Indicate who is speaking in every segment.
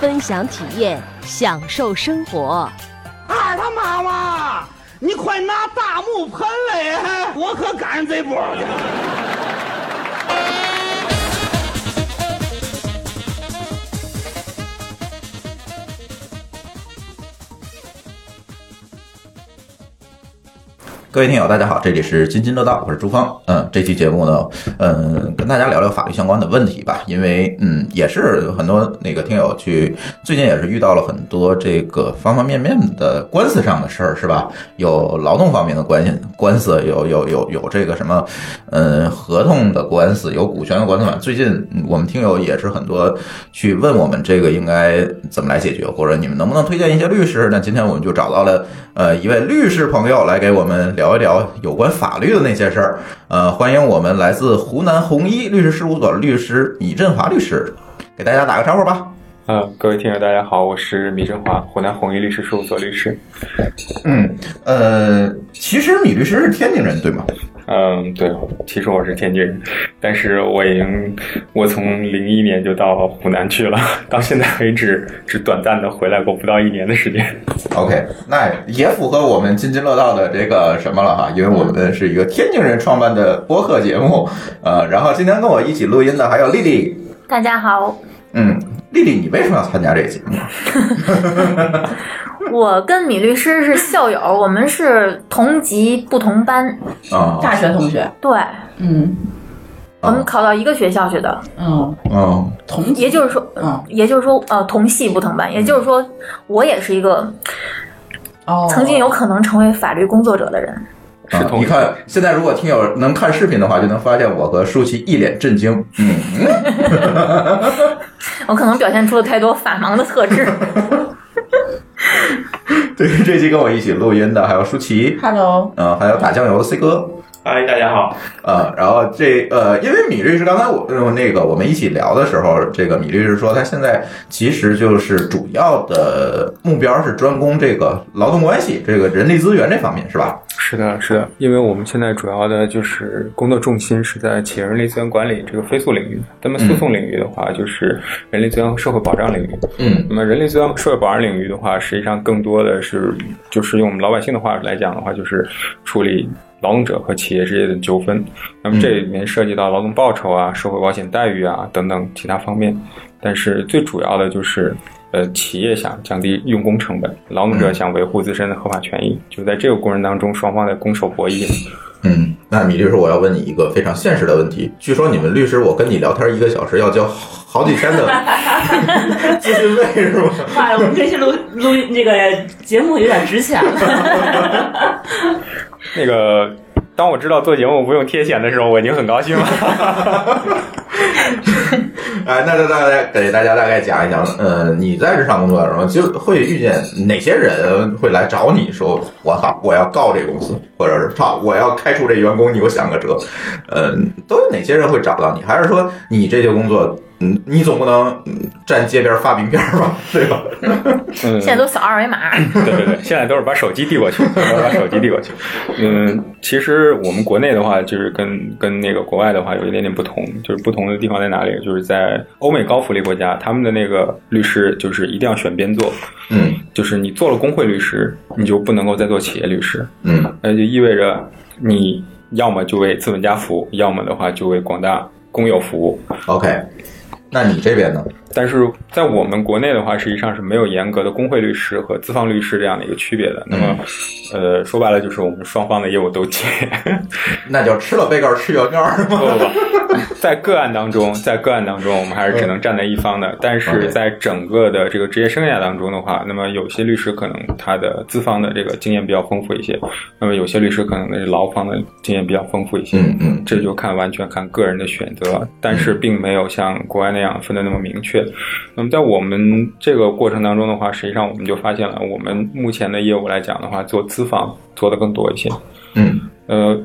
Speaker 1: 分享体验，享受生活。
Speaker 2: 二他妈妈，你快拿大木盆来，我可赶上这波了。
Speaker 3: 各位听友，大家好，这里是津津乐道，我是朱芳。嗯，这期节目呢，嗯，跟大家聊聊法律相关的问题吧，因为嗯，也是很多那个听友去，最近也是遇到了很多这个方方面面的官司上的事儿，是吧？有劳动方面的关系官司，有有有有这个什么，嗯，合同的官司，有股权的官司嘛。最近嗯我们听友也是很多去问我们这个应该怎么来解决，或者你们能不能推荐一些律师？那今天我们就找到了呃一位律师朋友来给我们聊。聊一聊有关法律的那些事儿。呃，欢迎我们来自湖南弘一律师事务所律师米振华律师，给大家打个招呼吧。
Speaker 4: 嗯，各位听友，大家好，我是米振华，湖南弘一律师事务所律师。
Speaker 3: 嗯，呃，其实米律师是天津人，对吗？
Speaker 4: 嗯，对，其实我是天津人，但是我已经，我从零一年就到湖南去了，到现在为止只短暂的回来过不到一年的时间。
Speaker 3: OK，那也符合我们津津乐道的这个什么了哈，因为我们是一个天津人创办的播客节目，呃，然后今天跟我一起录音的还有丽丽。
Speaker 5: 大家好。
Speaker 3: 嗯，丽丽，你为什么要参加这个节目？
Speaker 5: 我跟米律师是校友， 我们是同级不同班，
Speaker 3: 啊、
Speaker 6: 大学同学。
Speaker 5: 对，
Speaker 6: 嗯，
Speaker 5: 我们考到一个学校去的，
Speaker 6: 嗯
Speaker 3: 嗯，
Speaker 6: 同
Speaker 5: 也就是说，
Speaker 6: 嗯
Speaker 5: 也就是说，呃，同系不同班，也就是说，我也是一个
Speaker 6: 哦，
Speaker 5: 曾经有可能成为法律工作者的人。
Speaker 4: 是
Speaker 3: 啊
Speaker 4: 同
Speaker 3: 你看，现在如果听友能看视频的话，就能发现我和舒淇一脸震惊。嗯，
Speaker 5: 我可能表现出了太多法盲的特质。
Speaker 3: 对，这期跟我一起录音的还有舒淇，
Speaker 6: Hello，
Speaker 3: 嗯、还有打酱油的 C 哥，
Speaker 4: 嗨，哎大家好。
Speaker 3: 呃，然后这呃，因为米律师刚才我呃那个我们一起聊的时候，这个米律师说他现在其实就是主要的目标是专攻这个劳动关系、这个人力资源这方面，是吧？
Speaker 4: 是的，是的，因为我们现在主要的就是工作重心是在企业人力资源管理这个非诉领域。那么诉讼领域的话，就是人力资源和社会保障领域。
Speaker 3: 嗯
Speaker 4: 那么人力资源和社会保障领域的话，实际上更多的是，就是用我们老百姓的话来讲的话，就是处理劳动者和企业之间的纠纷。那么这里面涉及到劳动报酬啊、社会保险待遇啊等等其他方面，但是最主要的就是。呃，企业想降低用工成本，劳动者想维护自身的合法权益，就在这个过程当中，双方在攻守博弈。
Speaker 3: 嗯，那米律师，我要问你一个非常现实的问题。据说你们律师，我跟你聊天一个小时要交好几千 的咨询费，是吗？
Speaker 6: 坏了，我们这期录录这个节目有点值钱了。
Speaker 4: 那个，当我知道做节目不用贴钱的时候，我已经很高兴 了。
Speaker 3: 哎，那就大家给大家大概讲一讲，呃，你在日常工作的时候，就会遇见哪些人会来找你说，我操，我要告这公司，或者是操，我要开除这员工，你给我想个辙，呃，都有哪些人会找到你？还是说你这些工作，嗯，你总不能嗯站街边发名片吧，对吧？
Speaker 4: 嗯，
Speaker 5: 现在都扫二维码，
Speaker 4: 对对对，现在都是把手机递过去， 都是把手机递过去。嗯，其实我们国内的话，就是跟跟那个国外的话有一点点不同，就是不同的地方在哪里？就是在欧美高福利国家，他们的那个律师就是一定要选边做，
Speaker 3: 嗯
Speaker 4: 就是你做了工会律师，你就不能够再做企业律师，
Speaker 3: 嗯
Speaker 4: 那就意味着你要么就为资本家服务，要么的话就为广大工友服务。
Speaker 3: ，OK，那你这边呢？
Speaker 4: 但是在我们国内的话，实际上是没有严格的工会律师和资方律师这样的一个区别的。那么，
Speaker 3: 嗯
Speaker 4: 呃， 说白了就是我们双方的业务都接，
Speaker 3: 那叫吃了被告吃原告是
Speaker 4: 不
Speaker 3: 吗？
Speaker 4: 不不，在个案当中，在个案当中，我们还是只能站在一方的。但是
Speaker 3: 嗯 OK
Speaker 4: 在整个的这个职业生涯当中的话，那么有些律师可能他的资方的这个经验比较丰富一些，那么有些律师可能的劳方的经验比较丰富一些。
Speaker 3: 嗯嗯
Speaker 4: 这就看完全看个人的选择，但是并没有像国外那样分的那么明确。那么在我们这个过程当中的话，实际上我们就发现了，我们目前的业务来讲的话，做资方做的更多一些。
Speaker 3: 嗯
Speaker 4: 呃，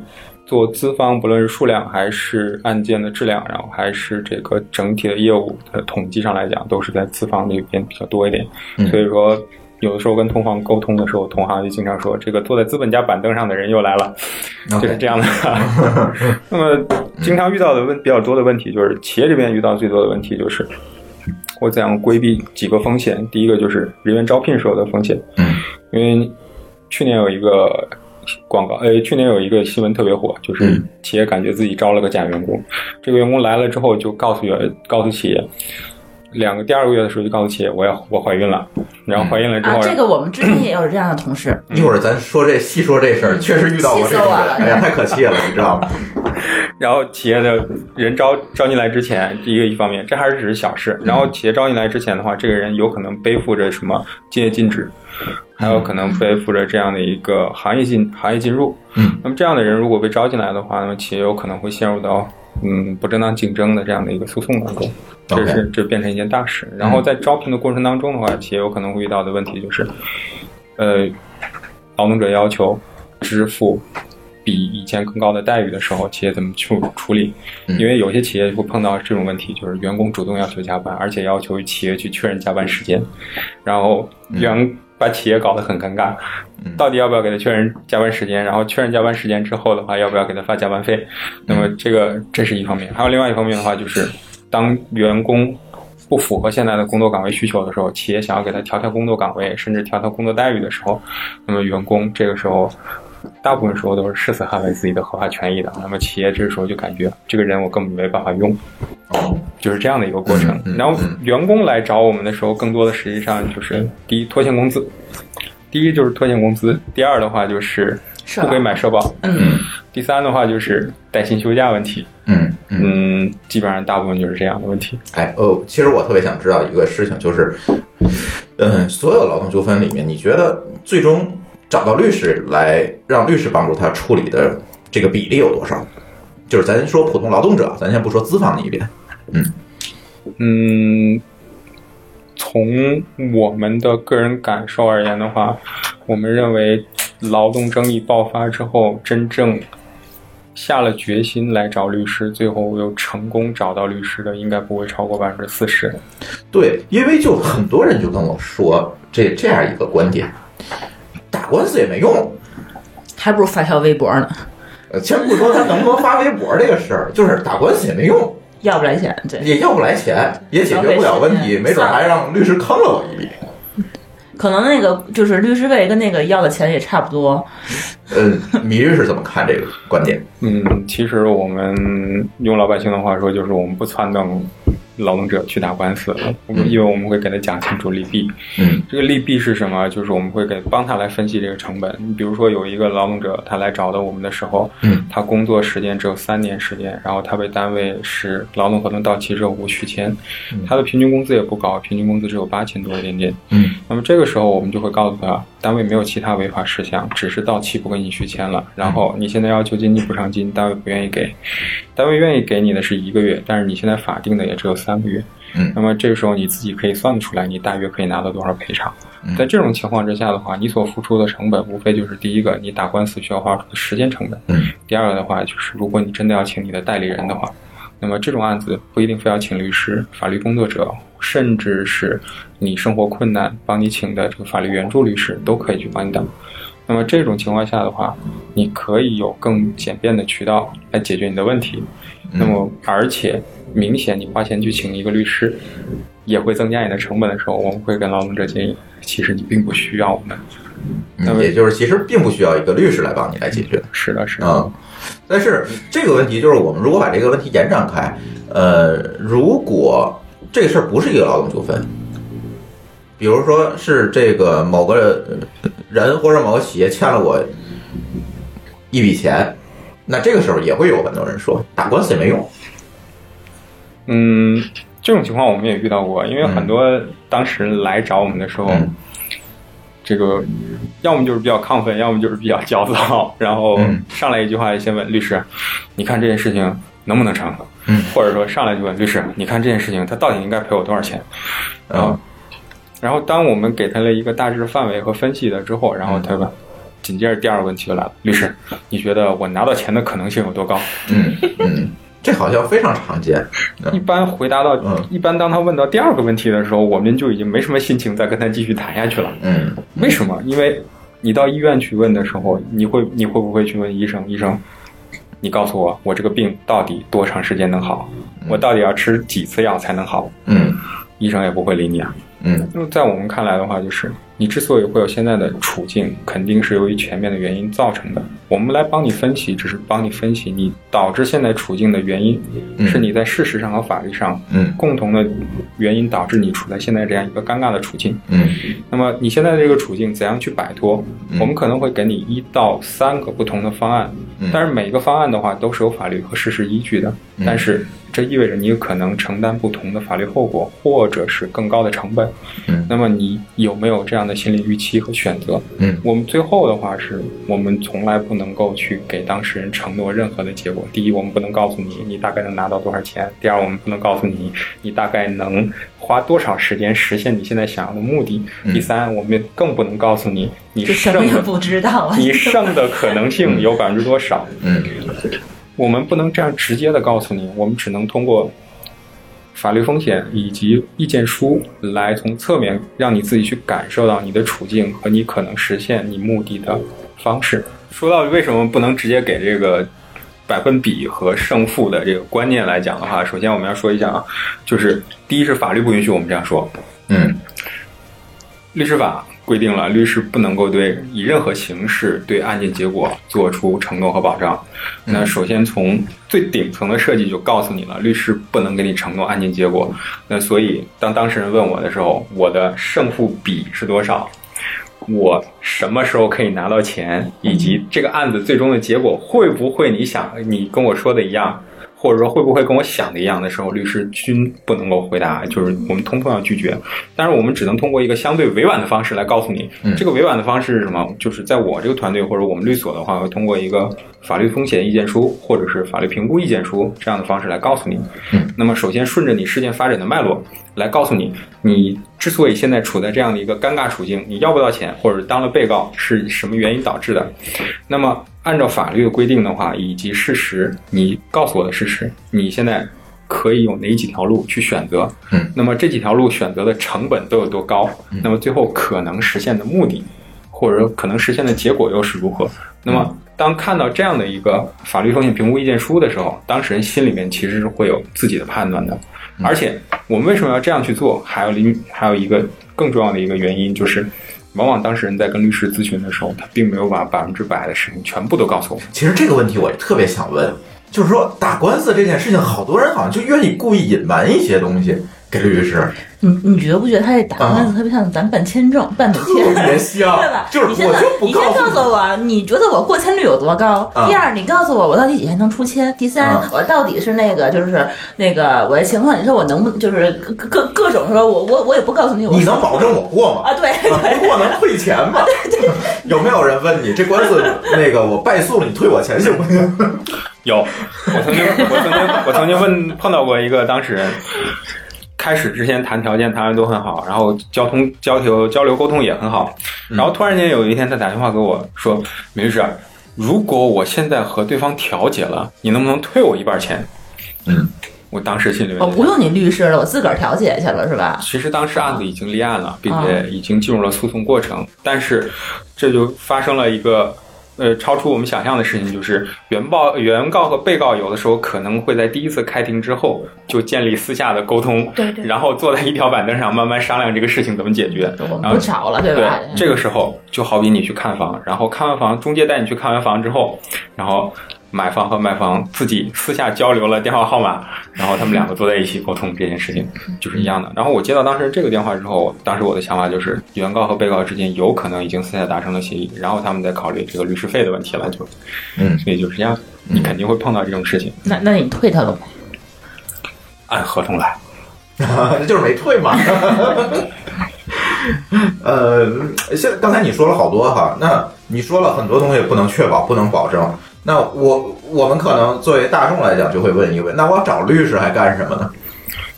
Speaker 4: 做资方不论是数量还是案件的质量，然后还是这个整体的业务的统计上来讲，都是在资方那边比较多一点。
Speaker 3: 嗯
Speaker 4: 所以说，有的时候跟同行沟通的时候，同行就经常说，这个坐在资本家板凳上的人又来了，
Speaker 3: OK
Speaker 4: 就是 这样的。那么，经常遇到的问比较多的问题，就是企业这边遇到最多的问题就是。我怎样规避几个风险？第一个就是人员招聘时候的风险，
Speaker 3: 嗯
Speaker 4: 因为去年有一个广告，呃，去年有一个新闻特别火，就是
Speaker 3: 嗯
Speaker 4: 企业感觉自己招了个假员工，这个员工来了之后就告诉员告诉企业，两个第二个月的时候就告诉企业我要我怀孕了，然后怀孕了之后，
Speaker 6: 啊，这个我们之前也有这样的同 事，
Speaker 3: 一会儿咱说这细说这事儿，确实遇到过这种
Speaker 6: 气死我
Speaker 3: 人
Speaker 6: 了，
Speaker 3: 哎呀，太可气了，你知道吗？
Speaker 4: 然后企业的人招招进来之前，第一个一方面这还是只是小事，然后企业招进来之前的话，这个人有可能背负着什么竞业禁止，还有可能背负着这样的一个行业进行业进入。
Speaker 3: 嗯，
Speaker 4: 那么这样的人如果被招进来的话，那么企业有可能会陷入到嗯不正当竞争的这样的一个诉讼当中，这
Speaker 3: OK
Speaker 4: 是这变成一件大事。然后在招聘的过程当中的话，企业有可能会遇到的问题就是，呃，劳动者要求支付比以前更高的待遇的时候，企业怎么去处理？
Speaker 3: 嗯
Speaker 4: 因为有些企业会碰到这种问题，就是员工主动要求加班，而且要求企业去确认加班时间，然后员把企业搞得很尴尬
Speaker 3: 嗯。
Speaker 4: 到底要不要给他确认加班时间？然后确认加班时间之后的话，要不要给他发加班费？那么这个这是一方面，还有另外一方面的话，就是当员工不符合现在的工作岗位需求的时候，企业想要给他调调工作岗位，甚至调调工作待遇的时候，那么员工这个时候。大部分时候都是誓死捍卫自己的合法权益的，那么企业这时候就感觉这个人我根本没办法用，
Speaker 3: 哦，
Speaker 4: 就是这样的一个过程。
Speaker 3: 嗯嗯
Speaker 4: 然后
Speaker 3: 嗯
Speaker 4: 员工来找我们的时候，更多的实际上就是第一拖欠工资，第一就是拖欠工资，第二的话就是
Speaker 6: 社
Speaker 4: 不给
Speaker 6: 保
Speaker 4: 买社保，
Speaker 3: 嗯
Speaker 4: 第三的话就是带薪休假问题。
Speaker 3: 嗯嗯。
Speaker 4: 嗯，基本上大部分就是这样的问题。
Speaker 3: 哎，哦，其实我特别想知道一个事情，就是，嗯，所有劳动纠纷里面，你觉得最终找到律师来让律师帮助他处理的这个比例有多少？就是咱说普通劳动者，咱先不说资方那一边，
Speaker 4: 嗯，从我们的个人感受而言的话，我们认为劳动争议爆发之后，真正下了决心来找律师，最后又成功找到律师的，应该不会超过百分之四十。
Speaker 3: 对，因为就很多人就跟我说这这样一个观点，打官司也没用。
Speaker 6: 还不如发条微博呢，
Speaker 3: 呃，先不说他能不能发微博这个事儿，就是打官司也没用，
Speaker 6: 要不来钱。对，
Speaker 3: 也要不来钱，也解决不了问题，没准还让律师坑了我一笔。
Speaker 6: 可能那个就是律师费跟那个要的钱也差不多。
Speaker 3: 嗯，米律师怎么看这个观点？
Speaker 4: 嗯，其实我们用老百姓的话说，就是我们不嗯撺掇劳动者去打官司，我们因为我们会给他讲清楚利弊。
Speaker 3: 嗯
Speaker 4: 这个利弊是什么？就是我们会给帮他来分析这个成本。你比如说，有一个劳动者他来找到我们的时候，
Speaker 3: 嗯，
Speaker 4: 他工作时间只有三年时间，然后他被单位是劳动合同到期之后无续签，他的平均工资也不高，平均工资只有八千多一点点。
Speaker 3: 嗯
Speaker 4: 那么这个时候，我们就会告诉他，单位没有其他违法事项，只是到期不给你续签了。然后你现在要求经济补偿金，单位不愿意给，单位愿意给你的是一个月，但是你现在法定的也只有三个月。
Speaker 3: 嗯
Speaker 4: 那么这个时候你自己可以算得出来，你大约可以拿到多少赔偿
Speaker 3: 嗯。
Speaker 4: 在这种情况之下的话，你所付出的成本无非就是第一个，你打官司需要花出的时间成本；
Speaker 3: 嗯
Speaker 4: 第二个的话，就是如果你真的要请你的代理人的话，那么这种案子不一定非要请律师、法律工作者，甚至是你生活困难帮你请的这个法律援助律师都可以去帮你打。那么这种情况下的话，你可以有更简便的渠道来解决你的问题。
Speaker 3: 嗯
Speaker 4: 那么而且明显你花钱去请一个律师，也会增加你的成本的时候，我们会跟劳动者建议，其实你并不需要我们。那
Speaker 3: 嗯，
Speaker 4: 么
Speaker 3: 也就是其实并不需要一个律师来帮你来解决
Speaker 4: 是的，是的。
Speaker 3: 啊、但是这个问题就是我们如果把这个问题延展开，呃，如果这个事儿不是一个劳动纠纷，比如说是这个某个人或者某个企业欠了我一笔钱，那这个时候也会有很多人说打官司也没用，
Speaker 4: 嗯，这种情况我们也遇到过，因为
Speaker 3: 嗯
Speaker 4: 很多当时来找我们的时候，
Speaker 3: 嗯
Speaker 4: 这个要么就是比较亢奋，要么就是比较焦躁， 然后
Speaker 3: 嗯
Speaker 4: 上来一句话先问律师，你看这件事情能不能成？
Speaker 3: 嗯
Speaker 4: 或者说上来就问律师，你看这件事情他到底应该赔我多少钱？然后
Speaker 3: 嗯，
Speaker 4: 然后当我们给他了一个大致范围和分析了之后，然后他问，紧接着第二个问题就来了，律师，你觉得我拿到钱的可能性有多高？
Speaker 3: 嗯嗯，这好像非常常见。
Speaker 4: 一般回答到，
Speaker 3: 嗯
Speaker 4: 一般当他问到第二个问题的时候，我们就已经没什么心情再跟他继续谈下去了。
Speaker 3: 嗯
Speaker 4: 为什么？因为你到医院去问的时候，你会你会不会去问医生？医生，你告诉我，我这个病到底多长时间能好？我到底要吃几次药才能好？
Speaker 3: 嗯
Speaker 4: 医生也不会理你啊。
Speaker 3: 嗯
Speaker 4: 那么在我们看来的话，就是你之所以会有现在的处境，肯定是由于前面的原因造成的。我们来帮你分析，只是帮你分析你导致现在处境的原因，
Speaker 3: 嗯
Speaker 4: 是你在事实上和法律上
Speaker 3: 嗯
Speaker 4: 共同的原因导致你处在现在这样一个尴尬的处境。
Speaker 3: 嗯
Speaker 4: 那么你现在这个处境怎样去摆脱？
Speaker 3: 嗯
Speaker 4: 我们可能会给你一到三个不同的方案，
Speaker 3: 嗯
Speaker 4: 但是每一个方案的话都是有法律和事实依据的，
Speaker 3: 嗯
Speaker 4: 但是这意味着你有可能承担不同的法律后果，或者是更高的成本。
Speaker 3: 嗯
Speaker 4: 那么你有没有这样的心理预期和选择？
Speaker 3: 嗯
Speaker 4: 我们最后的话是我们从来不能够去给当事人承诺任何的结果。第一，我们不能告诉你你大概能拿到多少钱；第二，我们不能告诉你你大概能花多少时间实现你现在想要的目的；
Speaker 3: 嗯
Speaker 4: 第三，我们也更不能告诉你你
Speaker 6: 就什么
Speaker 4: 胜
Speaker 6: 也
Speaker 4: 的
Speaker 6: 不知道了。
Speaker 4: 你胜的可能性有百分之多少。
Speaker 3: 嗯
Speaker 4: 我们不能这样直接的告诉你，我们只能通过法律风险以及意见书来从侧面让你自己去感受到你的处境和你可能实现你目的的方式。说到为什么不能直接给这个百分比和胜负的这个观念来讲的话，首先我们要说一下啊，就是第一是法律不允许我们这样说，
Speaker 3: 嗯
Speaker 4: 律师法规定了，律师不能够对以任何形式对案件结果做出承诺和保障。那首先从最顶层的设计就告诉你了，律师不能给你承诺案件结果。那所以当当事人问我的时候，我的胜负比是多少？我什么时候可以拿到钱，以及这个案子最终的结果会不会你想你跟我说的一样，或者说会不会跟我想的一样的时候，律师均不能够回答，就是我们通通要拒绝。但是我们只能通过一个相对委婉的方式来告诉你，
Speaker 3: 嗯
Speaker 4: 这个委婉的方式是什么？就是在我这个团队或者我们律所的话，会通过一个法律风险意见书或者是法律评估意见书这样的方式来告诉你。
Speaker 3: 嗯
Speaker 4: 那么首先顺着你事件发展的脉络来告诉你，你之所以现在处在这样的一个尴尬处境，你要不到钱或者当了被告是什么原因导致的？那么按照法律的规定的话，以及事实，你告诉我的事实，你现在可以有哪几条路去选择？
Speaker 3: 嗯，
Speaker 4: 那么这几条路选择的成本都有多高？那么最后可能实现的目的，或者说可能实现的结果又是如何？那么当看到这样的一个法律风险评估意见书的时候，当事人心里面其实是会有自己的判断的。而且我们为什么要这样去做？还有另还有一个更重要的一个原因就是。往往当事人在跟律师咨询的时候，他并没有把百分之百的事情全部都告诉我们。
Speaker 3: 其实这个问题我特别想问，就是说打官司这件事情，好多人好像就愿意故意隐瞒一些东西给律师，
Speaker 6: 你你觉不觉得他这打官司特别像咱办签证、办美
Speaker 3: 特别
Speaker 6: 签？
Speaker 3: 像
Speaker 6: 对吧？，
Speaker 3: 啊就是
Speaker 6: 你现
Speaker 3: 我
Speaker 6: 在
Speaker 3: 就不
Speaker 6: 你先
Speaker 3: 告
Speaker 6: 告诉
Speaker 3: 诉
Speaker 6: 我，你觉得我过签率有多高？
Speaker 3: 啊
Speaker 6: 第二，你告诉我我到底几天能出签？第三，
Speaker 3: 啊
Speaker 6: 我到底是那个就是那个我的情况，你说我能不就是各各各种说我我我也不告诉你我
Speaker 3: 你，你能保证我过吗？
Speaker 6: 啊？对
Speaker 3: 啊不过能退钱吗？有没有人问你这官司那个我败诉了，你退我钱行不行？
Speaker 4: 有，我曾经，我曾经，我曾经问碰到过一个当事人，开始之前谈条件谈的都很好，然后交通交流交流沟通也很好，然后突然间有一天他打电话给我说：“米律师，如果我现在和对方调解了，你能不能退我一半钱？”
Speaker 3: 嗯，
Speaker 4: 我当时心里面
Speaker 6: 我
Speaker 4: 就
Speaker 6: 不用你律师了，我自个儿调解去了是吧？
Speaker 4: 其实当时案子已经立案了，并
Speaker 6: 啊
Speaker 4: 且已经进入了诉讼过程，但是这就发生了一个。呃，超出我们想象的事情就是，原告、原告和被告有的时候可能会在第一次开庭之后就建立私下的沟通，
Speaker 5: 对对
Speaker 4: 然后坐在一条板凳上慢慢商量这个事情怎么解决。
Speaker 6: 我
Speaker 4: 然
Speaker 6: 们
Speaker 3: 啊
Speaker 4: 后
Speaker 6: 不吵了对
Speaker 4: 对
Speaker 6: 吧？，
Speaker 4: 这个时候就好比你去看房，然后看完房，中介带你去看完房之后，然后买方和卖方自己私下交流了电话号码，然后他们两个坐在一起沟通这件事情，就是一
Speaker 6: 嗯
Speaker 4: 样的。然后我接到当时这个电话之后，当时我的想法就是，原告和被告之间有可能已经私下达成了协议，然后他们再考虑这个律师费的问题了，就，
Speaker 3: 嗯
Speaker 4: 所以就是这样，你肯定会碰到这种事情。
Speaker 6: 那那你退他了吗？
Speaker 4: 按嗯合同来。
Speaker 3: 那 就是没退嘛。呃，现刚才你说了好多哈，那你说了很多东西不能确保、不能保证。那我我们可能作为大众来讲，就会问一问：那我找律师还干什么呢？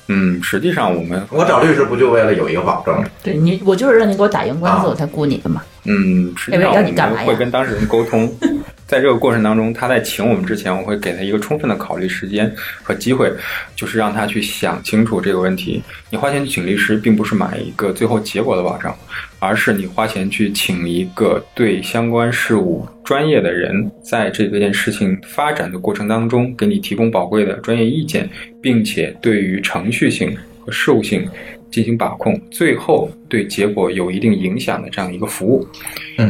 Speaker 4: 嗯，实际上我们
Speaker 3: 我找律师不就为了有一个保证吗？
Speaker 6: 对你，我就是让你给我打赢官司，
Speaker 3: 啊
Speaker 6: 我才雇你的嘛。
Speaker 4: 嗯，实际
Speaker 6: 哎
Speaker 4: 上
Speaker 6: 喂
Speaker 4: 我
Speaker 6: 要你干嘛
Speaker 4: 们
Speaker 6: 呀
Speaker 4: 会跟当事人沟通，在这个过程当中，他在请我们之前，我会给他一个充分的考虑时间和机会，就是让他去想清楚这个问题。你花钱去请律师，并不是买一个最后结果的保障，而是你花钱去请一个对相关事物专业的人，在这件事情发展的过程当中，给你提供宝贵的专业意见，并且对于程序性和事务性。进行把控，最后对结果有一定影响的这样一个服务，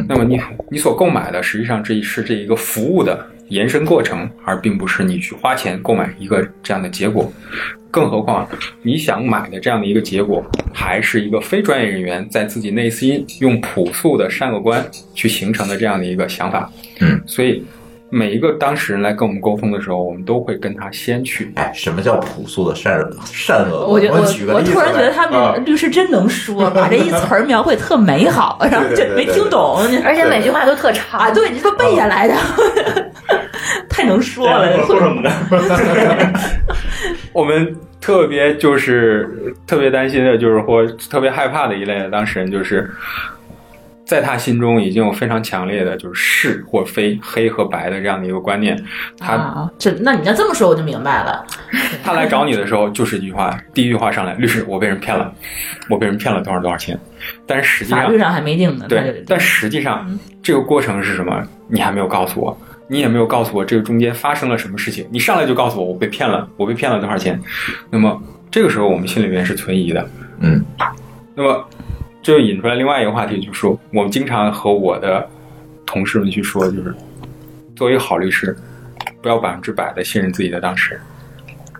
Speaker 4: 那么你你所购买的，实际上这是这一个服务的延伸过程，而并不是你去花钱购买一个这样的结果。更何况，你想买的这样的一个结果，还是一个非专业人员在自己内心用朴素的善恶观去形成的这样的一个想法。
Speaker 3: 嗯，
Speaker 4: 所以每一个当事人来跟我们沟通的时候，我们都会跟他先去
Speaker 3: 哎，什么叫朴素的善善恶？
Speaker 6: 我觉得我
Speaker 3: 举个
Speaker 6: 我
Speaker 3: 例子
Speaker 6: 突然觉得
Speaker 3: 来
Speaker 6: 他
Speaker 3: 啊
Speaker 6: 们律师真能说，把这一词儿描绘特美 好，然后就没听懂
Speaker 5: 而且每句话都特长
Speaker 6: 啊，对，你都背 下来的，太能说了。
Speaker 4: 啊说什么呢？ 我们特别就是特别担心的，就是或特别害怕的一类的当事人，就是在他心中已经有非常强烈的就是是或非、黑和白的这样的一个观念。他、
Speaker 6: 啊，这那你要这么说我就明白了，
Speaker 4: 他来找你的时候，就是一句话，第一句话上来，律师，我被人骗了，我被人骗了多少多少钱，但是实际
Speaker 6: 法
Speaker 4: 上
Speaker 6: 律上还没定呢。他就
Speaker 4: 对，但实际上、这个过程是什么？你还没有告诉我，你也没有告诉我这个中间发生了什么事情。你上来就告诉我我被骗了，我被骗了多少钱？那么这个时候我们心里面是存疑的。
Speaker 3: 嗯，
Speaker 4: 那么这就引出来另外一个话题，就是说我们经常和我的同事们去说，就是作为一个好律师，不要百分之百的信任自己的当事人。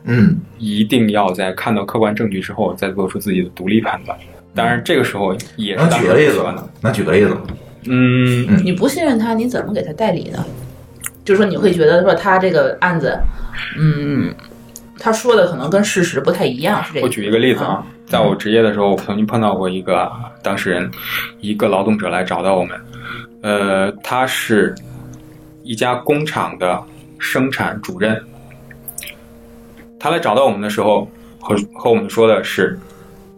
Speaker 3: 嗯，
Speaker 4: 一定要在看到客观证据之后，再做出自己的独立判断。当然，这个时候也是
Speaker 3: 嗯能
Speaker 4: 当
Speaker 3: 举
Speaker 4: 事
Speaker 3: 个例
Speaker 4: 人
Speaker 3: 子
Speaker 4: 喜
Speaker 3: 吗
Speaker 4: 欢的。？
Speaker 3: 能举个例子吗？
Speaker 4: 嗯，
Speaker 6: 你不信任他，你怎么给他代理呢？就是说，你会觉得说他这个案子，嗯，他说的可能跟事实不太一样，是这个
Speaker 4: 我
Speaker 6: 意思。
Speaker 4: 举一个例子啊，在我职业的时候，我曾经碰到过一个当事人，一个劳动者来找到我们，呃，他是一家工厂的生产主任，他来找到我们的时候，和和我们说的是。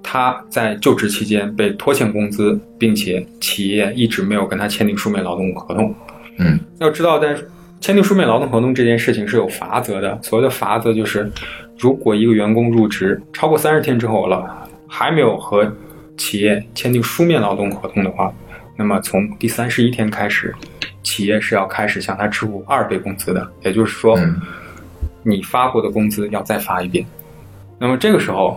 Speaker 4: 他在就职期间被拖欠工资，并且企业一直没有跟他签订书面劳动合同。
Speaker 3: 嗯，
Speaker 4: 要知道，在签订书面劳动合同这件事情是有罚则的。所谓的罚则就是，如果一个员工入职超过三十天之后了，还没有和企业签订书面劳动合同的话，那么从第三十一天开始，企业是要开始向他支付二倍工资的。也就是说，
Speaker 3: 嗯
Speaker 4: 你发过的工资要再发一遍。那么这个时候，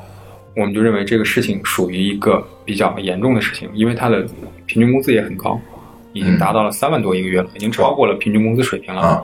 Speaker 4: 我们就认为这个事情属于一个比较严重的事情，因为他的平均工资也很高，已经达到了三万多一个月了，已经超过了平均工资水平了。
Speaker 3: 嗯啊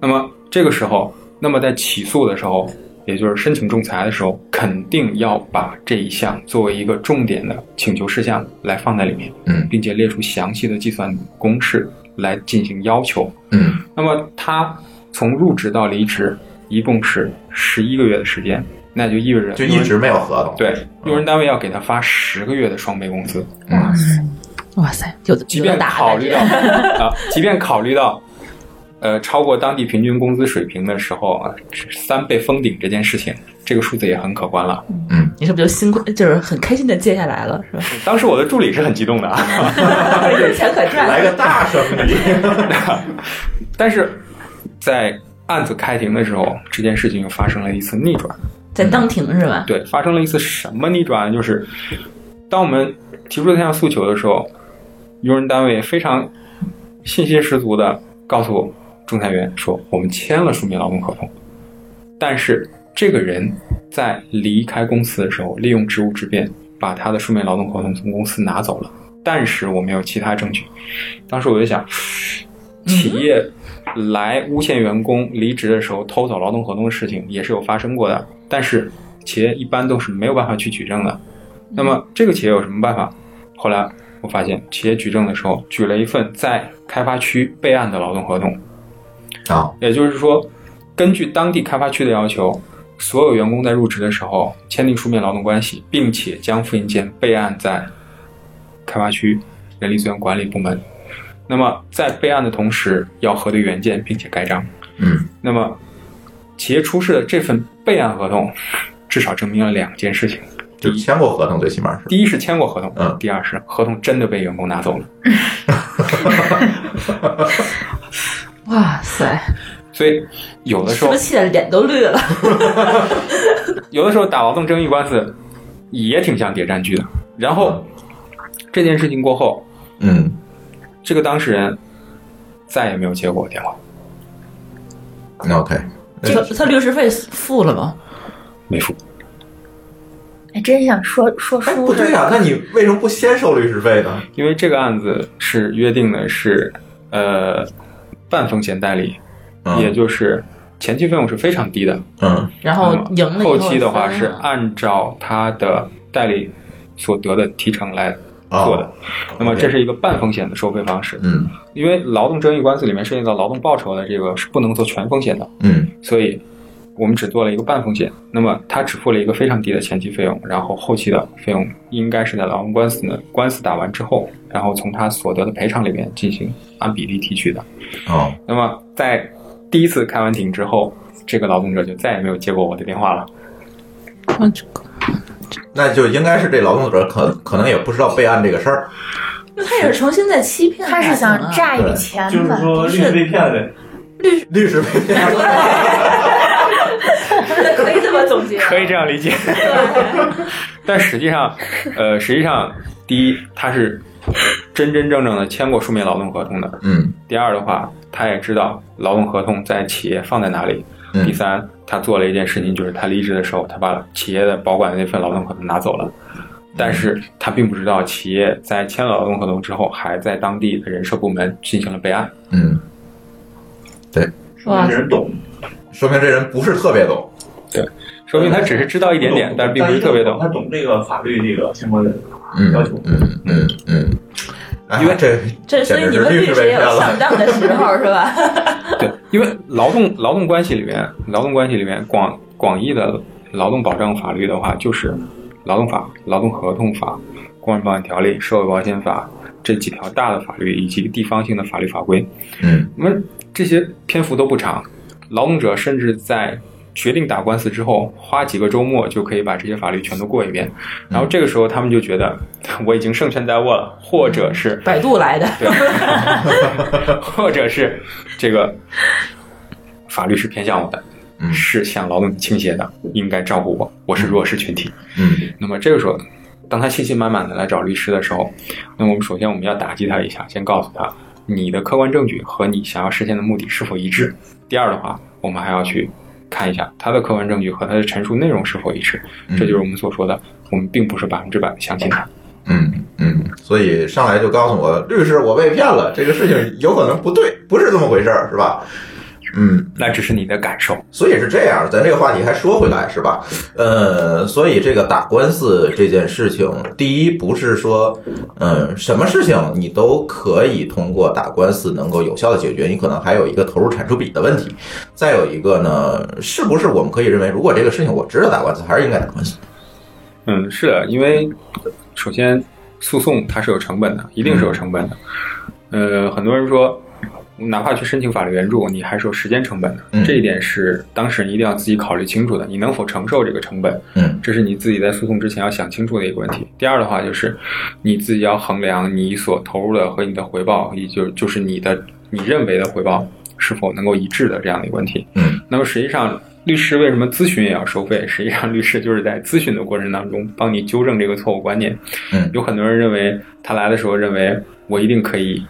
Speaker 4: 那么这个时候，那么在起诉的时候，也就是申请仲裁的时候，肯定要把这一项作为一个重点的请求事项来放在里面，
Speaker 3: 嗯
Speaker 4: 并且列出详细的计算公式来进行要求。
Speaker 3: 嗯
Speaker 4: 那么他从入职到离职一共是十一个月的时间，那就意味着
Speaker 3: 就一直没嗯有合同。，
Speaker 4: 对用人单位要给他发十个月的双倍工资。啊
Speaker 3: 嗯
Speaker 6: 哇塞，有的
Speaker 4: 即
Speaker 6: 有的
Speaker 4: 便
Speaker 6: 打
Speaker 4: 考虑到
Speaker 6: 感觉
Speaker 4: 啊，即便考虑到呃超过当地平均工资水平的时候啊，三倍封顶这件事情，这个数字也很可观
Speaker 6: 嗯
Speaker 4: 了。
Speaker 6: 你是不是就辛苦，就是很开心的接下来了，是吧？
Speaker 4: 当时我的助理是很激动的
Speaker 6: 嗯
Speaker 4: 啊，
Speaker 6: 有钱可赚。
Speaker 3: 来个大声 的。
Speaker 4: 但是在案子开庭的时候，这件事情又发生了一次逆转。
Speaker 6: 在当庭是吧？
Speaker 4: 对，发生了一次什么逆转？就是当我们提出这项诉求的时候，用人单位非常信心十足的告诉仲裁员说，我们签了书面劳动合同，但是这个人在离开公司的时候，利用职务之便把他的书面劳动合同从公司拿走了，但是我们有其他证据。当时我就想，企业来诬陷员工离职的时候偷走劳动合同的事情也是有发生过的，但是企业一般都是没有办法去举证的。那么这个企业有什么办法？后来我发现，企业举证的时候举了一份在开发区备案的劳动合同，
Speaker 3: 啊，
Speaker 4: 也就是说，根据当地开发区的要求，所有员工在入职的时候签订书面劳动关系，并且将复印件备案在开发区人力资源管理部门。那么在备案的同时，要核对原件并且盖章。
Speaker 3: 嗯
Speaker 4: 那么企业出示的这份备案合同，至少证明了两件事情：
Speaker 3: 就签过合同，最起码是。
Speaker 4: 第一是签过合同，
Speaker 3: 嗯
Speaker 4: 第二是合同真的被员工拿走了。
Speaker 6: 哇塞，
Speaker 4: 所以有的时候
Speaker 6: 说起来脸都 绿了。
Speaker 4: 有的时候打劳动争议官司也挺像谍战剧的。然后这件事情过后，
Speaker 3: 嗯，
Speaker 4: 这个当事人再也没有接过我电话，
Speaker 3: 那 OK，
Speaker 6: 他他律师费付了吗？
Speaker 4: 没付。
Speaker 5: 还哎真想说说
Speaker 3: 哎，
Speaker 5: 书
Speaker 3: 不对
Speaker 5: 似
Speaker 3: 呀、
Speaker 5: 的。
Speaker 3: 那你为什么不先收律师费呢？
Speaker 4: 因为这个案子是约定的是，呃，半风险代理，
Speaker 3: 嗯
Speaker 4: 也就是前期费用是非常低的，
Speaker 3: 嗯
Speaker 6: 然后啊
Speaker 4: 嗯
Speaker 6: 赢了以
Speaker 4: 后期的
Speaker 6: 的
Speaker 4: 话是
Speaker 3: 啊
Speaker 4: 按照他的代理所得的提成来做的
Speaker 3: 哦。
Speaker 4: 那么
Speaker 3: OK
Speaker 4: 这是一个半风险的收费方式，
Speaker 3: 嗯
Speaker 4: 因为劳动争议官司里面涉及到劳动报酬的这个是不能做全风险的，
Speaker 3: 嗯
Speaker 4: 所以我们只做了一个半风险。那么他只付了一个非常低的前期费用，然后后期的费用应该是在劳动官司呢官司打完之后，然后从他所得的赔偿里面进行按比例提取的。
Speaker 3: 哦
Speaker 4: 那么在第一次开完庭之后，这个劳动者就再也没有接过我的电话了。
Speaker 6: 嗯这个
Speaker 3: 那就应该是这劳动者可可能也不知道备案这个事儿，
Speaker 6: 那他也是诚心在欺骗
Speaker 5: 他是想诈
Speaker 6: 诈
Speaker 5: 一笔钱
Speaker 7: 哦就是
Speaker 5: 吧？
Speaker 3: 呃
Speaker 7: 说律师被骗了呗。
Speaker 3: 律师 费
Speaker 6: 可以这么总结，
Speaker 4: 可以这样理解。 但实际上，呃，实际上，第一，他是真真正正的签过书面劳动合同的；
Speaker 3: 嗯
Speaker 4: 第二的话，他也知道劳动合同在企业放在哪里；第
Speaker 3: 嗯
Speaker 4: 三，他做了一件事情，就是他离职的时候，他把企业的保管的那份劳动合同拿走了。但是他并不知道，企业在签了劳动合同之后，还在当地的人社部门进行了备案。
Speaker 3: 嗯，
Speaker 7: 说明这人懂，
Speaker 3: 说明这人不是特别懂。
Speaker 4: 说明他只是知道一点点，但并不是特别懂
Speaker 7: 他。懂这个法律这个相关的
Speaker 3: 嗯
Speaker 7: 要求。
Speaker 3: 嗯嗯嗯，哎
Speaker 4: 因为
Speaker 3: 这
Speaker 6: 这所以
Speaker 3: 简
Speaker 6: 你
Speaker 3: 直是
Speaker 6: 们
Speaker 3: 律
Speaker 6: 律
Speaker 3: 师
Speaker 6: 师
Speaker 3: 被
Speaker 6: 也
Speaker 3: 骗
Speaker 6: 有
Speaker 3: 了
Speaker 6: 上。当的时候是吧？
Speaker 4: 对，因为劳动劳动关系里面，劳动关系里面广广义的劳动保障法律的话，就是《劳动法》《劳动合同法》《工人保险条例》《社会保险法》这几条大的法律以及地方性的法律法规。
Speaker 3: 嗯
Speaker 4: 那么这些篇幅都不长，劳动者甚至在决定打官司之后，花几个周末就可以把这些法律全都过一遍。然后这个时候，他们就觉得 我已经胜券在握了，或者是
Speaker 6: 百度来的，
Speaker 4: 对， 或者是这个法律是偏向我的，
Speaker 3: 嗯
Speaker 4: 是向劳动倾斜的，应该照顾我，我是弱势群体。
Speaker 3: 嗯
Speaker 4: 那么这个时候，当他信心满满的来找律师的时候，那么我们首先我们要打击他一下，先告诉他你的客观证据和你想要实现的目的是否一致。第二的话，我们还要去看一下他的客观证据和他的陈述内容是否一致。
Speaker 3: 嗯
Speaker 4: 这就是我们所说的，我们并不是百分之百相信他。
Speaker 3: 嗯嗯，所以上来就告诉我，律师我被骗了，这个事情有可能不对，不是这么回事儿，是吧？嗯，
Speaker 4: 那只是你的感受，
Speaker 3: 所以是这样，咱这个话题还说回来是吧？呃，所以这个打官司这件事情，第一不是说，嗯、什么事情你都可以通过打官司能够有效的解决，你可能还有一个投入产出比的问题。再有一个呢，是不是我们可以认为，如果这个事情我知道打官司，还是应该打官司？
Speaker 4: 嗯，是的，因为首先诉讼它是有成本的，一定是有成本的。呃，很多人说，哪怕去申请法律援助，你还是有时间成本的。
Speaker 3: 嗯
Speaker 4: 这一点是当事人一定要自己考虑清楚的，你能否承受这个成本，
Speaker 3: 嗯
Speaker 4: 这是你自己在诉讼之前要想清楚的一个问题。第二的话就是，你自己要衡量你所投入的和你的回报，也就就是你的你认为的回报是否能够一致的这样的一个问题。
Speaker 3: 嗯
Speaker 4: 那么实际上，律师为什么咨询也要收费？实际上，律师就是在咨询的过程当中帮你纠正这个错误观念。
Speaker 3: 嗯
Speaker 4: 有很多人认为，他来的时候认为我一定可以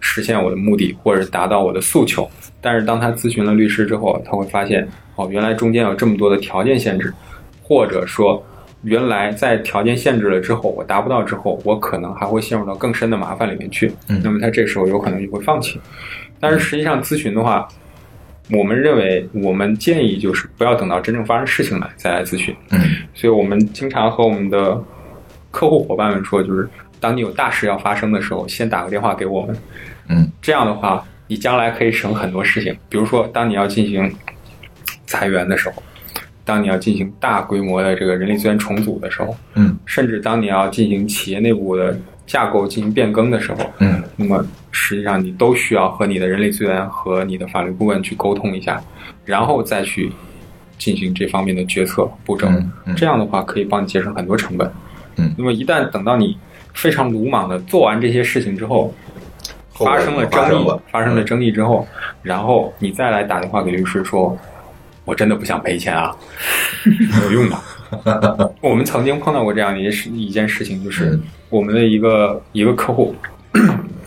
Speaker 4: 实现我的目的，或者达到我的诉求。但是当他咨询了律师之后，他会发现，哦，原来中间有这么多的条件限制，或者说，原来在条件限制了之后，我达不到之后，我可能还会陷入到更深的麻烦里面去。
Speaker 3: 嗯
Speaker 4: 那么他这时候有可能就会放弃。但是实际上，咨询的话，我们认为，我们建议就是不要等到真正发生事情了再来咨询。
Speaker 3: 嗯
Speaker 4: 所以我们经常和我们的客户伙伴们说，就是当你有大事要发生的时候，先打个电话给我们。
Speaker 3: 嗯，
Speaker 4: 这样的话，你将来可以省很多事情。比如说，当你要进行裁员的时候，当你要进行大规模的这个人力资源重组的时候，
Speaker 3: 嗯
Speaker 4: 甚至当你要进行企业内部的架构进行变更的时候，
Speaker 3: 嗯，
Speaker 4: 那么实际上你都需要和你的人力资源和你的法律顾问去沟通一下，然后再去进行这方面的决策步骤。
Speaker 3: 嗯嗯
Speaker 4: 这样的话可以帮你节省很多成本。
Speaker 3: 嗯
Speaker 4: 那么一旦等到你非常鲁莽的做完这些事情之后，
Speaker 3: 后果
Speaker 4: 发生了
Speaker 3: 发
Speaker 4: 争
Speaker 3: 生
Speaker 4: 议
Speaker 3: 了，
Speaker 4: 发生了争议之后，然后你再来打电话给律师说，我真的不想赔钱啊，没有用的。 我们曾经碰到过这样的一事一件事情，就是
Speaker 3: 嗯
Speaker 4: 我们的一个一个客户，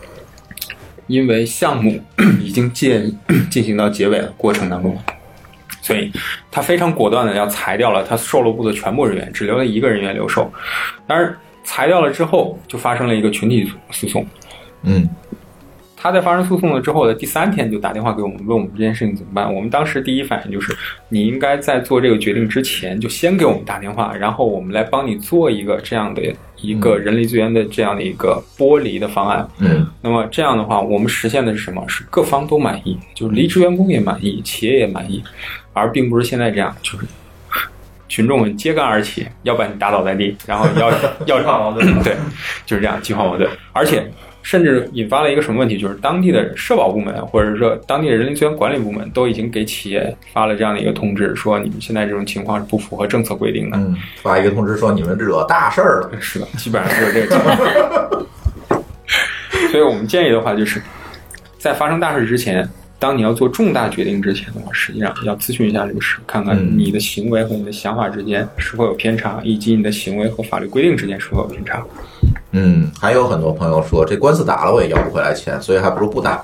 Speaker 4: 因为项目 已经进 进行到结尾的过程当中，所以他非常果断的要裁掉了他售楼部的全部人员，只留了一个人员留售。当然，裁掉了之后，就发生了一个群体诉讼。
Speaker 3: 嗯
Speaker 4: 他在发生诉讼了之后的第三天就打电话给我们，问我们这件事情怎么办。我们当时第一反应就是，你应该在做这个决定之前就先给我们打电话，然后我们来帮你做一个这样的一个人力资源的这样的一个剥离的方案。
Speaker 3: 嗯
Speaker 4: 那么这样的话，我们实现的是什么？是各方都满意，就是离职员工也满意，企业也满意，而并不是现在这样，就是群众们揭竿而起，要把你打倒在地，然后 要要
Speaker 7: 激化矛盾
Speaker 4: 对，就是这样激化矛盾，而且甚至引发了一个什么问题，就是当地的社保部门或者说当地的人力资源管理部门都已经给企业发了这样的一个通知，说你们现在这种情况是不符合政策规定的。
Speaker 3: 嗯，发一个通知说你们惹大事儿了。
Speaker 4: 是的，基本上就是这个情况。所以我们建议的话，就是在发生大事之前，当你要做重大决定之前的话，实际上要咨询一下律师，看看
Speaker 3: 嗯
Speaker 4: 你的行为和你的想法之间是否有偏差，以及你的行为和法律规定之间是否有偏差。
Speaker 3: 嗯，还有很多朋友说这官司打了我也要不回来钱，所以还不如不打。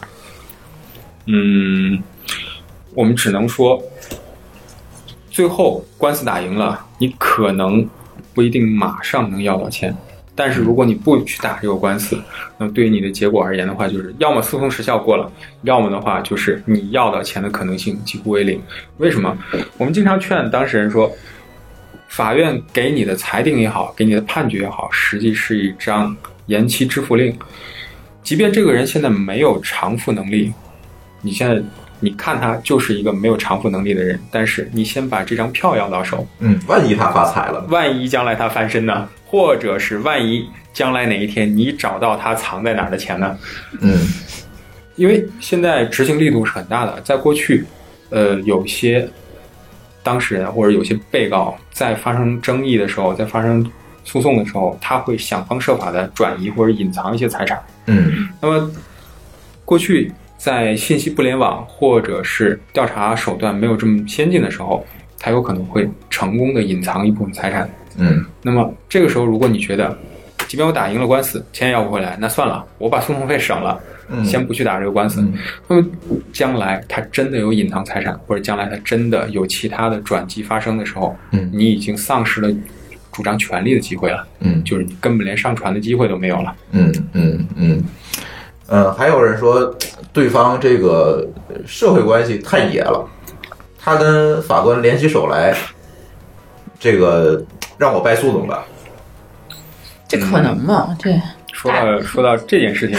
Speaker 4: 嗯，我们只能说，最后官司打赢了，你可能不一定马上能要到钱。但是如果你不去打这个官司，那对于你的结果而言的话，就是要么诉讼时效过了，要么的话就是你要到钱的可能性几乎为零。为什么？我们经常劝当事人说，法院给你的裁定也好，给你的判决也好，实际是一张延期支付令。即便这个人现在没有偿付能力，你现在你看他就是一个没有偿付能力的人，但是你先把这张票要到手，
Speaker 3: 嗯，万一他发财了呢，
Speaker 4: 万一将来他翻身呢？或者是万一将来哪一天你找到他藏在哪儿的钱呢？
Speaker 3: 嗯
Speaker 4: 因为现在执行力度是很大的，在过去，呃，有些当事人或者有些被告在发生争议的时候，在发生诉讼的时候，他会想方设法的转移或者隐藏一些财产。
Speaker 3: 嗯
Speaker 4: 那么，过去在信息不联网或者是调查手段没有这么先进的时候，它有可能会成功的隐藏一部分财产。
Speaker 3: 嗯
Speaker 4: 那么这个时候，如果你觉得，即便我打赢了官司，钱也要不回来，那算了，我把诉讼费省了，
Speaker 3: 嗯
Speaker 4: 先不去打这个官司。
Speaker 3: 嗯
Speaker 4: 那么将来他真的有隐藏财产，或者将来他真的有其他的转机发生的时候，
Speaker 3: 嗯
Speaker 4: 你已经丧失了主张权利的机会了，
Speaker 3: 嗯
Speaker 4: 就是你根本连上传的机会都没有了。
Speaker 3: 嗯嗯嗯，呃，还有人说对方这个社会关系太野了，他跟法官联起手来，这个让我败诉怎么办？
Speaker 6: 这可能吗？这
Speaker 4: 说
Speaker 3: 哎
Speaker 4: 到说到这件事情，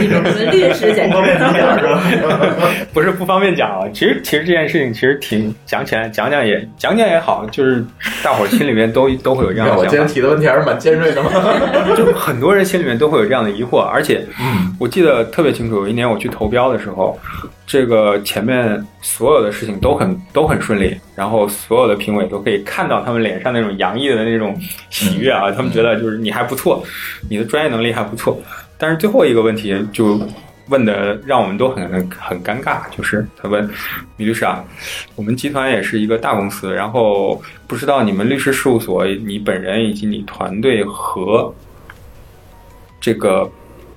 Speaker 6: 你们律师简
Speaker 7: 不
Speaker 6: 直
Speaker 7: 方便讲是吧？
Speaker 4: 不是不方便讲啊，其实其实这件事情其实挺讲起来讲讲也讲讲也好，就是大伙儿心里面都都会有这样
Speaker 3: 看我
Speaker 4: 的
Speaker 3: 今天
Speaker 4: 想法，
Speaker 3: 提的问题还是蛮尖锐的嘛。
Speaker 4: 就很多人心里面都会有这样的疑惑，而且我记得特别清楚，有一年我去投标的时候，这个前面所有的事情都很都很顺利，然后所有的评委都可以看到他们脸上那种洋溢的那种喜悦啊，他们觉得就是你还不错，你的专业能力还不错，但是最后一个问题就问的让我们都很很尴尬，就是他问米律师啊，我们集团也是一个大公司，然后不知道你们律师事务所、你本人以及你团队和这个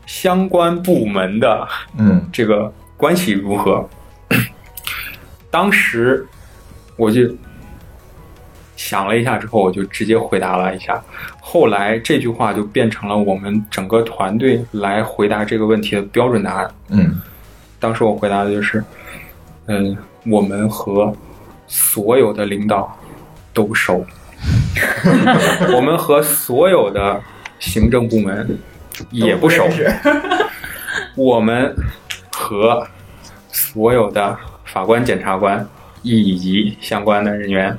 Speaker 4: 相关部门的
Speaker 3: 嗯
Speaker 4: 这个关系如何？ 当时我就想了一下之后，我就直接回答了一下。后来这句话就变成了我们整个团队来回答这个问题的标准答案。
Speaker 3: 嗯
Speaker 4: 当时我回答的就是，嗯，我们和所有的领导都不熟， 我们和所有的行政部门也不熟， 我们和所有的法官、检察官以及相关的人员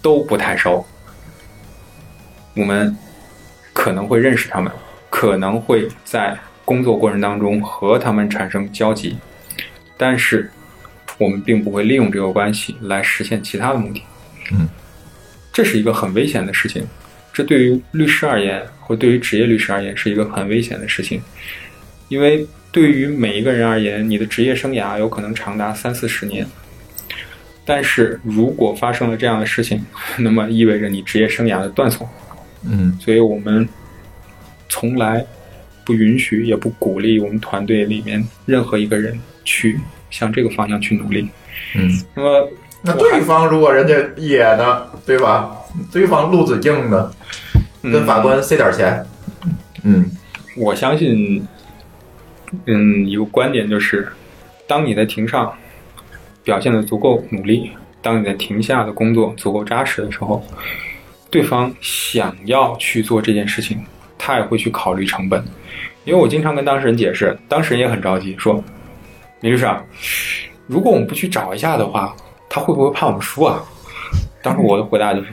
Speaker 4: 都不太熟，我们可能会认识他们，可能会在工作过程当中和他们产生交集，但是我们并不会利用这个关系来实现其他的目的。
Speaker 3: 嗯，
Speaker 4: 这是一个很危险的事情，这对于律师而言，或对于职业律师而言是一个很危险的事情，因为对于每一个人而言，你的职业生涯有可能长达三四十年。但是如果发生了这样的事情，那么意味着你职业生涯的断送。
Speaker 3: 嗯
Speaker 4: 所以我们从来不允许，也不鼓励我们团队里面任何一个人去向这个方向去努力。
Speaker 3: 嗯，
Speaker 4: 那么
Speaker 3: 那对方如果人家野呢，对吧？对方路子硬呢，
Speaker 4: 嗯
Speaker 3: 跟法官塞点钱，嗯
Speaker 4: 我相信，嗯，有个观点就是，当你在庭上表现的足够努力，当你在庭下的工作足够扎实的时候，对方想要去做这件事情，他也会去考虑成本。因为我经常跟当事人解释，当事人也很着急，说：“李律师啊，如果我们不去找一下的话，他会不会判我们输啊？”当时我的回答就是：“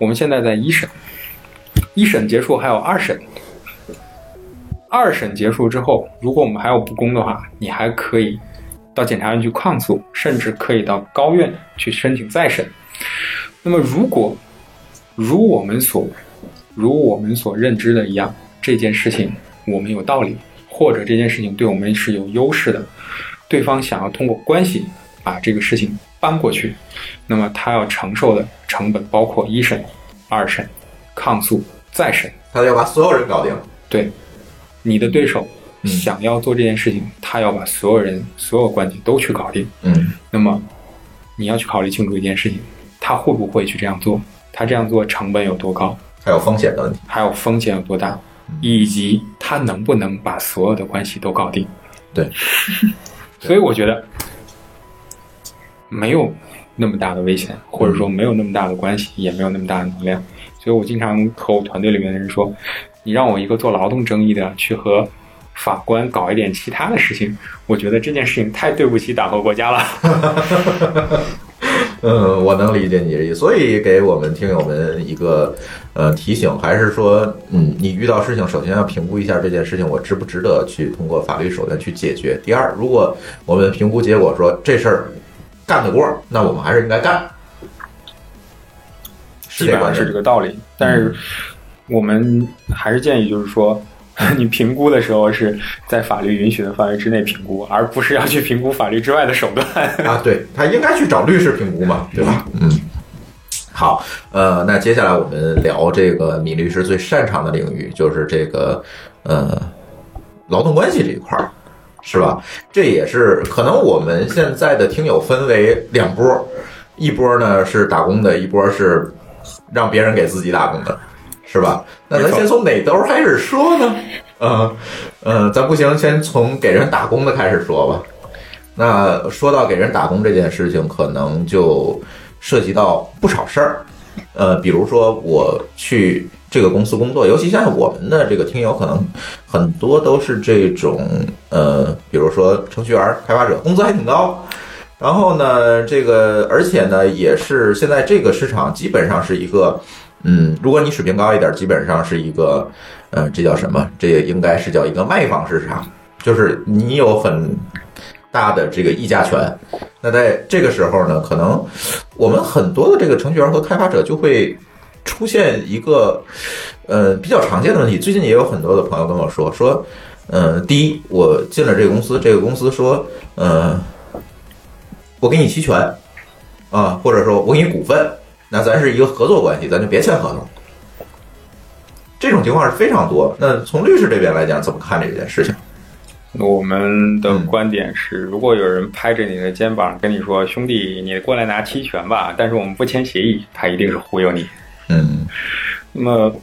Speaker 4: 我们现在在一审，一审结束还有二审。”二审结束之后，如果我们还有不公的话，你还可以到检察院去抗诉，甚至可以到高院去申请再审。那么，如果如我们所如我们所认知的一样，这件事情我们有道理，或者这件事情对我们是有优势的，对方想要通过关系把这个事情搬过去，那么他要承受的成本包括一审、二审、抗诉、再审。
Speaker 3: 他要把所有人搞定。
Speaker 4: 对，你的对手
Speaker 3: 嗯
Speaker 4: 想要做这件事情，他要把所有人、所有关系都去搞定。
Speaker 3: 嗯
Speaker 4: 那么，你要去考虑清楚一件事情：他会不会去这样做？他这样做成本有多高？
Speaker 3: 还有风险的问题。
Speaker 4: 还有风险有多大？以及他能不能把所有的关系都搞定？
Speaker 3: 对，
Speaker 4: 所以我觉得没有那么大的危险，或者说没有那么大的关系，也没有那么大的能量。所以我经常和我团队里面的人说，你让我一个做劳动争议的去和法官搞一点其他的事情，我觉得这件事情太对不起党和国家了。
Speaker 3: 嗯，我能理解你的意思，所以给我们听友们一个呃提醒，还是说，嗯，你遇到事情，首先要评估一下这件事情我值不值得去通过法律手段去解决。第二，如果我们评估结果说这事儿干得过，那我们还是应该干。是
Speaker 4: 基
Speaker 3: 这
Speaker 4: 本
Speaker 3: 观
Speaker 4: 上
Speaker 3: 点
Speaker 4: 是嗯这个道理。但是我们还是建议，就是说，你评估的时候是在法律允许的范围之内评估，而不是要去评估法律之外的手段。
Speaker 3: 啊，对他应该去找律师评估嘛，对吧？嗯。好，呃，那接下来我们聊这个米律师最擅长的领域，就是这个呃劳动关系这一块儿，是吧？这也是可能我们现在的听友分为两波，一波呢是打工的，一波是让别人给自己打工的，是吧？那咱
Speaker 4: 没错
Speaker 3: 先从哪兜儿开始说呢？呃，呃，咱不行，先从给人打工的开始说吧。那说到给人打工这件事情，可能就涉及到不少事儿，呃，比如说我去这个公司工作，尤其像我们的这个听友，可能很多都是这种呃，比如说程序员、开发者，工资还挺高。然后呢，这个而且呢，也是现在这个市场基本上是一个，嗯，如果你水平高一点，基本上是一个，呃，这叫什么？这也应该是叫一个卖方市场，就是你有很大的这个议价权。那在这个时候呢，可能我们很多的这个程序员和开发者就会出现一个呃比较常见的问题。最近也有很多的朋友跟我说说，呃，第一，我进了这个公司，这个公司说，呃，我给你期权啊，或者说我给你股份，那咱是一个合作关系，咱就别签合同。这种情况是非常多。那从律师这边来讲，怎么看这件事情？
Speaker 4: 我们的观点是，如果有人拍着你的肩膀跟你说：“兄弟，你过来拿期权吧。”但是我们不签协议，他一定是忽悠你。
Speaker 3: 嗯
Speaker 4: 那么，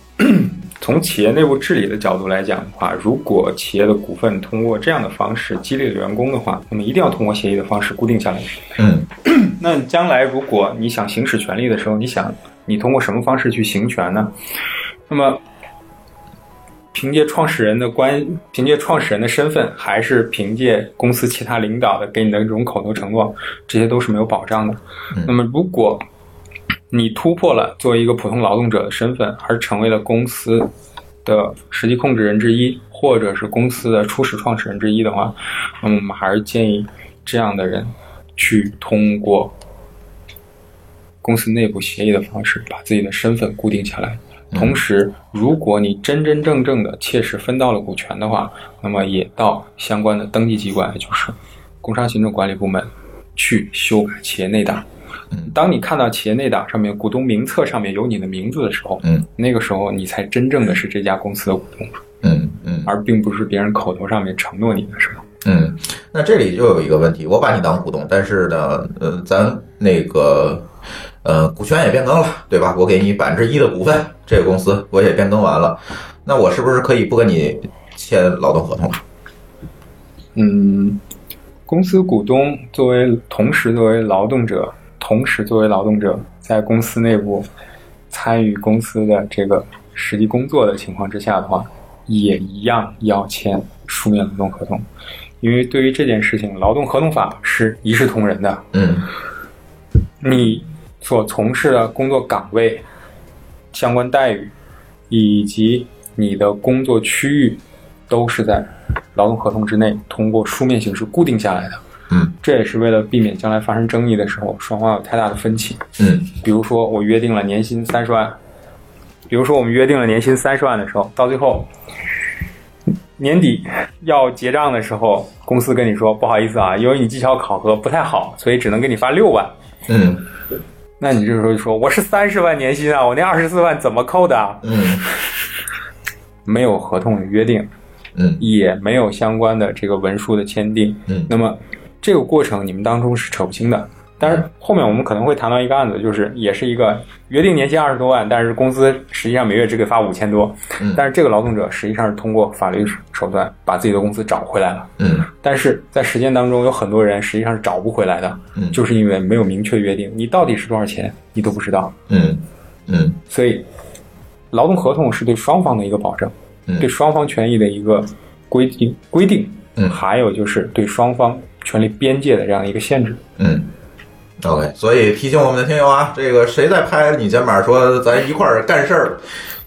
Speaker 4: 从企业内部治理的角度来讲的话，如果企业的股份通过这样的方式激励了员工的话，那么一定要通过协议的方式固定下来。
Speaker 3: 嗯
Speaker 4: 那将来如果你想行使权利的时候，你想你通过什么方式去行权呢？那么，凭借创始人的关，凭借创始人的身份，还是凭借公司其他领导的给你的这种口头承诺，这些都是没有保障的
Speaker 3: 嗯。
Speaker 4: 那么，如果你突破了作为一个普通劳动者的身份，而成为了公司的实际控制人之一，或者是公司的初始创始人之一的话，嗯，我们还是建议这样的人去通过公司内部协议的方式把自己的身份固定下来。同时，如果你真真正正的切实分到了股权的话，那么也到相关的登记机关，也就是工商行政管理部门去修改企业内档。
Speaker 3: 嗯
Speaker 4: 当你看到企业内档上面股东名册上面有你的名字的时候，
Speaker 3: 嗯，
Speaker 4: 那个时候你才真正的是这家公司的股东，
Speaker 3: 嗯嗯
Speaker 4: 而并不是别人口头上面承诺你的事儿。
Speaker 3: 嗯，那这里就有一个问题，我把你当股东，但是呢，呃，咱那个呃股权也变更了，对吧？我给你百分之一的股份，这个公司我也变更完了，那我是不是可以不跟你签劳动合同了？啊
Speaker 4: 嗯，公司股东作为同时作为劳动者，同时作为劳动者在公司内部参与公司的这个实际工作的情况之下的话，也一样要签书面劳动合同，因为对于这件事情，劳动合同法是一视同仁的。
Speaker 3: 嗯
Speaker 4: 你所从事的工作岗位、相关待遇，以及你的工作区域，都是在劳动合同之内通过书面形式固定下来的。
Speaker 3: 嗯
Speaker 4: 这也是为了避免将来发生争议的时候，双方有太大的分歧。
Speaker 3: 嗯
Speaker 4: 比如说，我约定了年薪三十万，比如说我们约定了年薪三十万的时候，到最后年底要结账的时候，公司跟你说不好意思啊，由于你绩效考核不太好，所以只能给你发六万。
Speaker 3: 嗯
Speaker 4: 那你这时候就说我是三十万年薪啊，我那二十四万怎么扣的啊？
Speaker 3: 嗯
Speaker 4: 没有合同的约定，
Speaker 3: 嗯
Speaker 4: 也没有相关的这个文书的签订。
Speaker 3: 嗯
Speaker 4: 那么这个过程你们当中是扯不清的。但是后面我们可能会谈到一个案子，就是也是一个约定年薪二十多万，但是公司实际上每月只给发五千多
Speaker 3: 嗯，
Speaker 4: 但是这个劳动者实际上是通过法律手段把自己的工资找回来了。
Speaker 3: 嗯
Speaker 4: 但是在实践当中，有很多人实际上是找不回来的，
Speaker 3: 嗯
Speaker 4: 就是因为没有明确约定，你到底是多少钱你都不知道。
Speaker 3: 嗯嗯
Speaker 4: 所以，劳动合同是对双方的一个保证，
Speaker 3: 嗯
Speaker 4: 对双方权益的一个规定规定，
Speaker 3: 嗯
Speaker 4: 还有就是对双方权利边界的这样一个限制。
Speaker 3: 嗯。OK，所以提醒我们的听友啊，这个谁在拍你肩膀说咱一块儿干事儿，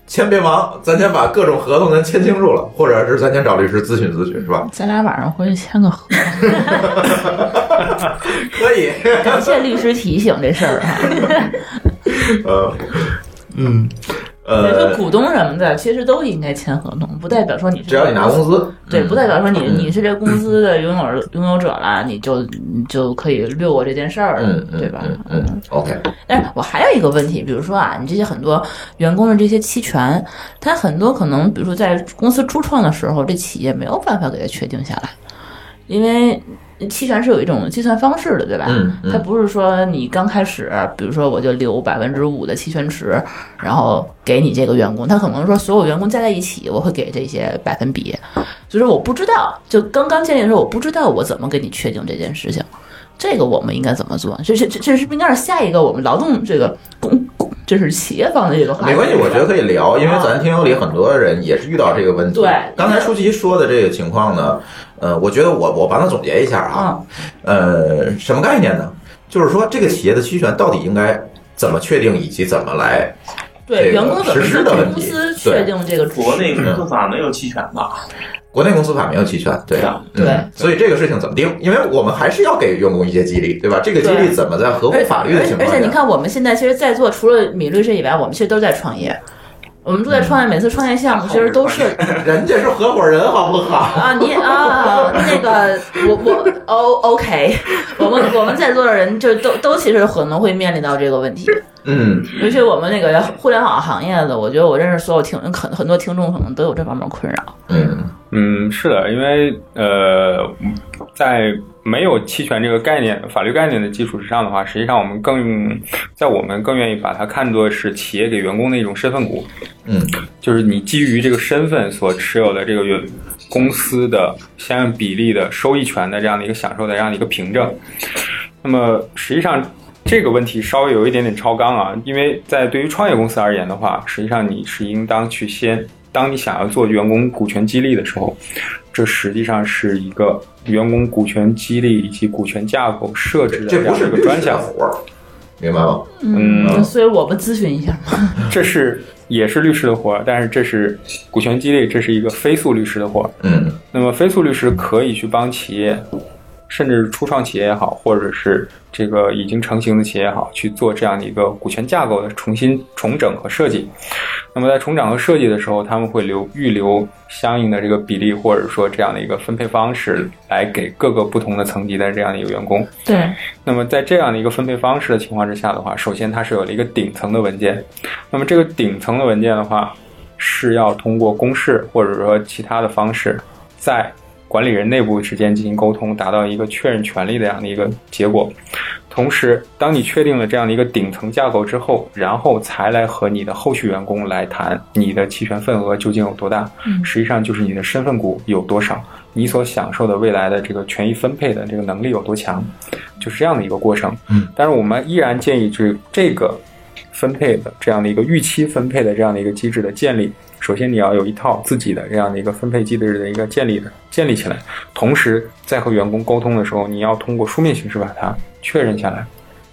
Speaker 3: 先别忙，咱先把各种合同咱签清楚了，或者是咱先找律师咨询咨询，是吧？
Speaker 6: 咱俩晚上回去签个合同。
Speaker 3: 可以，
Speaker 6: 感谢律师提醒这事儿啊哈。
Speaker 3: 呃，嗯，
Speaker 6: 所以说
Speaker 3: 呃，
Speaker 6: 股东什么的，其实都应该签合同，不代表说你是
Speaker 3: 只要你拿工资，
Speaker 6: 对，不代表说你
Speaker 3: 嗯
Speaker 6: 你是这公司的拥有拥有者了，你就你就可以略过这件事儿，
Speaker 3: 嗯，嗯
Speaker 6: 对吧？
Speaker 3: 嗯嗯，OK，
Speaker 6: 但是我还有一个问题，比如说啊，你这些很多员工的这些期权，他很多可能，比如说在公司初创的时候，这企业没有办法给它确定下来，因为期权是有一种计算方式的，对吧？
Speaker 3: 嗯嗯
Speaker 6: 它不是说你刚开始，比如说我就留百分之五的期权池，然后给你这个员工，他可能说所有员工加在一起，我会给这些百分比，就是我不知道，就刚刚建立的时候，我不知道我怎么给你确定这件事情。这个我们应该怎么做？这是这这是不是应该是下一个我们劳动这个工工，这是企业方的这个话题？
Speaker 3: 没关系，我觉得可以聊，因为咱听友里很多人也是遇到这个问题。
Speaker 6: 对
Speaker 3: 刚才舒淇说的这个情况呢，呃，我觉得我我帮他总结一下啊，
Speaker 6: 嗯
Speaker 3: 呃，什么概念呢？就是说这个企业的期权到底应该怎么确定，以及怎么来
Speaker 6: 对
Speaker 3: 这个
Speaker 6: 员工怎么
Speaker 3: 实施
Speaker 6: 去
Speaker 3: 的问
Speaker 6: 公
Speaker 3: 题
Speaker 6: 司
Speaker 3: 对
Speaker 6: 确定这个
Speaker 7: 国内公司法没有期权吧？
Speaker 3: 国内公司法没有期权，对
Speaker 7: 对啊
Speaker 3: 嗯
Speaker 6: 对
Speaker 3: 所以这个事情怎么定？因为我们还是要给员工一些激励，对吧？这个激励
Speaker 6: 对
Speaker 3: 怎么在合乎
Speaker 6: 而
Speaker 3: 法律的情
Speaker 6: 而
Speaker 3: 况
Speaker 6: 而
Speaker 3: 下？
Speaker 6: 且你看，我们现在其实，在座除了米律师以外，我们其实都在创业。我们都在
Speaker 3: 嗯
Speaker 6: 创业，每次创业项目其实都是
Speaker 3: 人家是合伙人，好不好？
Speaker 6: 啊，你啊，那个我我哦 OK，我们我们在座的人就都都其实可能会面临到这个问题，
Speaker 3: 嗯
Speaker 6: 尤其我们那个互联网行业的，我觉得我认识所有听很很多听众可能都有这方面困扰。
Speaker 3: 嗯
Speaker 4: 嗯，是的，因为呃，在没有期权这个概念、法律概念的基础之上的话，实际上我们更在我们更愿意把它看作是企业给员工的一种身份股，
Speaker 3: 嗯
Speaker 4: 就是你基于这个身份所持有的这个员公司的相应比例的收益权的这样的一个享受的这样的一个凭证。那么实际上这个问题稍微有一点点超纲啊，因为在对于创业公司而言的话，实际上你是应当去先，当你想要做员工股权激励的时候，这实际上是一个员工股权激励以及股权架构设置的
Speaker 3: 这
Speaker 4: 这
Speaker 3: 不
Speaker 4: 样
Speaker 3: 是
Speaker 4: 一个
Speaker 3: 律师
Speaker 4: 专
Speaker 3: 的
Speaker 4: 项。
Speaker 3: 活儿，明白吗？
Speaker 4: 嗯，
Speaker 6: 所以我们咨询一下嘛。
Speaker 4: 这是也是律师的活儿，但是这是股权激励，这是一个非诉律师的活儿。
Speaker 3: 嗯
Speaker 4: 那么非诉律师可以去帮企业，甚至初创企业也好，或者是这个已经成型的企业也好，去做这样的一个股权架构的重新重整和设计。那么在重整和设计的时候，他们会留预留相应的这个比例，或者说这样的一个分配方式，来给各个不同的层级的这样的一个员工。
Speaker 6: 对，
Speaker 4: 那么在这样的一个分配方式的情况之下的话，首先它是有了一个顶层的文件，那么这个顶层的文件的话，是要通过公示或者说其他的方式，在管理人内部之间进行沟通，达到一个确认权利的这样的一个结果。同时，当你确定了这样的一个顶层架构之后，然后才来和你的后续员工来谈你的期权份额究竟有多大，实际上就是你的身份股有多少，你所享受的未来的这个权益分配的这个能力有多强，就是这样的一个过程。
Speaker 3: 嗯，
Speaker 4: 但是我们依然建议这这个分配的这样的一个预期分配的这样的一个机制的建立，首先你要有一套自己的这样的一个分配机制的一个建立的建立起来，同时在和员工沟通的时候，你要通过书面形式把它确认下来。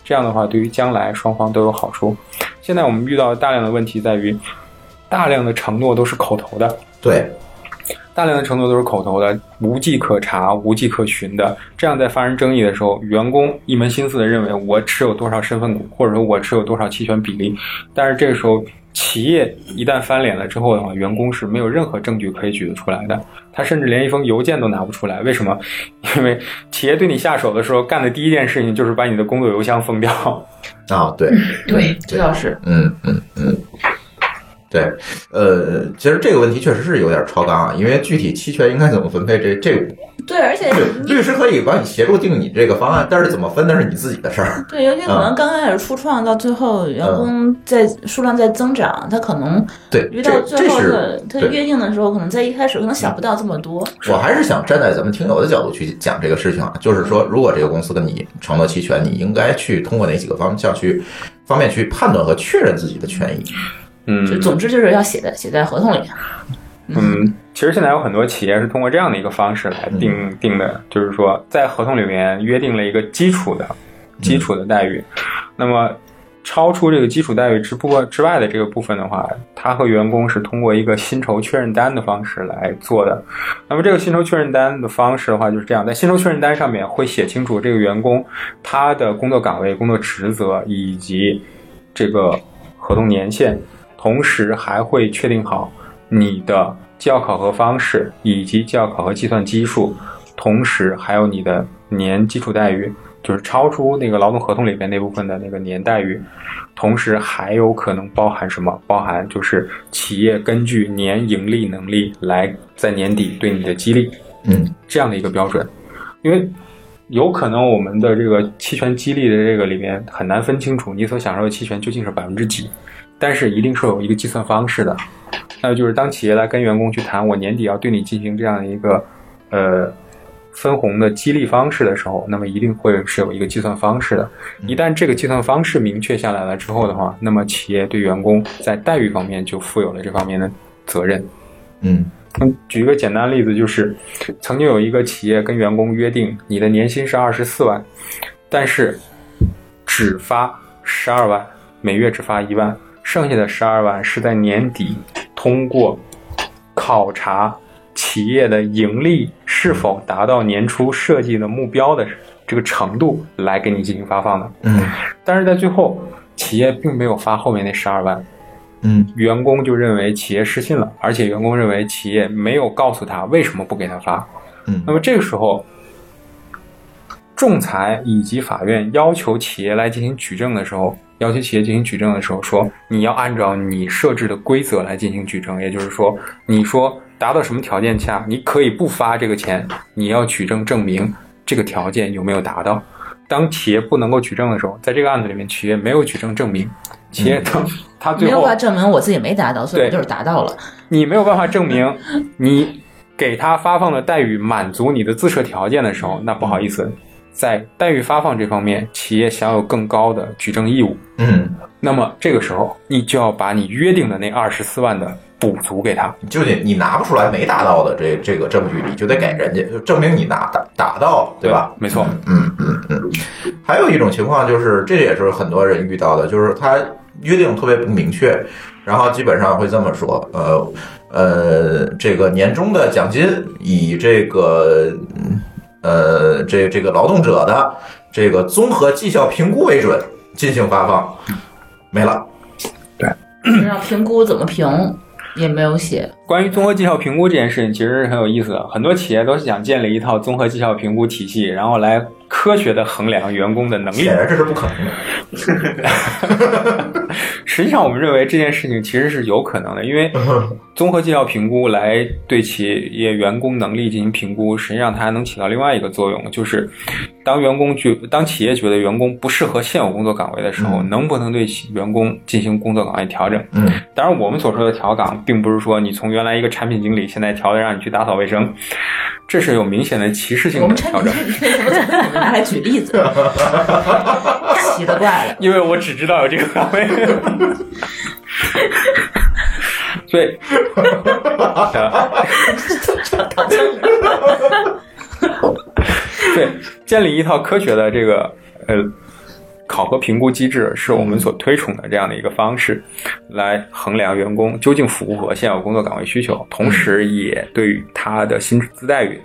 Speaker 4: 这样的话，对于将来双方都有好处。现在我们遇到大量的问题在于，大量的承诺都是口头的，
Speaker 3: 对，
Speaker 4: 大量的承诺都是口头的，无迹可查、无迹可寻的。这样在发生争议的时候，员工一门心思的认为我持有多少身份股，或者说我持有多少期权比例，但是这个时候。企业一旦翻脸了之后的话，员工是没有任何证据可以举得出来的，他甚至连一封邮件都拿不出来。为什么？ 因为企业对你下手的时候，干的第一件事情就是把你的工作邮箱封掉。
Speaker 3: 啊，对，
Speaker 6: 对，这倒是。
Speaker 3: 嗯嗯嗯，对，呃，其实这个问题确实是有点超纲啊，因为具体期权应该怎么分配，这这
Speaker 6: 对，而且
Speaker 3: 律律师可以帮你协助定你这个方案，但是怎么分那是你自己的事儿。
Speaker 6: 对，尤其可能刚开始初创到最后，员工在数量在增长，他可能
Speaker 3: 对，
Speaker 6: 遇到
Speaker 3: 这
Speaker 6: 最
Speaker 3: 这
Speaker 6: 后
Speaker 3: 是
Speaker 6: 的他
Speaker 3: 对。
Speaker 6: 约定的时候，可能在一开始可能想不到这么多。
Speaker 3: 我还是想站在咱们听友的角度去讲这个事情啊，就是说，如果这个公司跟你承诺期权，你应该去通过哪几个方向去方面去判断和确认自己的权益？
Speaker 4: 嗯，
Speaker 6: 就总之就是要写在写在合同里。
Speaker 4: 嗯，其实现在有很多企业是通过这样的一个方式来定定的，就是说在合同里面约定了一个基础的基础的待遇，那么。超出这个基础待遇之不过之外的这个部分的话，它和员工是通过一个薪酬确认单的方式来做的。那么这个薪酬确认单的方式的话，就是这样，在薪酬确认单上面会写清楚这个员工他的工作岗位、工作职责以及这个合同年限，同时还会确定好你的绩效考核方式以及绩效考核计算基数，同时还有你的年基础待遇，就是超出那个劳动合同里边那部分的那个年待遇，同时还有可能包含什么？包含就是企业根据年盈利能力来在年底对你的激励。
Speaker 3: 嗯
Speaker 4: 这样的一个标准，因为有可能我们的这个期权激励的这个里面很难分清楚你所享受的期权究竟是百分之几，但是一定是有一个计算方式的，那就是当企业来跟员工去谈我年底要对你进行这样一个呃分红的激励方式的时候，那么一定会是有一个计算方式的。一旦这个计算方式明确下来了之后的话，那么企业对员工在待遇方面就负有了这方面的责任。
Speaker 3: 嗯
Speaker 4: 嗯，举一个简单的例子，就是曾经有一个企业跟员工约定，你的年薪是二十四万，但是只发十二万，每月只发一万，剩下的十二万是在年底通过考察企业的盈利是否达到年初设计的目标的这个程度来给你进行发放的。
Speaker 3: 嗯
Speaker 4: 但是在最后，企业并没有发后面那十二万，
Speaker 3: 嗯
Speaker 4: 员工就认为企业失信了，而且员工认为企业没有告诉他为什么不给他发。
Speaker 3: 嗯
Speaker 4: 那么这个时候，仲裁以及法院要求企业来进行举证的时候，要求企业进行举证的时候说，你要按照你设置的规则来进行举证，也就是说，你说达到什么条件下你可以不发这个钱，你要举证证明这个条件有没有达到。当企业不能够举证的时候，在这个案子里面，企业没有举证证明，企业当 他
Speaker 6: 没
Speaker 4: 最
Speaker 6: 有
Speaker 4: 后
Speaker 6: 办法证明我自己没达到，所以
Speaker 4: 对
Speaker 6: 我就是达到了。
Speaker 4: 你没有办法证明你给他发放的待遇满足你的自设条件的时候，那不好意思，在待遇发放这方面，企业享有更高的举证义务。
Speaker 3: 嗯
Speaker 4: 那么这个时候，你就要把你约定的那二十四万的补足给他。
Speaker 3: 就得你拿不出来没达到的这这个证据，你就得给人家，就证明你拿达达到了，对吧？
Speaker 4: 没错，
Speaker 3: 嗯嗯嗯。还有一种情况就是，这也是很多人遇到的，就是他约定特别不明确，然后基本上会这么说，呃呃，这个年终的奖金以这个嗯呃这这个劳动者的这个综合绩效评估为准进行发放，没了。
Speaker 6: 让评估怎么评也没有写，
Speaker 4: 关于综合绩效评估这件事情，其实是很有意思的。很多企业都是想建立一套综合绩效评估体系，然后来科学的衡量员工的能力
Speaker 3: 显。然这是不可能的。
Speaker 4: 实际上，我们认为这件事情其实是有可能的，因为综合绩效评估来对企业员工能力进行评估，实际上它还能起到另外一个作用，就是当员工觉当企业觉得员工不适合现有工作岗位的时候，
Speaker 3: 嗯
Speaker 4: 能不能对其员工进行工作岗位调整？
Speaker 3: 嗯，
Speaker 4: 当然，我们所说的调岗，并不是说你从原来一个产品经理，现在调的让你去打扫卫生，这是有明显的歧视性的
Speaker 6: 我们产
Speaker 4: 调
Speaker 6: 品
Speaker 4: 整。
Speaker 6: 经理为什么总拿来举例 子？奇了怪了。
Speaker 4: 因为我只知道有这个岗位。所以，对，建立一套科学的这个呃考核评估机制，是我们所推崇的这样的一个方式，来衡量员工究竟符不符合现有工作岗位需求，同时也对于他的薪资待遇、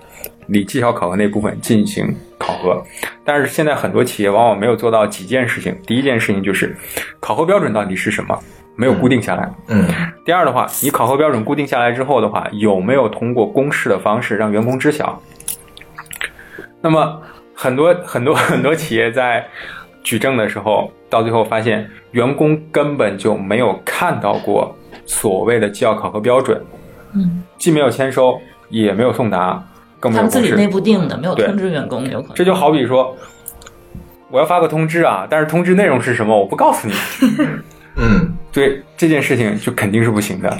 Speaker 4: 理绩效考核那部分进行考核。但是现在很多企业往往没有做到几件事情，第一件事情就是考核标准到底是什么，没有固定下来。
Speaker 3: 嗯
Speaker 4: 第二的话，你考核标准固定下来之后的话，有没有通过公示的方式让员工知晓？那么很多很多很多企业在举证的时候，到最后发现员工根本就没有看到过所谓的绩效考核标准，
Speaker 6: 嗯，
Speaker 4: 既没有签收，也没有送达，更没 有
Speaker 6: 他们
Speaker 4: 公示。
Speaker 6: 自己内部定的，没有
Speaker 4: 对
Speaker 6: 通知员工，有可能。
Speaker 4: 这就好比说，我要发个通知啊，但是通知内容是什么，我不告诉你。
Speaker 3: 嗯。
Speaker 4: 对这件事情就肯定是不行的。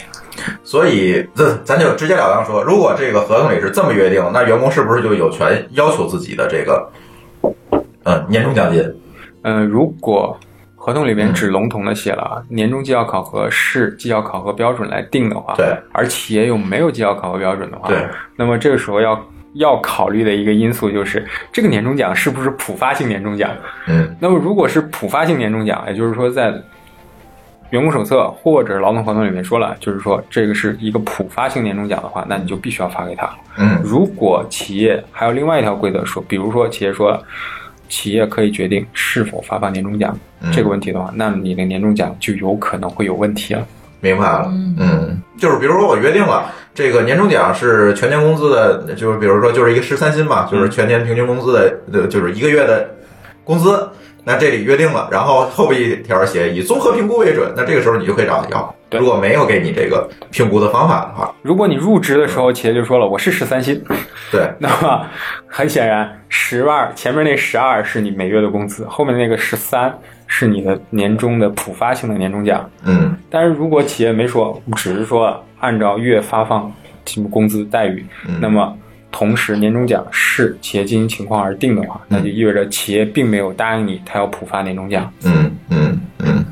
Speaker 3: 所以，这咱就直截了当说，如果这个合同里是这么约定，那员工是不是就有权要求自己的这个，嗯，年终奖金？
Speaker 4: 嗯、如果合同里
Speaker 3: 嗯
Speaker 4: 面只笼统的写了啊年终绩效考核是绩效考核标准来定的话，
Speaker 3: 对，
Speaker 4: 而企业又没有绩效考核标准的话，
Speaker 3: 对，
Speaker 4: 那么这个时候要要考虑的一个因素就是，这个年终奖是不是普发性年终奖？
Speaker 3: 嗯
Speaker 4: 那么如果是普发性年终奖，也就是说在员工手册或者劳动合同里面说了，就是说这个是一个普发性年终奖的话，那你就必须要发给他。
Speaker 3: 嗯
Speaker 4: 如果企业还有另外一条规则说，比如说企业说了，企业可以决定是否发放年终奖、
Speaker 3: 嗯，
Speaker 4: 这个问题的话，那你的年终奖就有可能会有问题了。
Speaker 3: 明白了
Speaker 6: 嗯。
Speaker 3: 嗯，就是比如说我约定了这个年终奖是全年工资的，就是比如说就是一个十三薪嘛，
Speaker 4: 嗯
Speaker 3: 就是全年平均工资的，呃就是一个月的工资。那这里约定了，然后后边一条写以综合评估为准，那这个时候你就可以找他要。
Speaker 4: 对
Speaker 3: 如果没有给你这个评估的方法的话，
Speaker 4: 如果你入职的时候，企业就说了我是十三薪，
Speaker 3: 对，
Speaker 4: 那么很显然，十万前面那十二是你每月的工资，后面那个十三是你的年终的普发性的年终奖。
Speaker 3: 嗯
Speaker 4: 但是如果企业没说，只是说按照月发放什么工资待遇，
Speaker 3: 嗯，
Speaker 4: 那么同时年终奖是企业经营情况而定的话，那就意味着企业并没有答应你他要普发年终奖。
Speaker 3: 嗯嗯嗯，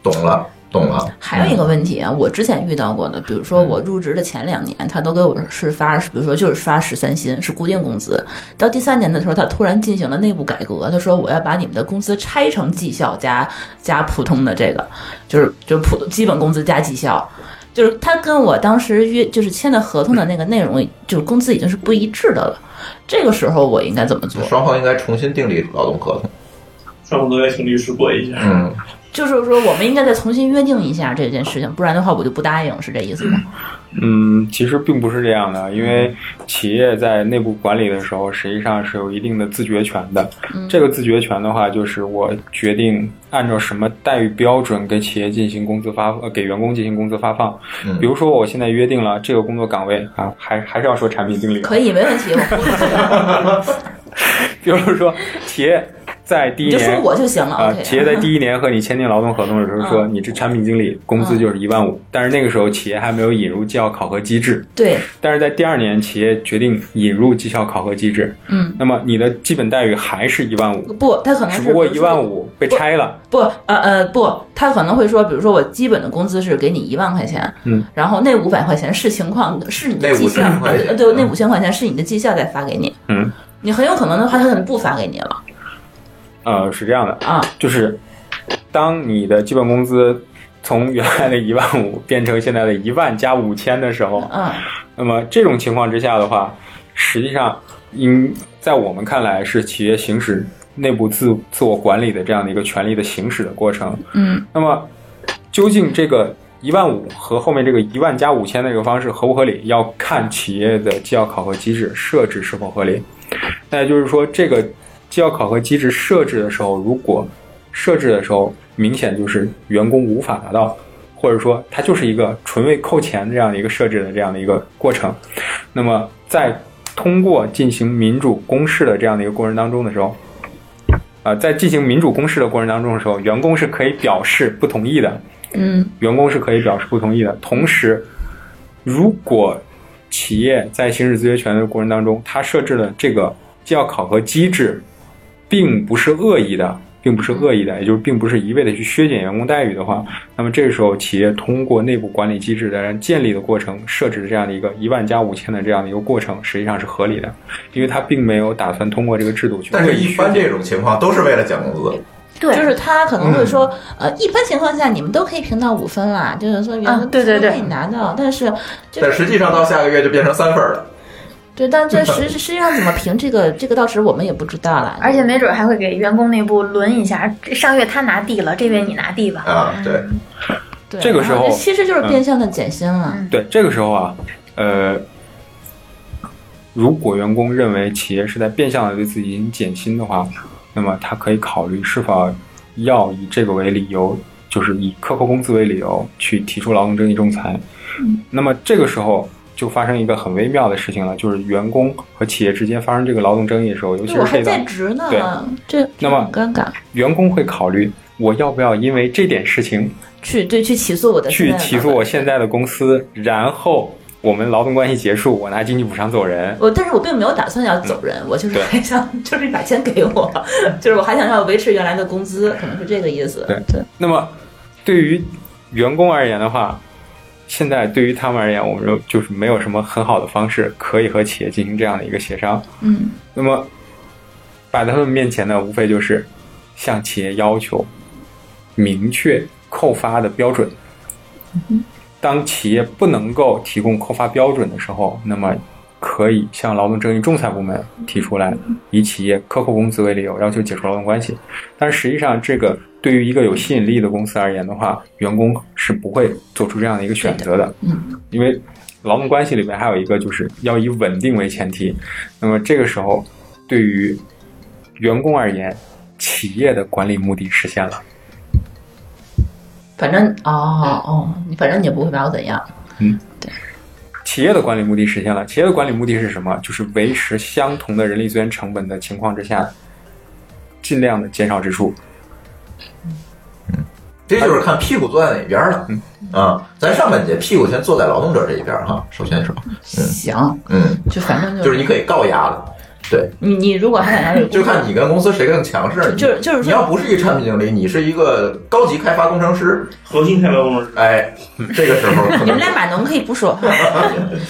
Speaker 3: 懂了，懂了。
Speaker 6: 还有一个问题啊，我之前遇到过的，比如说我入职的前两年，他都给我是发，比如说就是发十三薪，是固定工资。到第三年的时候，他突然进行了内部改革，他说我要把你们的工资拆成绩效加加普通的这个，就是就是普基本工资加绩效。就是他跟我当时约就是签的合同的那个内容，就是工资已经是不一致的了。这个时候我应该怎么做？
Speaker 3: 双方应该重新订立劳动合同。
Speaker 7: 上次都在请律师过一下。
Speaker 3: 嗯，
Speaker 6: 就是说我们应该再重新约定一下这件事情，不然的话我就不答应，是这意思吗？
Speaker 4: 嗯，其实并不是这样的，因为企业在内部管理的时候，实际上是有一定的自觉权的。
Speaker 6: 嗯
Speaker 4: 这个自觉权的话，就是我决定按照什么待遇标准给企业进行工资发，呃，给员工进行工资发放。
Speaker 3: 嗯
Speaker 4: 比如说，我现在约定了这个工作岗位啊，还还是要说产品经理啊
Speaker 6: 可以，没问题，我不会。
Speaker 4: 比如说，企业在第一
Speaker 6: 你就
Speaker 4: 年，
Speaker 6: 说我就行了
Speaker 4: 啊，
Speaker 6: ，OK。嗯
Speaker 4: 企业在第一年和你签订劳动合同的时候说，你这产品经理工资就是一万五，但是那个时候企业还没有引入绩效考核机制，
Speaker 6: 对，
Speaker 4: 但是在第二年企业决定引入绩效考核机制，
Speaker 6: 嗯，
Speaker 4: 那么你的基本待遇还是一万五，
Speaker 6: 不，他可能
Speaker 4: 只
Speaker 6: 是
Speaker 4: 不过
Speaker 6: 比
Speaker 4: 一
Speaker 6: 如说
Speaker 4: 万五被拆了，
Speaker 6: 不，呃呃，不，他可能会说，比如说我基本的工资是给你一万块钱，
Speaker 4: 嗯，
Speaker 6: 然后那五百块钱是情况，是你
Speaker 3: 那
Speaker 6: 的绩效
Speaker 3: 5000，块钱
Speaker 6: 呃对，那五千块钱是你的绩效再发给你，
Speaker 4: 嗯，
Speaker 6: 你很有可能的话，他可能不发给你了
Speaker 4: 呃，是这样的，
Speaker 6: 啊，
Speaker 4: 就是当你的基本工资从原来的一万五变成现在的一万加五千的时候，
Speaker 6: 嗯，
Speaker 4: 那么这种情况之下的话，实际上应在我们看来是企业行使内部自自我管理的这样的一个权利的行使的过程。
Speaker 6: 嗯，
Speaker 4: 那么究竟这个一万五和后面这个一万加五千的这个方式合不合理，要看企业的绩效考核机制设置是否合理。那也就是说，这个绩效考核机制设置的时候，如果设置的时候明显就是员工无法达到，或者说它就是一个纯为扣钱这样的一个设置的这样的一个过程，那么在通过进行民主公示的这样的一个过程当中的时候，啊、在进行民主公示的过程当中的时候，员工是可以表示不同意的，
Speaker 6: 嗯，
Speaker 4: 员工是可以表示不同意的。同时，如果企业在行使自决权的过程当中，它设置了这个绩效考核机制，并不是恶意的，并不是恶意的，也就是并不是一味的去削减员工待遇的话，那么这个时候企业通过内部管理机制的建立的过程，设置的这样的一个一万加五千的这样的一个过程，实际上是合理的，因为它并没有打算通过这个制度去
Speaker 3: 但
Speaker 4: 恶
Speaker 3: 是，
Speaker 4: 意
Speaker 3: 一
Speaker 4: 削
Speaker 3: 般
Speaker 4: 减。
Speaker 3: 这种情况都是为了降工资。
Speaker 5: 对，
Speaker 6: 就是他可能会说，呃，一般情况下你们都可以评到五分
Speaker 4: 嗯
Speaker 6: 啦，就是说员
Speaker 5: 啊
Speaker 6: 工
Speaker 5: 对对
Speaker 6: 都可
Speaker 5: 对
Speaker 6: 以拿到，但是这
Speaker 3: 但实际上到下个月就变成三分了。
Speaker 6: 对，但这实实际上怎么评这个这个到时我们也不知道了，
Speaker 5: 而且没准还会给员工内部轮一下，这上月他拿 D 了，这月你拿 D 吧。
Speaker 3: 啊
Speaker 6: 嗯
Speaker 3: 对
Speaker 6: 对
Speaker 4: 这个时候嗯
Speaker 6: 然后其实就是变相的减薪了，
Speaker 5: 嗯
Speaker 4: 对，这个时候啊，呃，如果员工认为企业是在变相的对自己进行减薪的话，那么他可以考虑是否要以这个为理由，就是以克扣工资为理由去提出劳动争议仲裁。
Speaker 6: 嗯
Speaker 4: 那么这个时候。就发生一个很微妙的事情了，就是员工和企业之间发生这个劳动争议的时候，尤其
Speaker 6: 对我
Speaker 4: 是
Speaker 6: 还
Speaker 4: 这
Speaker 6: 在
Speaker 4: 档
Speaker 6: 职呢
Speaker 4: 对，
Speaker 6: 这
Speaker 4: 那么
Speaker 6: 很尴尬。
Speaker 4: 员工会考虑，我要不要因为这点事情
Speaker 6: 去对去起诉我的
Speaker 4: 去
Speaker 6: 现在的
Speaker 4: 起诉
Speaker 6: 老板
Speaker 4: 我现在的公司，然后我们劳动关系结束，我拿经济补偿走人。
Speaker 6: 我，但是我并没有打算要走人，我就是
Speaker 4: 嗯对
Speaker 6: 还想，就是你把钱给我， 就是我还想要维持原来的工资，可能是这个意思。
Speaker 4: 对
Speaker 6: 对，
Speaker 4: 那么，对于员工而言的话，现在对于他们而言，我们就就是没有什么很好的方式可以和企业进行这样的一个协商。
Speaker 6: 嗯，
Speaker 4: 那么，摆在他们面前的无非就是向企业要求明确扣发的标准。当企业不能够提供扣发标准的时候，那么可以向劳动争议仲裁部门提出来，以企业克扣工资为理由要求解除劳动关系。但实际上，这个对于一个有吸引力的公司而言的话，员工是不会做出这样的一个选择的，
Speaker 6: 嗯，
Speaker 4: 因为劳动关系里面还有一个就是要以稳定为前提。那么这个时候，对于员工而言，企业的管理目的实现了。
Speaker 6: 反正哦哦，你反正你也不会把我怎样。
Speaker 4: 企业的管理目的实现了。企业的管理目的是什么？就是维持相同的人力资源成本的情况之下，尽量的减少支出。
Speaker 3: 这就是看屁股坐在哪边了。
Speaker 6: 嗯
Speaker 3: 啊，咱上半节屁股先坐在劳动者这一边哈，首先是，
Speaker 6: 行，
Speaker 3: 嗯，
Speaker 6: 就反正
Speaker 3: 就
Speaker 6: 就是
Speaker 3: 你可以告压的，对，
Speaker 6: 你你如果还想 要有
Speaker 3: 就
Speaker 6: 工作
Speaker 3: 看你跟公司谁更强势。
Speaker 6: 嗯就就就是说
Speaker 3: 你要不是一产品经理，你是一个高级开发工程师，
Speaker 7: 核心开发工程师，
Speaker 3: 哎，这个时候可
Speaker 6: 你们
Speaker 3: 能
Speaker 6: 俩码农可以 不说话，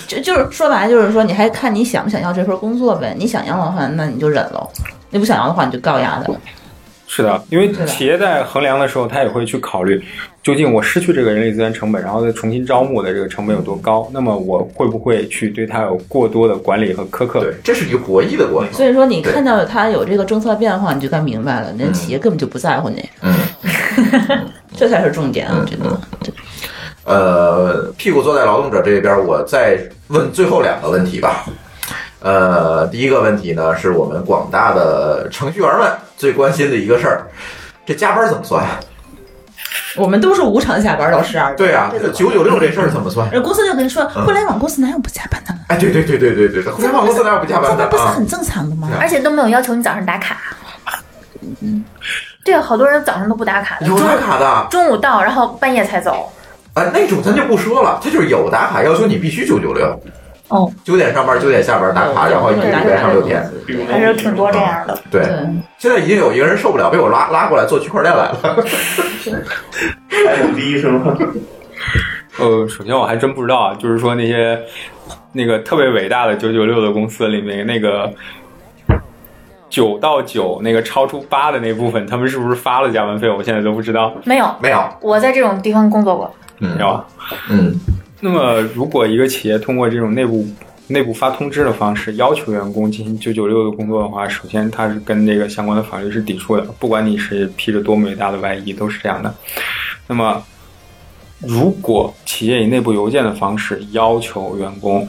Speaker 6: 就就是说白了就是说，你还看你想不想要这份工作呗。你想要的话，那你就忍喽；你不想要的话，你就告丫的。
Speaker 4: 是的，因为
Speaker 6: 对的
Speaker 4: 企业在衡量的时候，他也会去考虑，究竟我失去这个人力资源成本，然后再重新招募的这个成本有多高。那么我会不会去对他有过多的管理和苛刻？
Speaker 3: 对，这是一个博弈的过程。
Speaker 6: 所以说，你
Speaker 3: 对
Speaker 6: 看到他有这个政策变化，你就该明白了，人家企业根本就不在乎你，嗯
Speaker 3: 嗯，
Speaker 6: 嗯这才是重点，我觉得。
Speaker 3: 呃，屁股坐在劳动者这边，我再问最后两个问题吧。呃，第一个问题呢，是我们广大的程序员们最关心的一个事儿，这加班怎么算？啊
Speaker 6: 我们都是无偿下班到十二点，
Speaker 3: 对啊，
Speaker 6: 这
Speaker 3: 这
Speaker 6: 个
Speaker 3: 九九六这事儿怎么算？
Speaker 6: 人公司就跟你说，
Speaker 3: 嗯
Speaker 6: 互联网公司哪有不加班的呢？
Speaker 3: 哎，对对对对对对，互联网公司哪有不加
Speaker 6: 加
Speaker 3: 班的
Speaker 6: 班不是
Speaker 3: 啊？
Speaker 6: 很正常的吗？
Speaker 5: 而且都没有要求你早上打卡，这个好多人早上都不打卡的，
Speaker 3: 有
Speaker 5: 中
Speaker 3: 打卡的，
Speaker 5: 中午到，然后半夜才走。
Speaker 3: 啊，那种咱就不说了，他就是有打卡，要求你必须九九六，
Speaker 5: 哦，
Speaker 3: 九点上班，九点下班打卡，然后一个礼拜上六天。
Speaker 7: 比如
Speaker 5: 还是挺多这样的。
Speaker 3: 对，
Speaker 6: 对。
Speaker 3: 现在已经有一个人受不了，被我拉拉过来做区块链来了。
Speaker 7: 还有低是 吗？
Speaker 4: 呃，首先我还真不知道啊，就是说那些那个特别伟大的九九六的公司里面那个。九到九那个超出八的那部分，他们是不是发了加班费？我现在都不知道，
Speaker 5: 没有，
Speaker 3: 没有，
Speaker 5: 我在这种地方工作过。
Speaker 4: 你知道吧？
Speaker 3: 嗯
Speaker 4: 那么，如果一个企业通过这种内部内部发通知的方式要求员工进行九九六的工作的话，首先它是跟这个相关的法律是抵触的，不管你是披着多么伟大的外衣，都是这样的。那么，如果企业以内部邮件的方式要求员工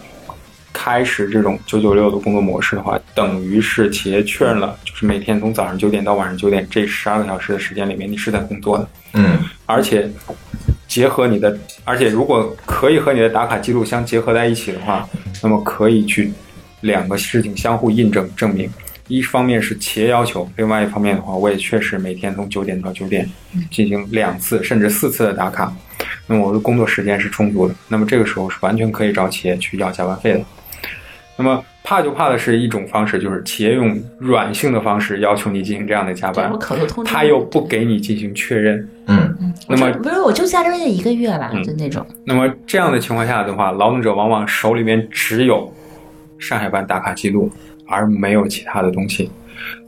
Speaker 4: 开始这种九九六的工作模式的话，等于是企业确认了，就是每天从早上九点到晚上九点这十二个小时的时间里面，你是在工作的。
Speaker 3: 嗯
Speaker 4: 而且结合你的，而且如果可以和你的打卡记录相结合在一起的话，那么可以去两个事情相互印证证明。一方面是企业要求，另外一方面的话，我也确实每天从九点到九点进行两次甚至四次的打卡，那么我的工作时间是充足的。那么这个时候是完全可以找企业去要加班费的。那么怕就怕的是一种方式，就是企业用软性的方式要求你进行这样的加
Speaker 6: 对
Speaker 4: 班
Speaker 6: 我，可乐通知
Speaker 4: 他又不给你进行确认，
Speaker 3: 嗯
Speaker 4: 那么
Speaker 6: 不是，我就加班月一个月吧，
Speaker 4: 嗯
Speaker 6: 就那种。
Speaker 4: 那么这样的情况下的话，劳动者往往手里面只有上海办打卡记录，而没有其他的东西。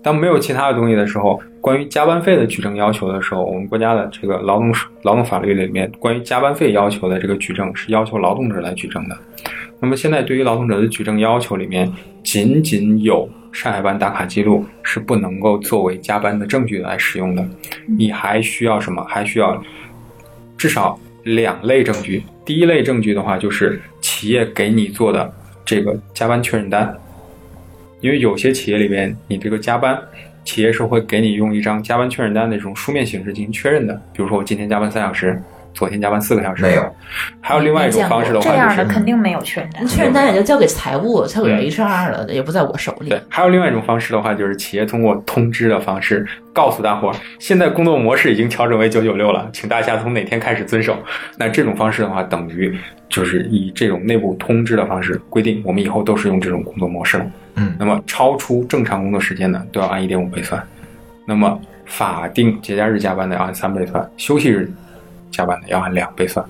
Speaker 4: 当没有其他的东西的时候，关于加班费的举证要求的时候，我们国家的这个劳动劳动法律里面关于加班费要求的这个举证是要求劳动者来举证的。那么现在对于劳动者的举证要求里面，仅仅有上海办打卡记录是不能够作为加班的证据来使用的，
Speaker 5: 嗯
Speaker 4: 你还需要什么？还需要至少两类证据。第一类证据的话，就是企业给你做的这个加班确认单，因为有些企业里边，你这个加班，企业是会给你用一张加班确认单的这种书面形式进行确认的。比如说，我今天加班三小时，昨天加班四个小时，
Speaker 3: 没有。
Speaker 4: 还有另外一种方式的
Speaker 5: 这
Speaker 4: 话，
Speaker 5: 样
Speaker 4: 就
Speaker 5: 的
Speaker 4: 是
Speaker 5: 肯定没有确认单。
Speaker 6: 确认单也就交给财务，交给 HR 了，也不在我手里
Speaker 4: 对。，还有另外一种方式的话，就是企业通过通知的方式告诉大伙儿，现在工作模式已经调整为九九六了，请大家从哪天开始遵守。那这种方式的话，等于就是以这种内部通知的方式规定，我们以后都是用这种工作模式了。
Speaker 3: 嗯
Speaker 4: 那么超出正常工作时间的都要按一点五倍算，那么法定节假日加班的要按三倍算，休息日加班的要按两倍算，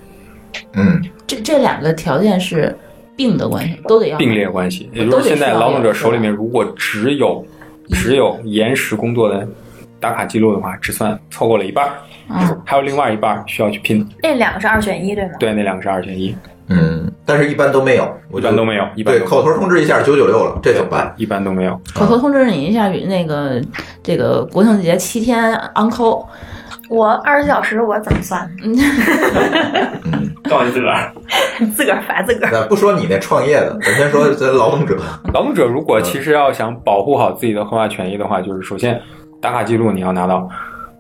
Speaker 3: 嗯
Speaker 6: 这这两个条件是并的关系，都得要
Speaker 4: 并列关系。也就是现在劳动者手里面如果只有
Speaker 6: 嗯
Speaker 4: 只有延时工作的打卡记录的话，只算错过了一半儿，
Speaker 6: 嗯
Speaker 4: 还有另外一半儿需要去拼。
Speaker 5: 那两个是二选一，对吗？
Speaker 4: 对，那两个是二选一，
Speaker 3: 嗯，但是一般都没有，我
Speaker 4: 一
Speaker 3: 觉
Speaker 4: 般
Speaker 3: 得
Speaker 4: 都没有，一般
Speaker 3: 对
Speaker 4: 都没有
Speaker 3: 口头通知一下九九六了，这怎么办？
Speaker 4: 一般都没有。
Speaker 6: 口头通知你一下，与那个这个国庆节七天 on call，
Speaker 5: 我二十四小时我怎么算？
Speaker 7: 告诉你自个儿，
Speaker 5: 自个儿罚自个儿。
Speaker 3: 咱不说你那创业的， 咱先说咱劳动者。
Speaker 4: 劳动者如果其实要想保护好自己的合法权益的话，就是首先打卡记录你要拿到。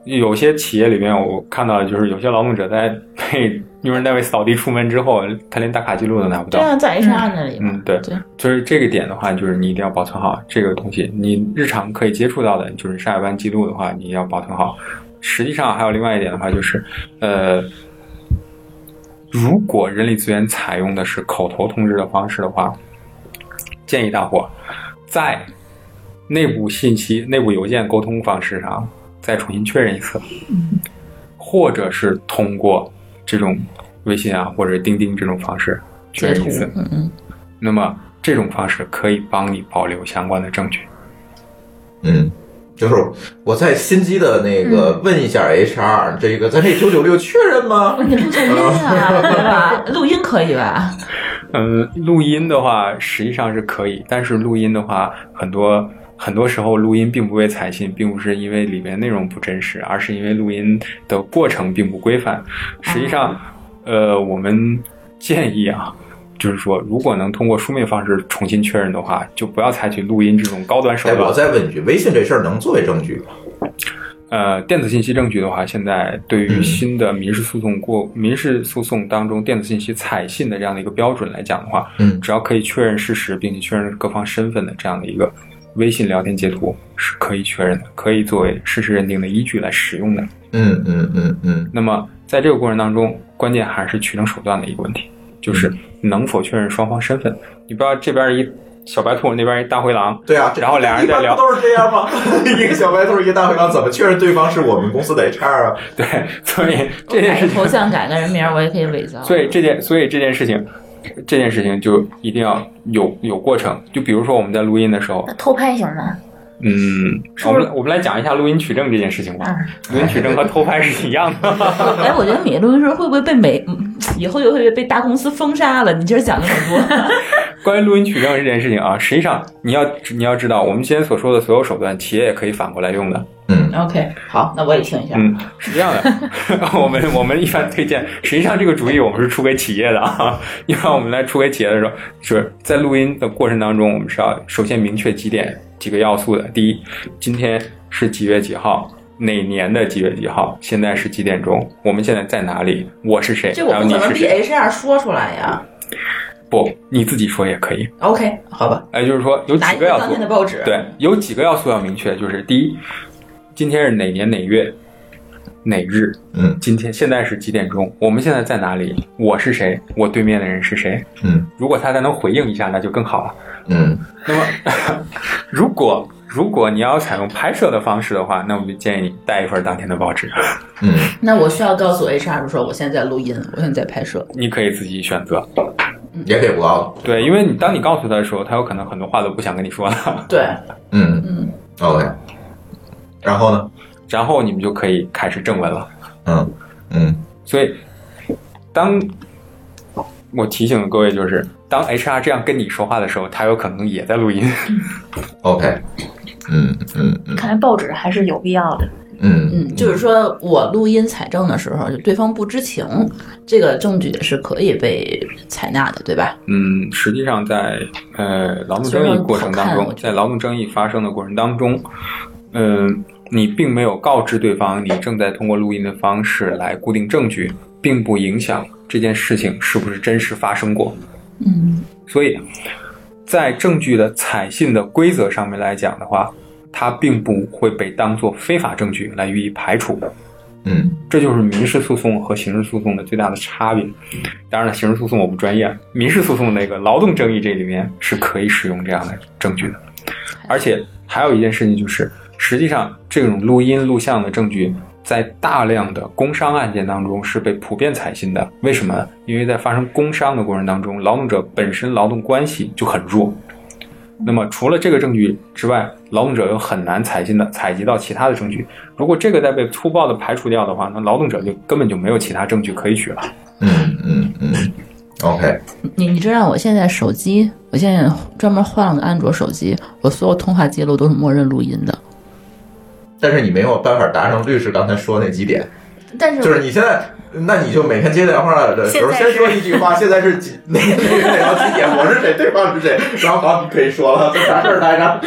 Speaker 4: 有些企业里面，我看到的就是有些劳动者在被用人单位扫地出门之后，他连打卡记录都拿不
Speaker 6: 这
Speaker 4: 到。
Speaker 6: 样啊在 HR 那里嘛。
Speaker 4: 嗯，对，
Speaker 6: 对，
Speaker 4: 就是这个点的话，就是你一定要保存好这个东西。你日常可以接触到的，就是上下班记录的话，你要保存好。实际上还有另外一点的话，就是呃，如果人力资源采用的是口头通知的方式的话，建议大伙在内部信息、内部邮件沟通方式上再重新确认一次，或者是通过这种微信啊或者钉钉这种方式确
Speaker 6: 截
Speaker 4: 认
Speaker 6: 图
Speaker 4: 一次。，
Speaker 6: 嗯嗯，
Speaker 4: 那么这种方式可以帮你保留相关的证据。
Speaker 3: 嗯，就是我在心机的那个问一下 HR，、这个咱这九九六确认吗？
Speaker 5: 哦
Speaker 6: 你录音 啊，对吧？录音可以吧？
Speaker 4: 嗯，录音的话实际上是可以，但是录音的话，很多很多时候录音并不被采信，并不是因为里面内容不真实，而是因为录音的过程并不规范。实际上，呃，我们建议啊。就是说，如果能通过书面方式重新确认的话，就不要采取录音这种高端手
Speaker 3: 哎，
Speaker 4: 段
Speaker 3: 我。再问一句，微信这事儿能作为证据吗？
Speaker 4: 呃，电子信息证据的话，现在对于新的民事诉讼过、民事诉讼当中电子信息采信的这样的一个标准来讲的话，
Speaker 3: 嗯
Speaker 4: 只要可以确认事实，并且确认各方身份的这样的一个微信聊天截图是可以确认的，可以作为事实认定的依据来使用的。
Speaker 3: 嗯嗯嗯嗯，
Speaker 4: 那么在这个过程当中，关键还是取证手段的一个问题，就是能否确认双方身份。你不要这边一小白兔，那边一大灰狼，
Speaker 3: 对啊，这
Speaker 4: 然后俩人在
Speaker 3: 一般
Speaker 4: 聊
Speaker 3: 不，都是这样吗？ 一个小白兔，一个大灰狼，怎么确认对方是我们公司的 HR 啊？
Speaker 4: 对，所以
Speaker 6: 我
Speaker 4: 这件
Speaker 6: 改
Speaker 4: 事
Speaker 6: 个
Speaker 4: 情
Speaker 6: 头像改个人名儿，我也可以伪造。
Speaker 4: 所以这件，所以这件事情，这件事情就一定要有有过程。就比如说我们在录音的时候，
Speaker 5: 偷拍行吗？
Speaker 4: 嗯，我们来我们来讲一下录音取证这件事情吧。录音取证和偷拍是一样的。
Speaker 6: 哎，我觉得你录音师会不会被美嗯以后就会被大公司封杀了？你今儿讲那么多，
Speaker 4: 关于录音取证这件事情啊，实际上你要你要知道，我们今天所说的所有手段，企业也可以反过来用的。
Speaker 3: 嗯
Speaker 6: OK，好，那我也听一下。
Speaker 4: 嗯，是这样的， 我们我们一般推荐，实际上这个主意我们是出给企业的啊。一般我们来出给企业的时候，是在录音的过程当中，我们是要首先明确几点几个要素的。第一，今天是几月几号，哪年的几月几号，现在是几点钟，我们现在在哪里，我是谁，
Speaker 6: 这我
Speaker 4: 还有
Speaker 6: 不
Speaker 4: 你
Speaker 6: 可能
Speaker 4: 是
Speaker 6: 逼
Speaker 4: 谁。
Speaker 6: HR 说出来呀。
Speaker 4: 不，你自己说也可以。
Speaker 6: OK，好吧，
Speaker 4: 哎，就是说有
Speaker 6: 拿
Speaker 4: 几
Speaker 6: 一
Speaker 4: 个
Speaker 6: 个
Speaker 4: 要
Speaker 6: 当
Speaker 4: 素
Speaker 6: 天的，报纸。
Speaker 4: 对，有几个要素要明确，就是第一，今天是哪年哪月哪日，
Speaker 3: 嗯
Speaker 4: 今天现在是几点钟？我们现在在哪里？我是谁？我对面的人是谁？
Speaker 3: 嗯
Speaker 4: 如果他再能回应一下，那就更好了。
Speaker 3: 嗯
Speaker 4: 那么，如果如果你要采用拍摄的方式的话，那我们就建议你带一份当天的报纸，
Speaker 3: 嗯
Speaker 6: 那我需要告诉 HR 说，我现在在录音，我现在在拍摄。
Speaker 4: 你可以自己选择。
Speaker 3: 嗯，也可以不告的。
Speaker 4: 对，因为你当你告诉他的时候，他有可能很多话都不想跟你说了。
Speaker 6: 对，
Speaker 3: 嗯
Speaker 6: 嗯，
Speaker 3: ，OK。然后呢？
Speaker 4: 然后你们就可以开始正文了。
Speaker 3: 嗯嗯
Speaker 4: 所以，当我提醒各位，就是当 HR 这样跟你说话的时候，他有可能也在录音。
Speaker 3: ，OK。嗯嗯嗯
Speaker 5: 看来报纸还是有必要的。
Speaker 3: 嗯
Speaker 6: 嗯，就是说我录音采证的时候，就对方不知情，这个证据是可以被采纳的，对吧？
Speaker 4: 嗯，实际上在呃劳动
Speaker 6: 虽然
Speaker 4: 争议过程当
Speaker 6: 好看我
Speaker 4: 中，
Speaker 6: 觉得
Speaker 4: 在劳动争议发生的过程当中，嗯、你并没有告知对方你正在通过录音的方式来固定证据，并不影响这件事情是不是真实发生过。
Speaker 6: 嗯，
Speaker 4: 所以在证据的采信的规则上面来讲的话，它并不会被当作非法证据来予以排除的。
Speaker 3: 嗯
Speaker 4: 这就是民事诉讼和刑事诉讼的最大的差别。当然了，刑事诉讼我不专业，民事诉讼那个劳动争议这里面是可以使用这样的证据的。而且还有一件事情就是，实际上这种录音录像的证据。在大量的工伤案件当中是被普遍采信的，为什么呢？因为在发生工伤的过程当中，劳动者本身劳动关系就很弱，那么除了这个证据之外，劳动者又很难采信的采集到其他的证据。如果这个再被粗暴的排除掉的话，那劳动者就根本就没有其他证据可以 取了。
Speaker 3: 嗯嗯嗯，OK。
Speaker 6: 你你知道我现在手机，我现在专门换了个安卓手机，我所有通话记录都是默认录音 的。
Speaker 3: 但是你没有办法达成律师刚才说那几点，
Speaker 5: 但是
Speaker 3: 就是你现在，那你就每天接电话的时候
Speaker 5: 现在
Speaker 3: 先
Speaker 5: 是
Speaker 3: 说一句话，现在是几哪哪哪到几点，我是谁，对方是谁，然后好，你可以说了，这啥事儿来着？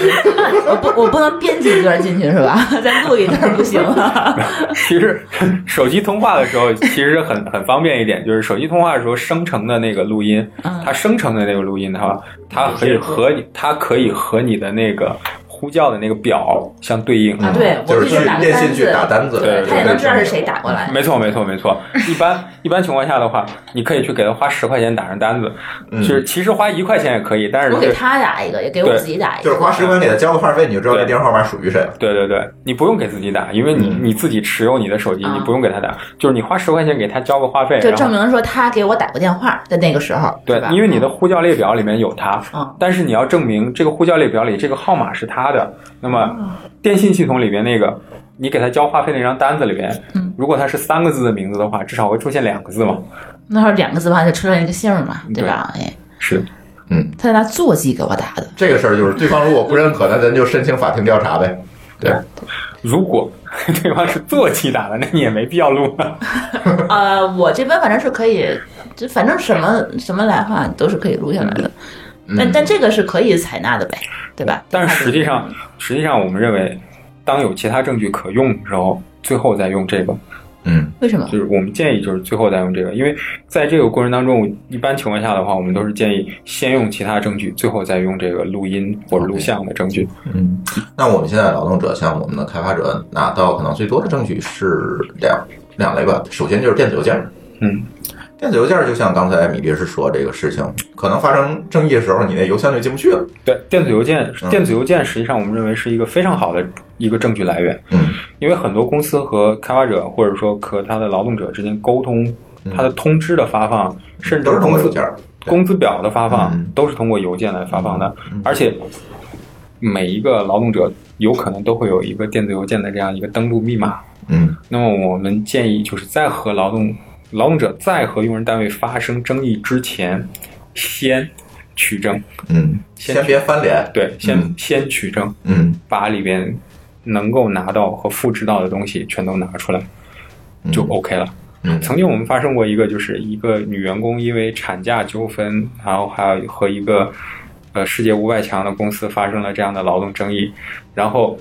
Speaker 6: 我不，我不能编辑一段进去是吧？ 再录一段 不行吗？
Speaker 4: 其实手机通话的时候，其实很很方便一点，就是手机通话的时候生成的那个录音，
Speaker 6: 嗯
Speaker 4: 它生成的那个录音的话，它可以和你，它可以和你的那个呼叫的那个表相对应。
Speaker 6: 啊，对，
Speaker 3: 嗯
Speaker 6: 我
Speaker 3: 就是
Speaker 6: 必须
Speaker 3: 去
Speaker 6: 打个
Speaker 3: 电信去
Speaker 6: 字
Speaker 3: 打单子，
Speaker 4: 对
Speaker 6: 他也
Speaker 3: 对
Speaker 6: 能知道是谁打过来。
Speaker 4: 没错，没错，没错。一般 一般情况下的话，你可以去给他花十块钱打上单子，
Speaker 3: 嗯
Speaker 4: 就是其实花一块钱也可以，但是
Speaker 6: 我
Speaker 4: 就
Speaker 6: 给
Speaker 4: 是
Speaker 6: 他打一个，也给我
Speaker 4: 对
Speaker 6: 自己打一
Speaker 3: 就是
Speaker 6: 个。
Speaker 3: 花十块钱给他交个话费，你就知道这电话号码属于谁了。
Speaker 4: 对对对，你不用给自己打，因为你、
Speaker 3: 嗯
Speaker 4: 你自己持有你的手机，
Speaker 6: 啊
Speaker 4: 你不用给他打，就是你花十块钱给他交个话费，
Speaker 6: 就
Speaker 4: 然后
Speaker 6: 证明说他给我打过电话，在那个时候，
Speaker 4: 啊对
Speaker 6: 吧？，
Speaker 4: 因为你的呼叫列表里面有他，
Speaker 6: 嗯
Speaker 4: 但是你要证明这个呼叫列表里这个号码是他的，那
Speaker 6: 哦
Speaker 4: 么电信系统里面那个。你给他交话费那张单子里面，
Speaker 6: 嗯
Speaker 4: 如果他是三个字的名字的话，至少会出现两个字嘛？
Speaker 6: 那时候两个字旁就出现一个姓儿嘛，对吧？哎，
Speaker 4: 是的，
Speaker 6: 他在拿座机给我打的，
Speaker 3: 这个事儿就是，对方如果不认可，那咱就申请法庭调查呗。对，
Speaker 4: 如果 对方是座机打的，那你也没必要录 了。
Speaker 6: 呃，我这边反正是可以，就反正什么什么来话都是可以录下来的，但但这个是可以采纳的呗，对吧？
Speaker 4: 嗯但是实际上，实际上我们认为，当有其他证据可用的时候，最后再用这个，
Speaker 3: 嗯
Speaker 6: 为什么？
Speaker 4: 就是我们建议就是最后再用这个，因为在这个过程当中，一般情况下的话，我们都是建议先用其他证据，最后再用这个录音或者录像的证据。
Speaker 3: 嗯。那我们现在劳动者像我们的开发者拿到可能最多的证据是两两类吧，首先就是电子邮件，
Speaker 4: 嗯，
Speaker 3: 电子邮件就像刚才米律师说这个事情，可能发生争议的时候，你那邮箱就进不去了。
Speaker 4: 对，电子邮件
Speaker 3: 嗯，
Speaker 4: 电子邮件实际上我们认为是一个非常好的一个证据来源，
Speaker 3: 嗯
Speaker 4: 因为很多公司和开发者或者说和他的劳动者之间沟通
Speaker 3: 嗯，
Speaker 4: 他的通知的发放，甚至
Speaker 3: 都是通
Speaker 4: 工
Speaker 3: 过
Speaker 4: 资
Speaker 3: 邮件儿对
Speaker 4: 工资表的发放
Speaker 3: 嗯
Speaker 4: 都是通过邮件来发放的，而且每一个劳动者有可能都会有一个电子邮件的这样一个登录密码。
Speaker 3: 嗯
Speaker 4: 那么我们建议就是在和劳动劳动者在和用人单位发生争议之前，先取证，
Speaker 3: 嗯，
Speaker 4: 先
Speaker 3: 先别翻脸。
Speaker 4: 对，先、
Speaker 3: 嗯
Speaker 4: 先取证，
Speaker 3: 嗯
Speaker 4: 把里边能够拿到和复制到的东西全都拿出来，就哦 OK 了。
Speaker 3: 嗯
Speaker 4: 曾经我们发生过一个，就是一个女员工因为产假纠纷，然后还有和一个呃世界五百强的公司发生了这样的劳动争议，然后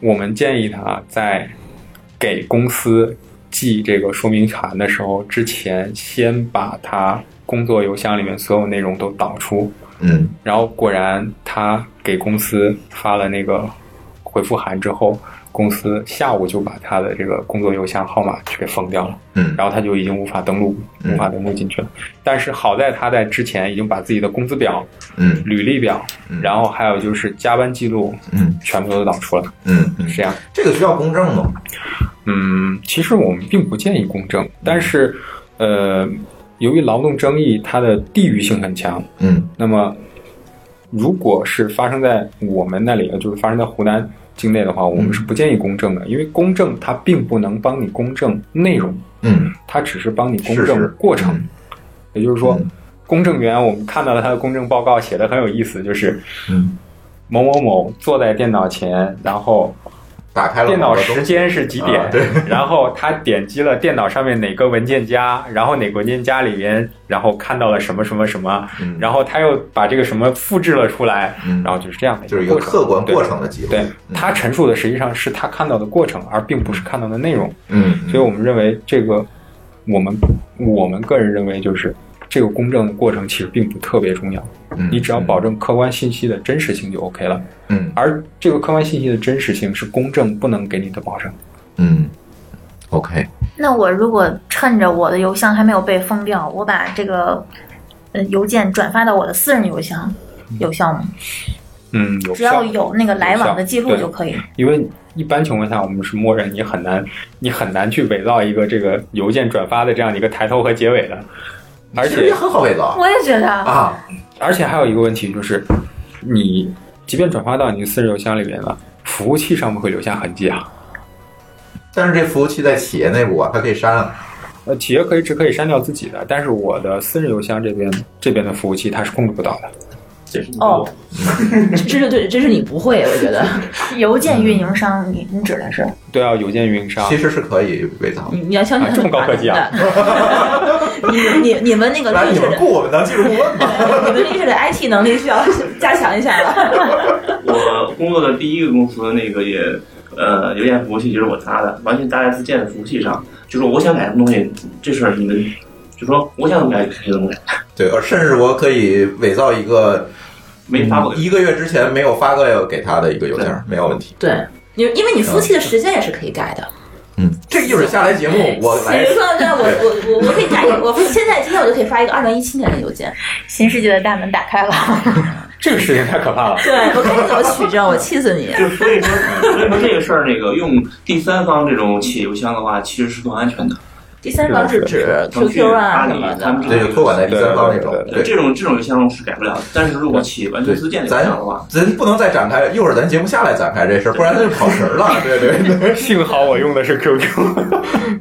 Speaker 4: 我们建议她在给公司寄这个说明函的时候之前，先把她工作邮箱里面所有内容都导出，
Speaker 3: 嗯
Speaker 4: 然后果然他给公司发了那个回复函之后，公司下午就把他的这个工作邮箱号码就给封掉了，
Speaker 3: 嗯
Speaker 4: 然后他就已经无法登录，
Speaker 3: 嗯
Speaker 4: 无法登录进去了。但是好在他在之前已经把自己的工资表、
Speaker 3: 嗯
Speaker 4: 履历表，然后还有就是加班记录，
Speaker 3: 嗯
Speaker 4: 全部都导出了。
Speaker 3: 嗯嗯，
Speaker 4: 是这样，
Speaker 3: 这个需要公证吗？
Speaker 4: 嗯，其实我们并不建议公
Speaker 3: 嗯
Speaker 4: 证，但是，呃，由于劳动争议，它的地域性很强，
Speaker 3: 嗯
Speaker 4: 那么，如果是发生在我们那里，就是发生在湖南境内的话，我
Speaker 3: 嗯
Speaker 4: 们是不建议公证的，因为公证它并不能帮你公证内容，
Speaker 3: 嗯
Speaker 4: 它只是帮你公
Speaker 3: 事实
Speaker 4: 证过程。
Speaker 3: 嗯
Speaker 4: 也就是说，
Speaker 3: 嗯
Speaker 4: 公证员我们看到了他的公证报告写的很有意思，就是
Speaker 3: 嗯，
Speaker 4: 某某某坐在电脑前，然后
Speaker 3: 打开了
Speaker 4: 电脑
Speaker 3: 好多东
Speaker 4: 时
Speaker 3: 西
Speaker 4: 间是几点？
Speaker 3: 啊对
Speaker 4: 然后他点击了电脑上面哪个文件夹，然后哪个文件夹里面，然后看到了什么什么什么，
Speaker 3: 嗯
Speaker 4: 然后他又把这个什么复制了出来，
Speaker 3: 嗯
Speaker 4: 然后就是这样的
Speaker 3: 就是一个嗯
Speaker 4: 过
Speaker 3: 客
Speaker 4: 程。
Speaker 3: 观过程的记录。
Speaker 4: 对他陈述的实际上是他看到的过程，而并不是看到的内容。
Speaker 3: 嗯，嗯
Speaker 4: 所以我们认为这个，我们我们个人认为就是这个公证的过程其实并不特别重要，
Speaker 3: 嗯
Speaker 4: 你只要保证客观信息的真实性就 OK 了。
Speaker 3: 嗯
Speaker 4: 而这个客观信息的真实性是公证不能给你的保证。
Speaker 3: 嗯，OK，
Speaker 5: 那我如果趁着我的邮箱还没有被封掉，我把这个呃邮件转发到我的私人邮箱，有效吗？
Speaker 4: 嗯，有
Speaker 5: 只要
Speaker 4: 效
Speaker 5: 有那个来往的记录
Speaker 4: 有效
Speaker 5: 就可以。
Speaker 4: 因为一般情况下，我们是默认你很难，你很难去伪造一个这个邮件转发的这样一个抬头和结尾的。而
Speaker 3: 其实也
Speaker 4: 且
Speaker 3: 很好伪造
Speaker 5: 我也觉得，
Speaker 3: 啊。
Speaker 4: 而且还有一个问题就是，你即便转发到你的私人邮箱里面了，服务器上面会留下痕迹啊。
Speaker 3: 但是这服务器在企业内部啊，它可以删啊。
Speaker 4: 呃，企业可以只可以删掉自己的，但是我的私人邮箱这边这边的服务器它是控制不到的。
Speaker 7: 这是你
Speaker 5: 哦
Speaker 6: 这是对，这是你不会，我 觉得
Speaker 5: 邮件运营商，你你指的是？
Speaker 4: 对啊，邮件运营商
Speaker 3: 其实是可以伪造的
Speaker 6: 你。你要相信
Speaker 4: 啊
Speaker 6: 他
Speaker 4: 这
Speaker 6: 们
Speaker 4: 么高科技啊
Speaker 6: 的 你你你们那个
Speaker 3: 不然
Speaker 6: 律
Speaker 3: 你
Speaker 6: 师
Speaker 3: 们
Speaker 6: 的，
Speaker 3: 雇我们当技术顾问吗？
Speaker 6: 你们律师的 IT 能力需要加强一下了。
Speaker 7: 我工作的第一个公司那个也，呃，邮件服务器就是我搭的，完全搭在自建的服务器上。就说我想改什么东西，这事儿你们就说我想怎么改就怎么改，
Speaker 3: 对，而甚至我可以伪造一个
Speaker 7: 没发
Speaker 5: 嗯
Speaker 7: 过的。
Speaker 3: 一个月之前没有发过给他的一个邮件，没有问题。
Speaker 6: 对，因为因为你夫妻的时间也是可以改的。
Speaker 3: 嗯，这一会儿下来节目我来
Speaker 6: 比如。说，对我我我我可以改一个，我现在今天我就可以发一个二零一七年的邮件，
Speaker 5: 新世界的大门打开了，
Speaker 4: 这个事情太可怕了。
Speaker 6: 对我可以怎么取证？我气死你！
Speaker 7: 就所以说，所以说这个事儿，那个用第三方这种企业邮箱的话，其实是更安全的。
Speaker 6: 第三方是指
Speaker 7: 腾讯
Speaker 6: QQ 啊
Speaker 7: 阿
Speaker 6: 什
Speaker 7: 里
Speaker 6: 么
Speaker 7: 他们
Speaker 6: 的。
Speaker 3: 对，就托管在第三方那种。
Speaker 7: 对，这种这种邮箱是改不了的。但是如果企业完全自建
Speaker 3: 对，
Speaker 7: 的邮
Speaker 3: 咱
Speaker 7: 箱的话，
Speaker 3: 咱不能再展开，一会儿咱节目下来展开这事儿，不然它就跑题儿了。对对对
Speaker 4: 幸好我用的是 QQ。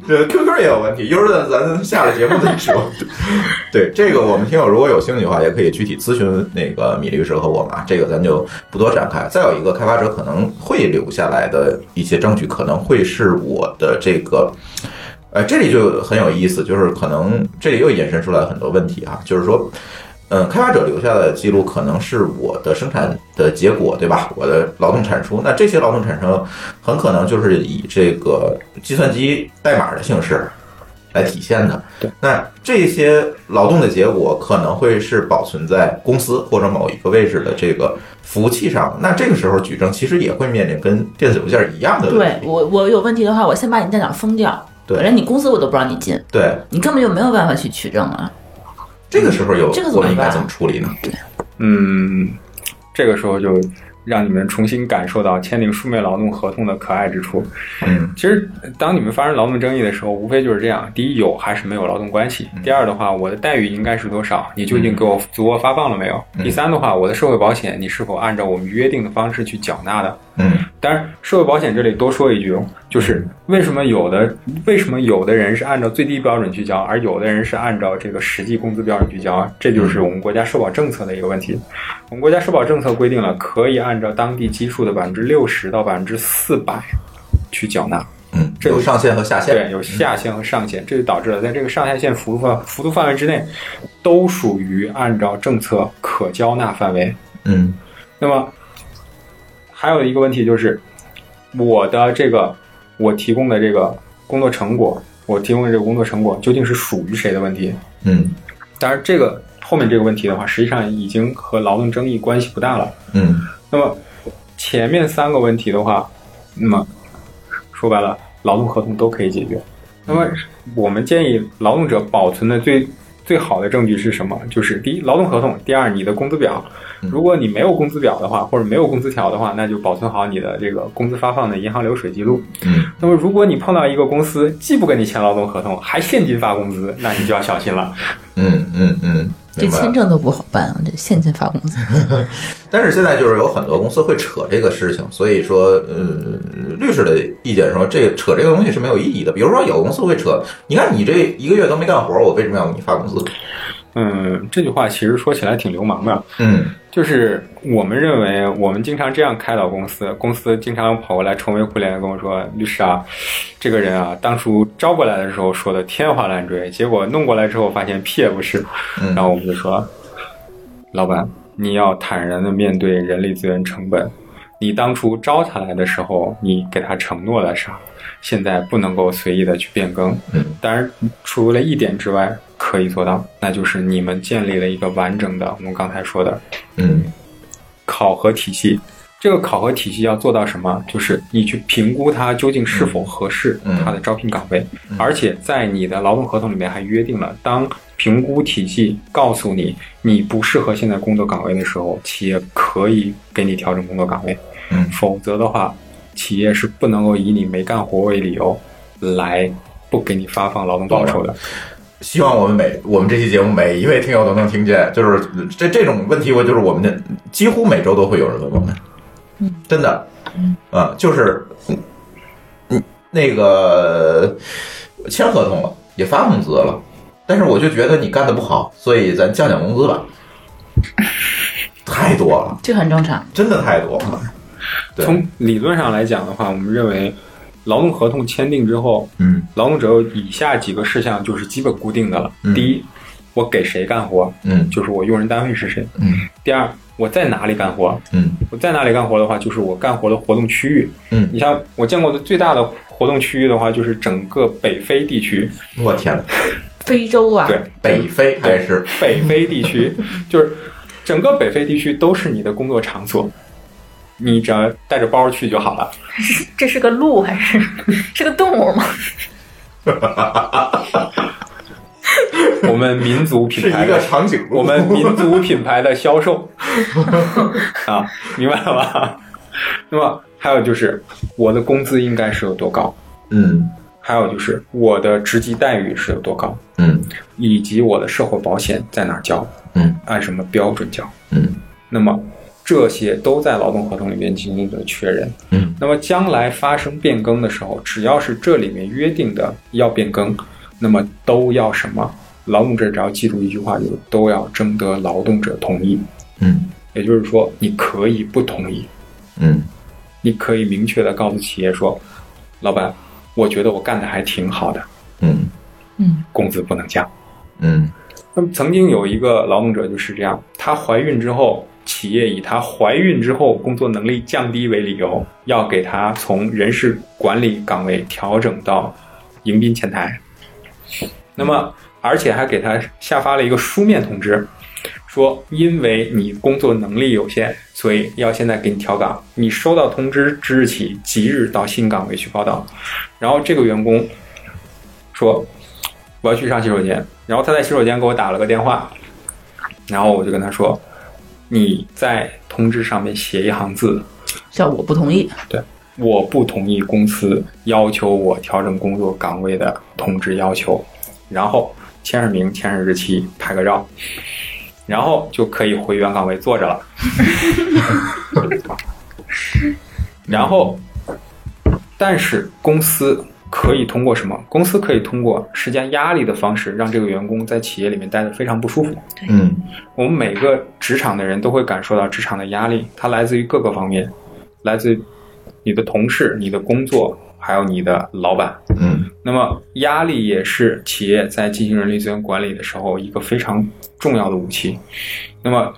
Speaker 3: 对，QQ 也有问题，一会儿咱咱下了节目再说。 对，这个我们听友如果有兴趣的话，也可以具体咨询那个米律师和我们啊，这个咱就不多展开。再有一个，开发者可能会留下来的一些证据，可能会是我的这个。呃，这里就很有意思，就是可能这里又引申出来很多问题啊，就是说，嗯，开发者留下的记录可能是我的生产的结果，对吧？我的劳动产出，那这些劳动产生很可能就是以这个计算机代码的形式来体现的。
Speaker 4: 对，
Speaker 3: 那这些劳动的结果可能会是保存在公司或者某一个位置的这个服务器上。那这个时候举证其实也会面临跟电子邮件一样的问
Speaker 6: 对
Speaker 3: 题。
Speaker 6: 我，我有问题的话，我先把你电脑封掉，
Speaker 3: 对
Speaker 6: 连你公司我都不让你进，
Speaker 3: 对，
Speaker 6: 你根本就没有办法去取证啊了。
Speaker 3: 这个时候有
Speaker 6: 这个怎么
Speaker 3: 我们应该
Speaker 6: 办
Speaker 3: 怎么处理呢？
Speaker 4: 嗯，这个时候就让你们重新感受到签订书面劳动合同的可爱之处。
Speaker 3: 嗯，
Speaker 4: 其实当你们发生劳动争议的时候，无非就是这样：第一，有还是没有劳动关系；第二的话，我的待遇应该是多少？你究竟给我足额发放了没有？第三的话，我的社会保险你是否按照我们约定的方式去缴纳的？
Speaker 3: 嗯
Speaker 4: 当然，社会保险这里多说一句，就是为什么有的为什么有的人是按照最低标准去交，而有的人是按照这个实际工资标准去交啊？这就是我们国家社保政策的一个问题。我们国家社保政策规定了，可以按照当地基数的百分之六十到百分之四百去缴纳。
Speaker 3: 嗯，
Speaker 4: 这个
Speaker 3: 有上限和下限。
Speaker 4: 对，有下限和上限，这就导致了在这个上下限幅度范幅度范围之内，都属于按照政策可交纳范围。
Speaker 3: 嗯
Speaker 4: 那么还有一个问题就是，我的这个我提供的这个工作成果，我提供的这个工作成果究竟是属于谁的问题？
Speaker 3: 嗯
Speaker 4: 当然，这个后面这个问题的话，实际上已经和劳动争议关系不大了。
Speaker 3: 嗯
Speaker 4: 那么前面三个问题的话，那么说白了，劳动合同都可以解决。那么我们建议劳动者保存的最最好的证据是什么？就是第一，劳动合同；第二，你的工资表。如果你没有工资表的话，或者没有工资条的话，那就保存好你的这个工资发放的银行流水记录。
Speaker 3: 嗯
Speaker 4: 那么，如果你碰到一个公司既不跟你签劳动合同，还现金发工资，那你就要小心了。
Speaker 3: 嗯嗯嗯，
Speaker 6: 这
Speaker 3: 明白
Speaker 6: 签
Speaker 3: 了。
Speaker 6: 证都不好办啊，这现金发工资。
Speaker 3: 但是现在就是有很多公司会扯这个事情，所以说，呃，律师的意见说，这扯这个东西是没有意义的。比如说，有公司会扯，你看你这一个月都没干活，我为什么要给你发工资？
Speaker 4: 嗯，这句话其实说起来挺流氓的，
Speaker 3: 嗯
Speaker 4: 就是我们认为，我们经常这样开导公司，公司经常跑过来愁眉苦脸的跟我说：“律师啊，这个人啊，当初招过来的时候说的天花乱坠，结果弄过来之后发现屁也不是。”
Speaker 3: 嗯
Speaker 4: 然后我们就说：“老板，你要坦然的面对人力资源成本。你当初招他来的时候，你给他承诺了啥？现在不能够随意的去变更。
Speaker 3: 嗯
Speaker 4: 当然，除了一点之外，可以做到，那就是你们建立了一个完整的，我们刚才说的
Speaker 3: 嗯
Speaker 4: 考核体系。这个考核体系要做到什么？就是你去评估它究竟是否合适
Speaker 3: 嗯
Speaker 4: 它的招聘岗位，而且在你的劳动合同里面还约定了，当评估体系告诉你你不适合现在工作岗位的时候，企业可以给你调整工作岗位。
Speaker 3: 嗯
Speaker 4: 否则的话，企业是不能够以你没干活为理由来不给你发放劳动报酬的。
Speaker 3: 希望我们每我们这期节目每一位听友都能听见，就是这这种问题，我就是我们的几乎每周都会有人问我们，真的，啊，就是嗯嗯那个签合同了，也发工资了，但是我就觉得你干的不好，所以咱降降工资吧，太多了，
Speaker 6: 这很正常。
Speaker 3: 真的太多了，对，
Speaker 4: 从理论上来讲的话，我们认为劳动合同签订之后，
Speaker 3: 嗯
Speaker 4: 劳动者有以下几个事项就是基本固定的了。
Speaker 3: 嗯
Speaker 4: 第一，我给谁干活，
Speaker 3: 嗯
Speaker 4: 就是我用人单位是谁；
Speaker 3: 嗯
Speaker 4: 第二，我在哪里干活，
Speaker 3: 嗯
Speaker 4: 我在哪里干活的话，就是我干活的活动区域。
Speaker 3: 嗯
Speaker 4: 你像我见过的最大的活动区域的话，就是整个北非地区。
Speaker 3: 我天呐，
Speaker 6: 非洲啊，
Speaker 4: 对，
Speaker 3: 北非还是
Speaker 4: 北非地区，就是整个北非地区都是你的工作场所，你只要带着包去就好了。
Speaker 5: 这是个鹿还是是个动物吗？
Speaker 4: 我们民族
Speaker 3: 是
Speaker 4: 品牌
Speaker 3: 一
Speaker 4: 的
Speaker 3: 个长颈 鹿，
Speaker 4: 我们民族品牌的销售啊，明白了吧？那么还有就是我的工资应该是有多高，
Speaker 3: 嗯
Speaker 4: 还有就是我的职级待遇是有多高，
Speaker 3: 嗯
Speaker 4: 以及我的社会保险在哪儿交，
Speaker 3: 嗯
Speaker 4: 按什么标准交。
Speaker 3: 嗯
Speaker 4: 那么这些都在劳动合同里面进行了确认。
Speaker 3: 嗯
Speaker 4: 那么将来发生变更的时候，只要是这里面约定的要变更，那么都要什么？劳动者只要记住一句话，就是都要征得劳动者同意。
Speaker 3: 嗯
Speaker 4: 也就是说，你可以不同意，
Speaker 3: 嗯
Speaker 4: 你可以明确的告诉企业说，老板，我觉得我干的还挺好的，
Speaker 3: 嗯。
Speaker 4: 工资不能降。
Speaker 3: 嗯
Speaker 4: 那么曾经有一个劳动者就是这样，她怀孕之后，企业以她怀孕之后工作能力降低为理由，要给她从人事管理岗位调整到迎宾前台。那么，而且还给她下发了一个书面通知，说因为你工作能力有限，所以要现在给你调岗。你收到通知之日起，即日到新岗位去报道。然后这个员工说：“我要去上洗手间。”然后他在洗手间给我打了个电话，然后我就跟他说：“你在通知上面写一行字，
Speaker 6: 叫我不同意，
Speaker 4: 我不同意公司要求我调整工作岗位的通知要求，然后签上名、签上日期、拍个照，然后就可以回原岗位坐着了。 然后，但是公司可以通过什么？公司可以通过施加压力的方式，让这个员工在企业里面待得非常不舒服。
Speaker 3: 嗯
Speaker 4: 我们每个职场的人都会感受到职场的压力，它来自于各个方面，来自于你的同事、你的工作，还有你的老板。
Speaker 3: 嗯
Speaker 4: 那么，压力也是企业在进行人力资源管理的时候一个非常重要的武器。那么，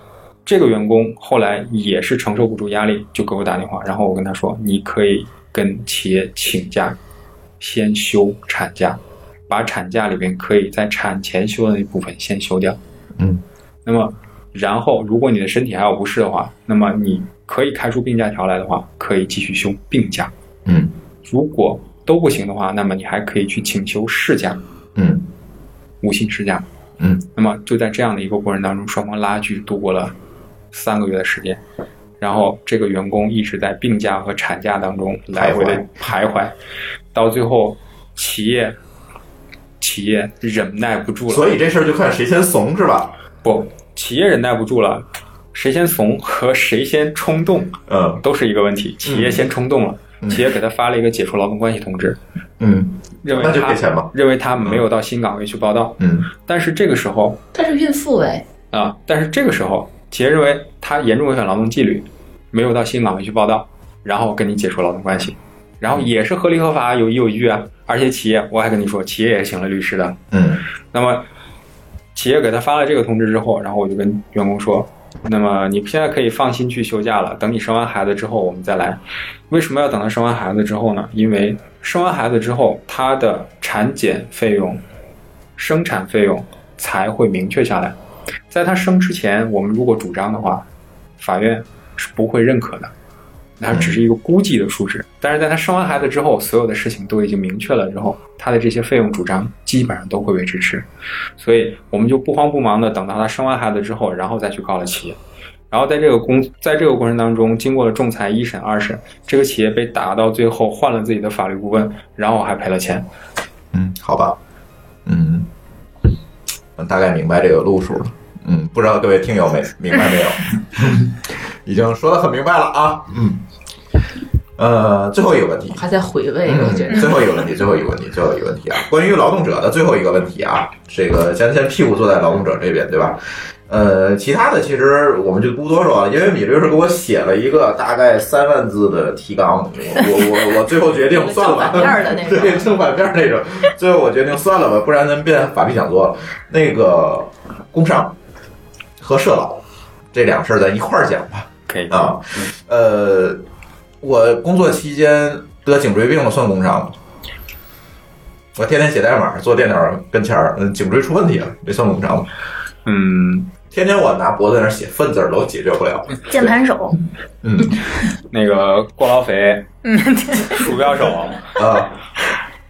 Speaker 4: 这个员工后来也是承受不住压力，就给我打电话，然后我跟他说：“你可以跟企业请假，先休产假，把产假里边可以在产前休的那部分先休掉。”
Speaker 3: 嗯
Speaker 4: 那么，然后如果你的身体还有不适的话，那么你可以开出病假条来的话，可以继续休病假。
Speaker 3: 嗯
Speaker 4: 如果都不行的话，那么你还可以去请求事假，
Speaker 3: 嗯
Speaker 4: 无薪事假。
Speaker 3: 嗯，
Speaker 4: 那么就在这样的一个过程当中，双方拉锯度过了三个月的时间，然后这个员工一直在病假和产假当中来回的徘徊，到最后企业企业忍耐不住了，
Speaker 3: 所以这事儿就看谁先怂是吧？
Speaker 4: 不，企业忍耐不住了，谁先怂和谁先冲动
Speaker 3: 嗯
Speaker 4: 都是一个问题。企业先冲动了，
Speaker 3: 嗯
Speaker 4: 企业给他发了一个解除劳动关系通知，
Speaker 3: 嗯，
Speaker 4: 认为
Speaker 3: 那就
Speaker 4: 他
Speaker 3: 赔钱吧
Speaker 4: 认为他没有到新岗位去报道。
Speaker 3: 嗯
Speaker 4: 但是这个时候
Speaker 6: 她是孕妇哎，
Speaker 4: 啊、但是这个时候，企业认为他严重违反劳动纪律，没有到新岗位去报道，然后跟你解除劳动关系，然后也是合理合法，有依有据啊。而且企业，我还跟你说，企业也请了律师的，
Speaker 3: 嗯
Speaker 4: 那么企业给他发了这个通知之后，然后我就跟员工说，那么你现在可以放心去休假了，等你生完孩子之后我们再来。为什么要等到生完孩子之后呢？因为生完孩子之后，他的产检费用、生产费用才会明确下来。在他生之前，我们如果主张的话，法院是不会认可的。那只是一个估计的数值，但是在他生完孩子之后，所有的事情都已经明确了之后，他的这些费用主张基本上都会被支持。所以我们就不慌不忙的等到他生完孩子之后，然后再去告了企业。然后在这个公在这个过程当中，经过了仲裁一审、二审，这个企业被打到最后换了自己的法律顾问，然后还赔了钱。
Speaker 3: 嗯，好吧，嗯，我大概明白这个路数了。嗯，不知道各位听友没明白没有？ 已经说的很明白了啊。嗯，呃，最后一个问题，
Speaker 6: 还在回味，我觉
Speaker 3: 嗯，
Speaker 6: 得
Speaker 3: 最后一个问题，最后一个问题，最后一个问题啊，关于劳动者的最后一个问题啊，这个先先屁股坐在劳动者这边，对吧？呃，其他的其实我们就不多说了，因为米律师给我写了一个大概三万字的提纲，我我我最后决定嗯算了吧，
Speaker 6: 正反面 儿的那 种
Speaker 3: 对，正反面儿那种，最后我决定算了吧，不然咱们变法律讲座了。那个工伤和社保这两事儿咱一块儿讲吧。
Speaker 4: 可以
Speaker 3: 啊，呃，我工作期间得颈椎病了，算工伤吗？我天天写代码，坐电脑跟前儿，嗯，颈椎出问题了，这算工伤吗？
Speaker 4: 嗯，
Speaker 3: 天天我拿脖子在那儿写粪字儿都解决不 了，
Speaker 5: 键盘手，
Speaker 3: 嗯
Speaker 4: 那个过劳肥、鼠标手、
Speaker 3: 啊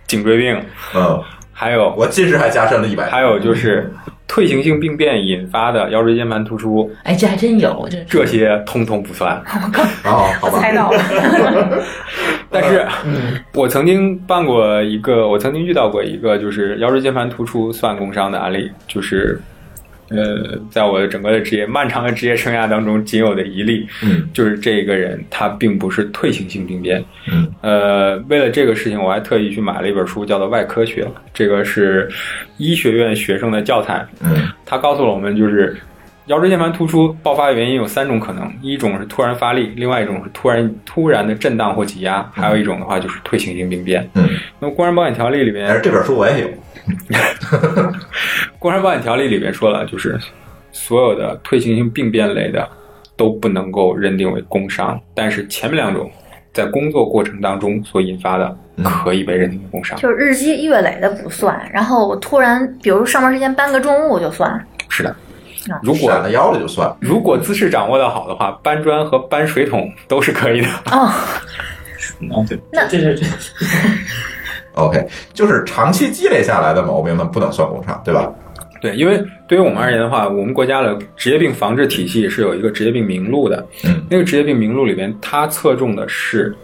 Speaker 4: 颈椎病，
Speaker 3: 嗯，
Speaker 4: 还有
Speaker 3: 我近视还加深了一百，
Speaker 4: 还有就是退行性病变引发的腰椎间盘突出，
Speaker 6: 哎，这还真有，这
Speaker 4: 这些通通不算。
Speaker 3: 哦，好
Speaker 5: 我
Speaker 3: 吧，
Speaker 5: 猜到了，
Speaker 4: 但是，
Speaker 3: 嗯
Speaker 4: 我曾经办过一个，我曾经遇到过一个，就是腰椎间盘突出算工伤的案例，就是，呃，在我的整个的职业漫长的职业生涯当中，仅有的一例，
Speaker 3: 嗯
Speaker 4: 就是这个人他并不是退行性病变，
Speaker 3: 嗯
Speaker 4: 呃，为了这个事情，我还特意去买了一本书，叫做《外科学》，这个是医学院学生的教材，
Speaker 3: 嗯
Speaker 4: 它告诉了我们就是。腰椎间盘突出爆发的原因有三种可能，一种是突然发力，另外一种是突然突然的震荡或挤压，还有一种的话就是退行性病变。
Speaker 3: 嗯，
Speaker 4: 那么《工人保险条例》里
Speaker 3: 但是
Speaker 4: 面，
Speaker 3: 这本书我也有，
Speaker 4: 工伤保险条例里面说了，就是所有的退行性病变类的都不能够认定为工伤，但是前面两种在工作过程当中所引发的可以被认定为工伤。
Speaker 5: 就是日积月累的不算，然后我突然，比如上班时间搬个重物就算，
Speaker 4: 是的，如果
Speaker 3: 闪了腰了就算了。
Speaker 4: 如果姿势掌握的好的话，搬砖和搬水桶都是可以的。
Speaker 5: 哦，
Speaker 7: 对，
Speaker 5: 那
Speaker 7: 这是这
Speaker 3: OK，就是长期积累下来的毛病呢，不能算工伤，对吧？
Speaker 4: 对，因为对于我们而言的话，我们国家的职业病防治体系是有一个职业病名录的。
Speaker 3: 嗯，
Speaker 4: 那个职业病名录里边，它侧重的是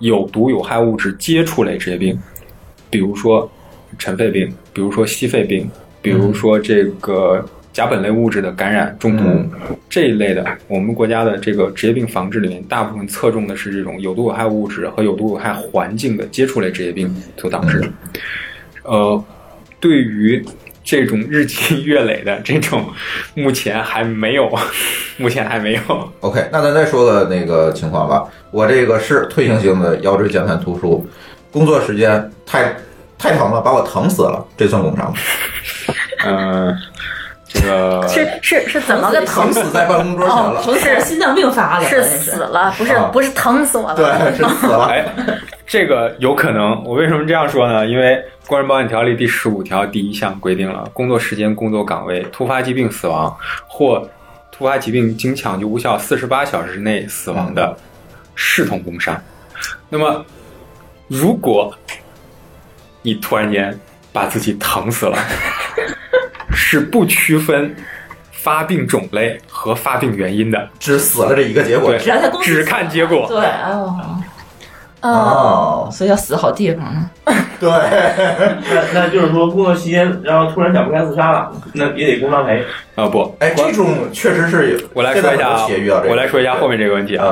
Speaker 4: 有毒有害物质接触类职业病，比如说尘肺病，比如说吸肺病，比如说这个甲苯类物质的感染中毒、
Speaker 3: 嗯
Speaker 4: 这一类的。我们国家的这个职业病防治里面，大部分侧重的是这种有毒有害物质和有毒有害环境的接触类职业病所导致的。呃，对于这种日积月累的这种，目前还没有， 目前还没有。
Speaker 3: OK，那咱再说个那个情况吧。我这个是退行性的腰椎间盘突出，工作时间太太疼了，把我疼死了，这算工伤吗？
Speaker 4: 嗯、这 个
Speaker 5: 是是是怎么个呃
Speaker 3: 疼？
Speaker 5: 疼
Speaker 3: 死在办公桌前了，
Speaker 5: 哦
Speaker 6: 疼死哦心脏病发了，
Speaker 5: 是
Speaker 6: 真
Speaker 5: 死了，不是、哦
Speaker 3: 啊
Speaker 5: 不是疼死我了。
Speaker 3: 对，是死了。
Speaker 4: 哎，这个有可能。我为什么这样说呢？因为《工人保险条例》第十五条第一项规定了，工作时间、工作岗位、突发疾病死亡或突发疾病经抢救无效四十八小时内死亡的视同工伤。那么，如果你突然间把自己疼死了，是不区分发病种类和发病原因的，
Speaker 3: 只死了这一个结果
Speaker 4: 对。
Speaker 6: 只要在公司
Speaker 4: 只看结果。
Speaker 6: 对，哎呦，
Speaker 3: 哦，
Speaker 6: 所以要死好地方啊。
Speaker 3: 对，
Speaker 5: 嗯
Speaker 7: 那那就是说，工作期间然后突然想不开自杀了，那也得工伤赔。
Speaker 4: 啊不，
Speaker 3: 哎，这种确实是有。
Speaker 4: 我来说一
Speaker 3: 现在
Speaker 4: 下
Speaker 3: 很
Speaker 4: 啊
Speaker 3: 多企业遇到这，个，
Speaker 4: 我来说一下后面这个问题啊。
Speaker 3: 嗯，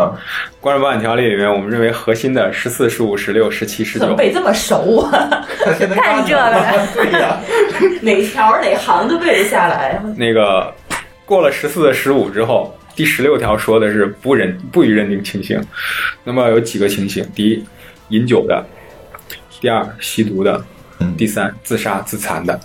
Speaker 4: 《关于保险条例》里面，我们认为核心的十四、十五、十六、十七、十
Speaker 6: 怎么
Speaker 4: 九，
Speaker 6: 背这么熟啊？
Speaker 3: 他现在
Speaker 5: 干这个的
Speaker 3: 对呀，
Speaker 6: 哪条哪行都背得下来？
Speaker 4: 那个过了十四、十五之后，第十六条说的是不认不予认定情形。那么有几个情形：第一，饮酒的；第二，吸毒的；
Speaker 3: 嗯
Speaker 4: 第三，自杀自残的。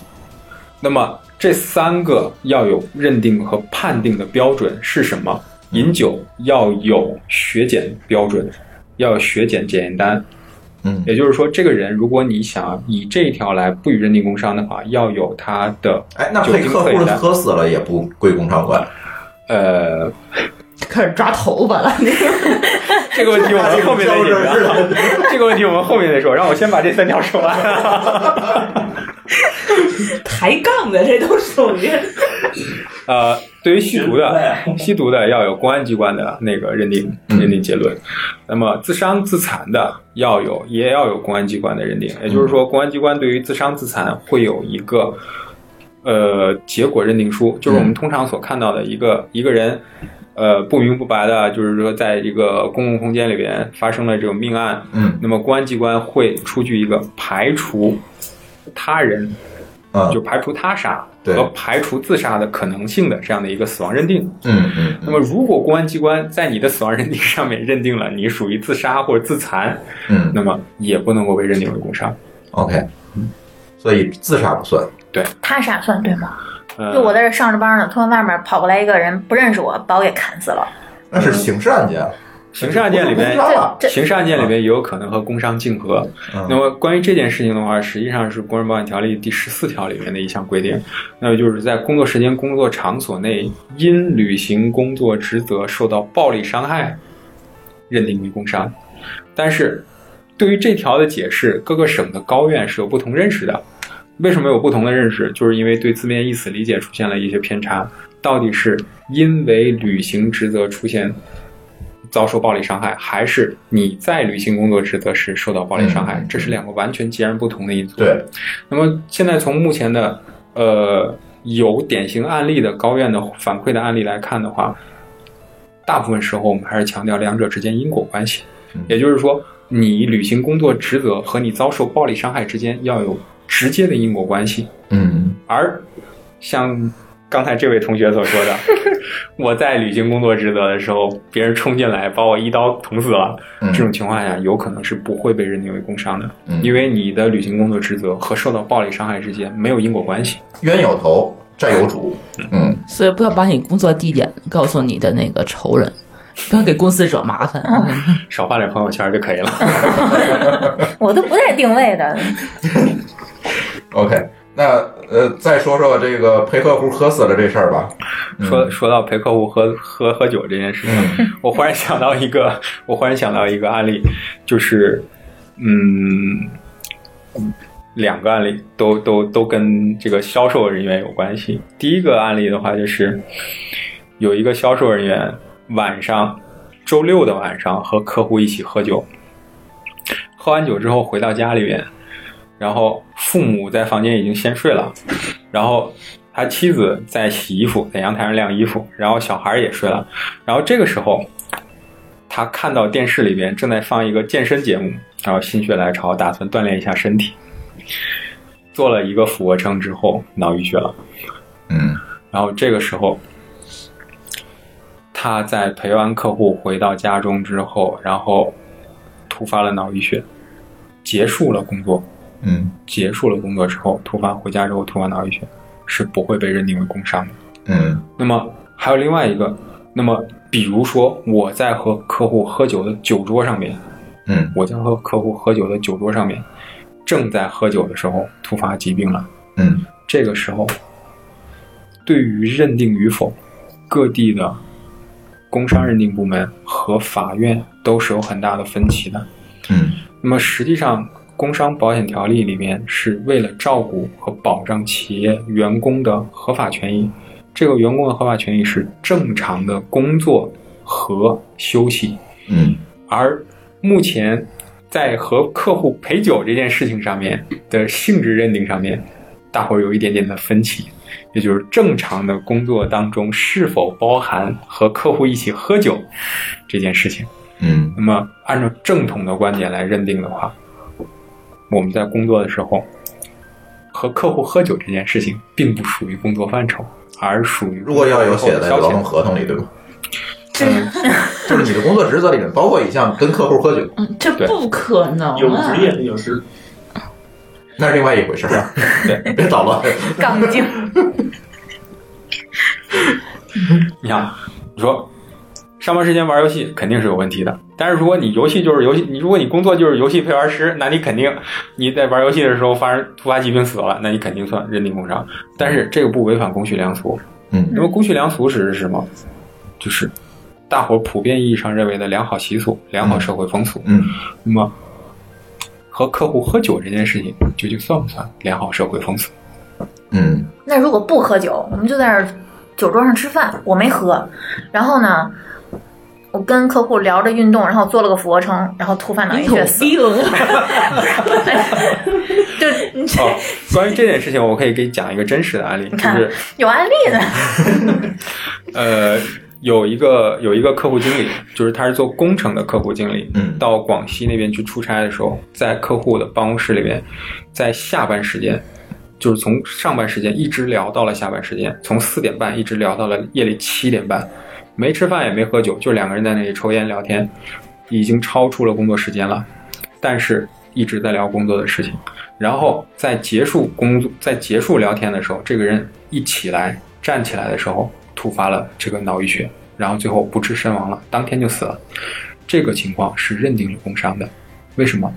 Speaker 4: 那么这三个要有认定和判定的标准是什么？饮酒要有血检标准，要有血检检验单。
Speaker 3: 嗯
Speaker 4: 也就是说，这个人如果你想以这一条来不予认定工伤的话，要有他的
Speaker 3: 哎，那
Speaker 4: 酒
Speaker 3: 被
Speaker 4: 精
Speaker 3: 客
Speaker 4: 测
Speaker 3: 户
Speaker 4: 验单。
Speaker 3: 喝死了也不归工伤 管。
Speaker 4: 啊呃，
Speaker 6: 开始抓头发了， 那个
Speaker 4: 这个问题我们后面再解决
Speaker 3: 这个标
Speaker 4: 啊。 这个问题我们后面再说，让我先把这三条说完。
Speaker 6: 抬杠的，这都属于
Speaker 4: 呃，对于吸毒 的，
Speaker 7: 对
Speaker 4: 吸毒的要有公安机关的那个认定
Speaker 3: 嗯
Speaker 4: 认定结论，那么自伤自残的要有也要有公安机关的认定，也就是说，公安机关对于自伤自残会有一个呃结果认定书，就是我们通常所看到的一个一个人。呃，不明不白的，就是说，在一个公共空间里边发生了这种命案，
Speaker 3: 嗯
Speaker 4: 那么公安机关会出具一个排除他人
Speaker 3: 嗯
Speaker 4: 就排除他杀
Speaker 3: 对
Speaker 4: 和排除自杀的可能性的这样的一个死亡认定。
Speaker 3: 嗯嗯
Speaker 4: 那么，如果公安机关在你的死亡认定上面认定了你属于自杀或者自残，
Speaker 3: 嗯
Speaker 4: 那么也不能够被认定为工伤。
Speaker 3: ，OK，所以自杀不算。
Speaker 5: 他杀算对吗？
Speaker 4: 呃
Speaker 5: 就我在这上着班呢，突然外面跑过来一个人不认识我，把我给砍死了。
Speaker 3: 那是刑事案件，
Speaker 4: 刑事案件里面
Speaker 3: 不是工伤了
Speaker 5: 这
Speaker 4: 刑事案件里面也有可能和工伤竞合。
Speaker 3: 嗯
Speaker 4: 那么关于这件事情的话，实际上是《工人保险条例》第十四条里面的一项规定，那就是在工作时间、工作场所内因履行工作职责受到暴力伤害，认定为工伤。但是，对于这条的解释，各个省的高院是有不同认识的。为什么有不同的认识？就是因为对字面意思理解出现了一些偏差。到底是因为履行职责出现遭受暴力伤害，还是你在履行工作职责时受到暴力伤害？
Speaker 3: 嗯
Speaker 4: 这是两个完全截然不同的因素。
Speaker 3: 对，
Speaker 4: 那么现在从目前的呃有典型案例的高院的反馈的案例来看的话，大部分时候我们还是强调两者之间因果关系
Speaker 3: 嗯，
Speaker 4: 也就是说，你履行工作职责和你遭受暴力伤害之间要有直接的因果关系。
Speaker 3: 嗯
Speaker 4: 而像刚才这位同学所说的，我在履行工作职责的时候，别人冲进来把我一刀捅死了，
Speaker 3: 嗯
Speaker 4: 这种情况下有可能是不会被认定为工伤的，
Speaker 3: 嗯
Speaker 4: 因为你的履行工作职责和受到暴力伤害之间没有因果关系。
Speaker 3: 冤有头，债有主。嗯，
Speaker 6: 所以不要把你工作地点告诉你的那个仇人，不要给公司惹麻烦。啊
Speaker 4: 少发点朋友圈就可以了。
Speaker 5: 我都不带定位的，
Speaker 3: OK，那呃，再说说这个陪客户喝死了这事儿吧。嗯
Speaker 4: 说说到陪客户喝喝喝酒这件事情，我忽然想到一个，我忽然想到一个案例，就是嗯，两个案例都都都跟这个销售人员有关系。第一个案例的话，就是有一个销售人员晚上周六的晚上和客户一起喝酒，喝完酒之后回到家里边，然后父母在房间已经先睡了，然后他妻子在洗衣服，在阳台上晾衣服，然后小孩也睡了，然后这个时候，他看到电视里边正在放一个健身节目，然后心血来潮打算锻炼一下身体，做了一个俯卧撑之后脑淤血了，
Speaker 3: 嗯
Speaker 4: 然后这个时候。他在陪完客户回到家中之后，然后突发了脑淤血，结束了工作，
Speaker 3: 嗯
Speaker 4: 结束了工作之后，突发回家之后突发脑溢血，是不会被认定为工伤的。
Speaker 3: 嗯
Speaker 4: 那么还有另外一个，那么比如说我在和客户喝酒的酒桌上面，
Speaker 3: 嗯
Speaker 4: 我在和客户喝酒的酒桌上面，正在喝酒的时候突发疾病了，
Speaker 3: 嗯
Speaker 4: 这个时候，对于认定与否，各地的工伤认定部门和法院都是有很大的分歧的。
Speaker 3: 嗯
Speaker 4: 那么实际上，工伤保险条例里面是为了照顾和保障企业员工的合法权益。这个员工的合法权益是正常的工作和休息，
Speaker 3: 嗯
Speaker 4: 而目前在和客户陪酒这件事情上面的性质认定上面，大伙儿有一点点的分歧，也就是正常的工作当中是否包含和客户一起喝酒这件事情。
Speaker 3: 嗯
Speaker 4: 那么，按照正统的观点来认定的话，我们在工作的时候和客户喝酒这件事情，并不属于工作范畴，而属于
Speaker 3: 如果要有写在
Speaker 4: 消
Speaker 3: 劳
Speaker 4: 遣
Speaker 3: 动。合同里，对吗？嗯， 就是你的工作职责里面包括一项跟客户喝酒，
Speaker 6: 嗯这
Speaker 4: 对
Speaker 6: 不可能
Speaker 7: 有
Speaker 6: 啊
Speaker 7: 职！业有时
Speaker 3: 那是另外一回事儿。对， 别捣乱。
Speaker 5: 杠精。
Speaker 4: 你想，你说上班时间玩游戏肯定是有问题的，但是如果你游戏就是游戏，你如果你工作就是游戏陪玩师，那你肯定你在玩游戏的时候发生突发疾病死了，那你肯定算认定工伤。但是这个不违反公序良俗，
Speaker 3: 嗯
Speaker 4: 那么公序良俗指的是什么？就是大伙儿普遍意义上认为的良好习俗、良好社会风俗。
Speaker 3: 嗯
Speaker 4: 那么，和客户喝酒这件事情，究竟算不算良好社会风 俗？
Speaker 3: 嗯
Speaker 5: 那如果不喝酒，我们就在这儿酒桌上吃饭，我没喝，然后呢，我跟客户聊着运动，然后做了个俯卧撑，然后突发脑
Speaker 6: 你
Speaker 5: 溢
Speaker 6: 有
Speaker 5: 血死。
Speaker 6: 病啊！
Speaker 5: 对，你这
Speaker 4: 哦，关于这件事情，我可以给你讲一个真实的案例，就
Speaker 5: 你看
Speaker 4: 是
Speaker 5: 有案例呢。
Speaker 4: 呃，有一个有一个客户经理，就是他是做工程的客户经理，
Speaker 3: 嗯
Speaker 4: 到广西那边去出差的时候，在客户的办公室里边，在下班时间，就是从上班时间一直聊到了下班时间，从四点半一直聊到了夜里七点半，没吃饭也没喝酒，就两个人在那里抽烟聊天，已经超出了工作时间了，但是一直在聊工作的事情。然后在结束工作，在结束聊天的时候，这个人一起来站起来的时候，突发了这个脑溢血，然后最后不治身亡了，当天就死了。这个情况是认定了工伤的，为什么？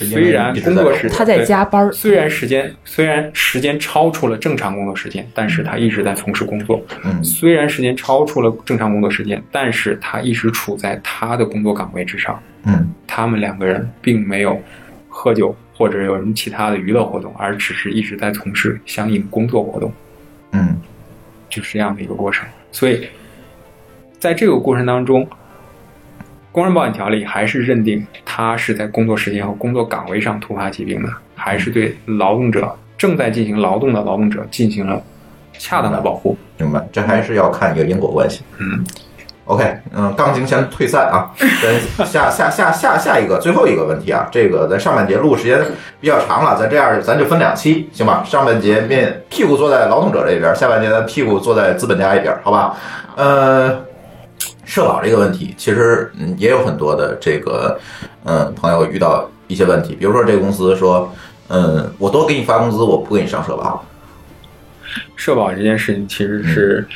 Speaker 3: 因为
Speaker 4: 虽然
Speaker 3: 一直
Speaker 4: 工
Speaker 3: 在
Speaker 4: 作
Speaker 3: 有
Speaker 4: 时
Speaker 6: 他在
Speaker 4: 对
Speaker 6: 加班儿，
Speaker 4: 虽然时间虽然时间超出了正常工作时间，但是他一直在从事工作。
Speaker 3: 嗯
Speaker 4: 虽然时间超出了正常工作时间，但是他一直处在他的工作岗位之上。
Speaker 3: 嗯
Speaker 4: 他们两个人并没有喝酒或者有什么其他的娱乐活动，而只是一直在从事相应工作活动，
Speaker 3: 嗯
Speaker 4: 就是这样的一个过程。所以，在这个过程当中，《工人保险条例》还是认定他是在工作时间和工作岗位上突发疾病的，还是对劳动者正在进行劳动的劳动者进行了恰当的保护。
Speaker 3: 明白。这还是要看一个因果关系。
Speaker 4: 嗯
Speaker 3: OK，嗯，杠精先退散啊。咱下下下下下一个最后一个问题啊，这个咱上半节录时间比较长了，咱这样咱就分两期，行吧？上半节面屁股坐在劳动者这边，下半节咱屁股坐在资本家一边，好吧？呃，社保这个问题，其实嗯也有很多的这个嗯朋友遇到一些问题，比如说这个公司说，嗯，我多给你发工资，我不给你上社保。
Speaker 4: 社保这件事情其实是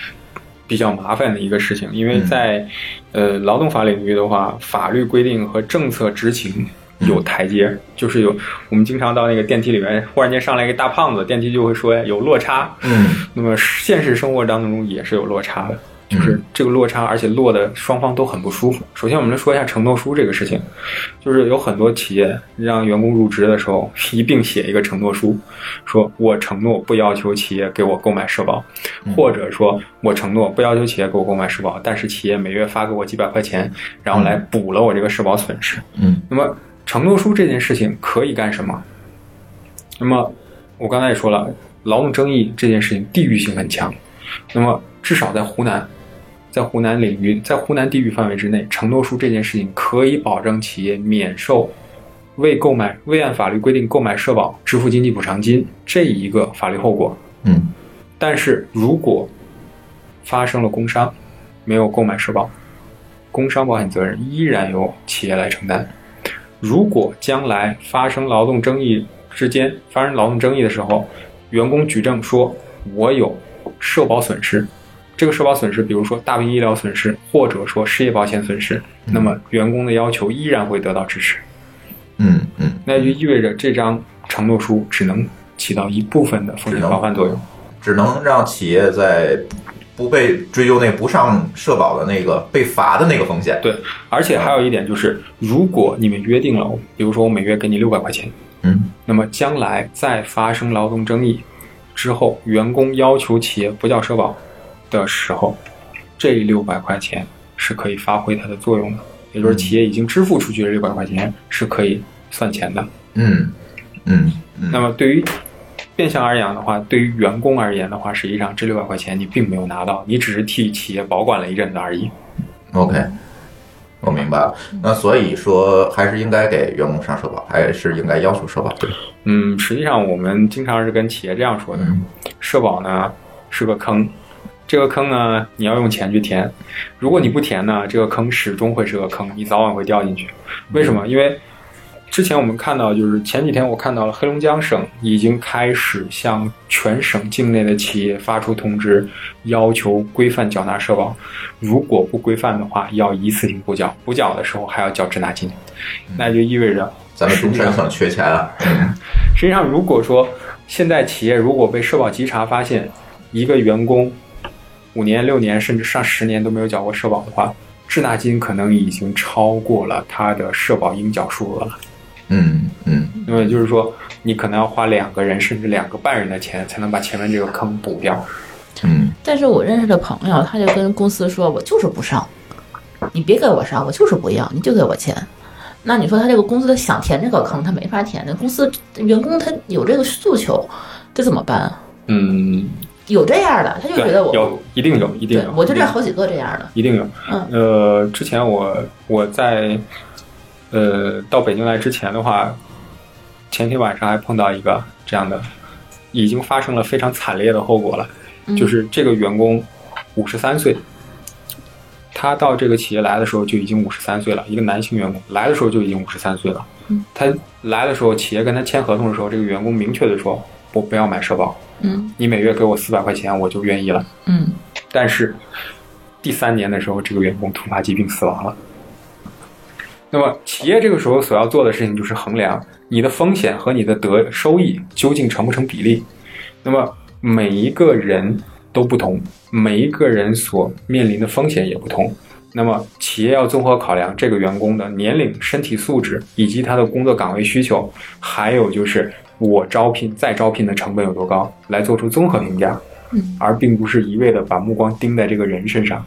Speaker 4: 比较麻烦的一个事情，因为在呃劳动法领域的话，法律规定和政策执行有台阶，就是有我们经常到那个电梯里面，忽然间上来一个大胖子，电梯就会说哎有落差。
Speaker 3: 嗯，
Speaker 4: 那么现实生活当中也是有落差的。就是这个落差，而且落的双方都很不舒服。首先，我们来说一下承诺书这个事情，就是有很多企业让员工入职的时候一并写一个承诺书，说我承诺不要求企业给我购买社保，或者说我承诺不要求企业给我购买社保，但是企业每月发给我几百块钱，然后来补了我这个社保损失。
Speaker 3: 嗯，
Speaker 4: 那么承诺书这件事情可以干什么？那么我刚才也说了，劳动争议这件事情地域性很强，那么至少在湖南。在湖南领域，在湖南地域范围之内，承诺书这件事情可以保证企业免受未购买未按法律规定购买社保支付经济补偿金这一个法律后果。
Speaker 3: 嗯
Speaker 4: 但是如果发生了工伤，没有购买社保，工伤保险责任依然由企业来承担。如果将来发生劳动争议之间发生劳动争议的时候，员工举证说我有社保损失，这个社保损失，比如说大病医疗损失，或者说失业保险损失，那么员工的要求依然会得到支持。
Speaker 3: 嗯嗯，
Speaker 4: 那就意味着这张承诺书只能起到一部分的风险防范作用。
Speaker 3: 只能让企业在不被追究那不上社保的那个被罚的那个风险。
Speaker 4: 对，而且还有一点就是，如果你们约定了，比如说我每月给你六百块钱，
Speaker 3: 嗯
Speaker 4: 那么将来再发生劳动争议之后，员工要求企业不交社保的时候，这六百块钱是可以发挥它的作用的，也就是企业已经支付出去的六百块钱是可以算钱的。
Speaker 3: 嗯嗯
Speaker 4: 那么对于变相而言的话，对于员工而言的话，实际上这六百块钱你并没有拿到，你只是替企业保管了一阵子而已。
Speaker 3: ，OK，我明白了。那所以说，还是应该给员工上社保，还是应该要求社保。对，
Speaker 4: 嗯，实际上我们经常是跟企业这样说的：社保呢是个坑，这个坑呢你要用钱去填，如果你不填呢，这个坑始终会是个坑，你早晚会掉进去。为什么？因为之前我们看到，就是前几天我看到了黑龙江省已经开始向全省境内的企业发出通知，要求规范缴纳社保，如果不规范的话，要一次性补缴，补缴的时候还要交滞纳金，那就意味着
Speaker 3: 咱们
Speaker 4: 实
Speaker 3: 中
Speaker 4: 际上
Speaker 3: 山很缺钱啊。
Speaker 4: 实际上，如果说现在企业如果被社保稽查发现一个员工五年、六年甚至上十年都没有缴过社保的话，滞纳金可能已经超过了他的社保应缴数额了。
Speaker 3: 嗯嗯
Speaker 4: 那么也就是说，你可能要花两个人甚至两个半人的钱才能把前面这个坑补掉。
Speaker 3: 嗯
Speaker 6: 但是我认识的朋友，他就跟公司说：“我就是不上，你别给我上，我就是不要，你就给我钱。”那你说他这个公司他想填这个坑，他没法填。那公司员工他有这个诉求，这怎么办啊？
Speaker 4: 嗯，
Speaker 6: 有这样的，他就
Speaker 4: 对
Speaker 6: 觉得，我
Speaker 4: 有一定有，一定
Speaker 6: 对
Speaker 4: 有，
Speaker 6: 我
Speaker 4: 一
Speaker 6: 就
Speaker 4: 定
Speaker 6: 认
Speaker 4: 有
Speaker 6: 识好几个这样的。
Speaker 4: 一定有。
Speaker 6: 嗯
Speaker 4: 呃，之前我我在呃到北京来之前的话，前天晚上还碰到一个这样的，已经发生了非常惨烈的后果了，
Speaker 6: 嗯
Speaker 4: 就是这个员工五十三岁。他到这个企业来的时候就已经五十三岁了，一个男性员工来的时候就已经五十三岁了。
Speaker 6: 嗯
Speaker 4: 他来的时候，企业跟他签合同的时候，这个员工明确的说：“我不要买社保，
Speaker 6: 嗯
Speaker 4: 你每月给我四百块钱，我就愿意了。”
Speaker 6: 嗯，
Speaker 4: 但是第三年的时候，这个员工突发疾病死亡了。那么，企业这个时候所要做的事情就是衡量你的风险和你的得收益究竟成不成比例。那么，每一个人都不同，每一个人所面临的风险也不同。那么，企业要综合考量这个员工的年龄、身体素质以及他的工作岗位需求，还有就是我招聘再招聘的成本有多高，来做出综合评价。而并不是一味的把目光盯在这个人身上。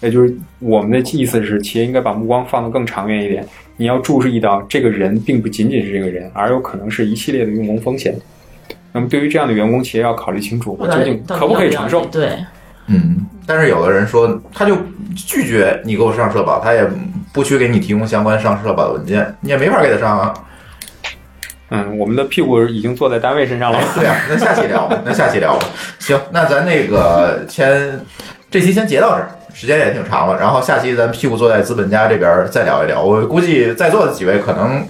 Speaker 4: 也就是我们的意思是，企业应该把目光放得更长远一点。你要注意到，这个人并不仅仅是这个人，而有可能是一系列的用工风险。那么，对于这样的员工，企业要考虑清楚，我
Speaker 6: 到
Speaker 4: 究
Speaker 6: 底
Speaker 4: 竟
Speaker 6: 到底
Speaker 4: 可不可以
Speaker 6: 要要
Speaker 4: 承受？
Speaker 6: 对，
Speaker 3: 嗯但是有的人说，他就拒绝你给我上社保，他也不去给你提供相关上社保的文件，你也没法给他上啊。
Speaker 4: 嗯，我们的屁股已经坐在单位身上了。
Speaker 3: 对 啊，那下期聊吧，那下期聊吧。行，那咱那个先这期先截到这儿，时间也挺长了。然后下期咱屁股坐在资本家这边再聊一聊。我估计在座的几位可能，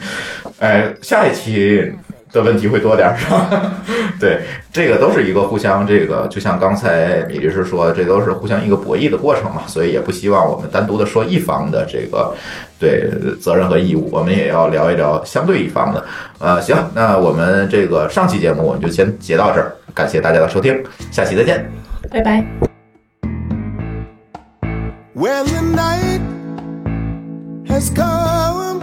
Speaker 3: 哎，下一期的问题会多点儿，是吧？ 对，这个都是一个互相这个，就像刚才李律师说，这都是互相一个博弈的过程嘛。所以也不希望我们单独的说一方的这个对责任和义务，我们也要聊一聊相对一方的。呃，行，那我们这个上期节目我们就先截到这儿，感谢大家的收听，下期再见。
Speaker 6: 拜拜。
Speaker 8: Well, the night has come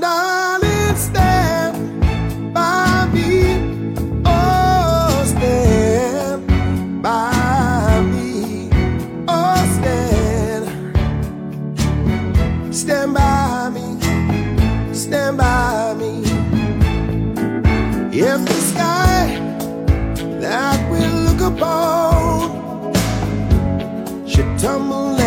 Speaker 8: darling, stand by me. Oh, stand by me. Oh, stand, stand by me. Stand by me. If the sky that we look upon should tumble Oh, Oh, eh, oh,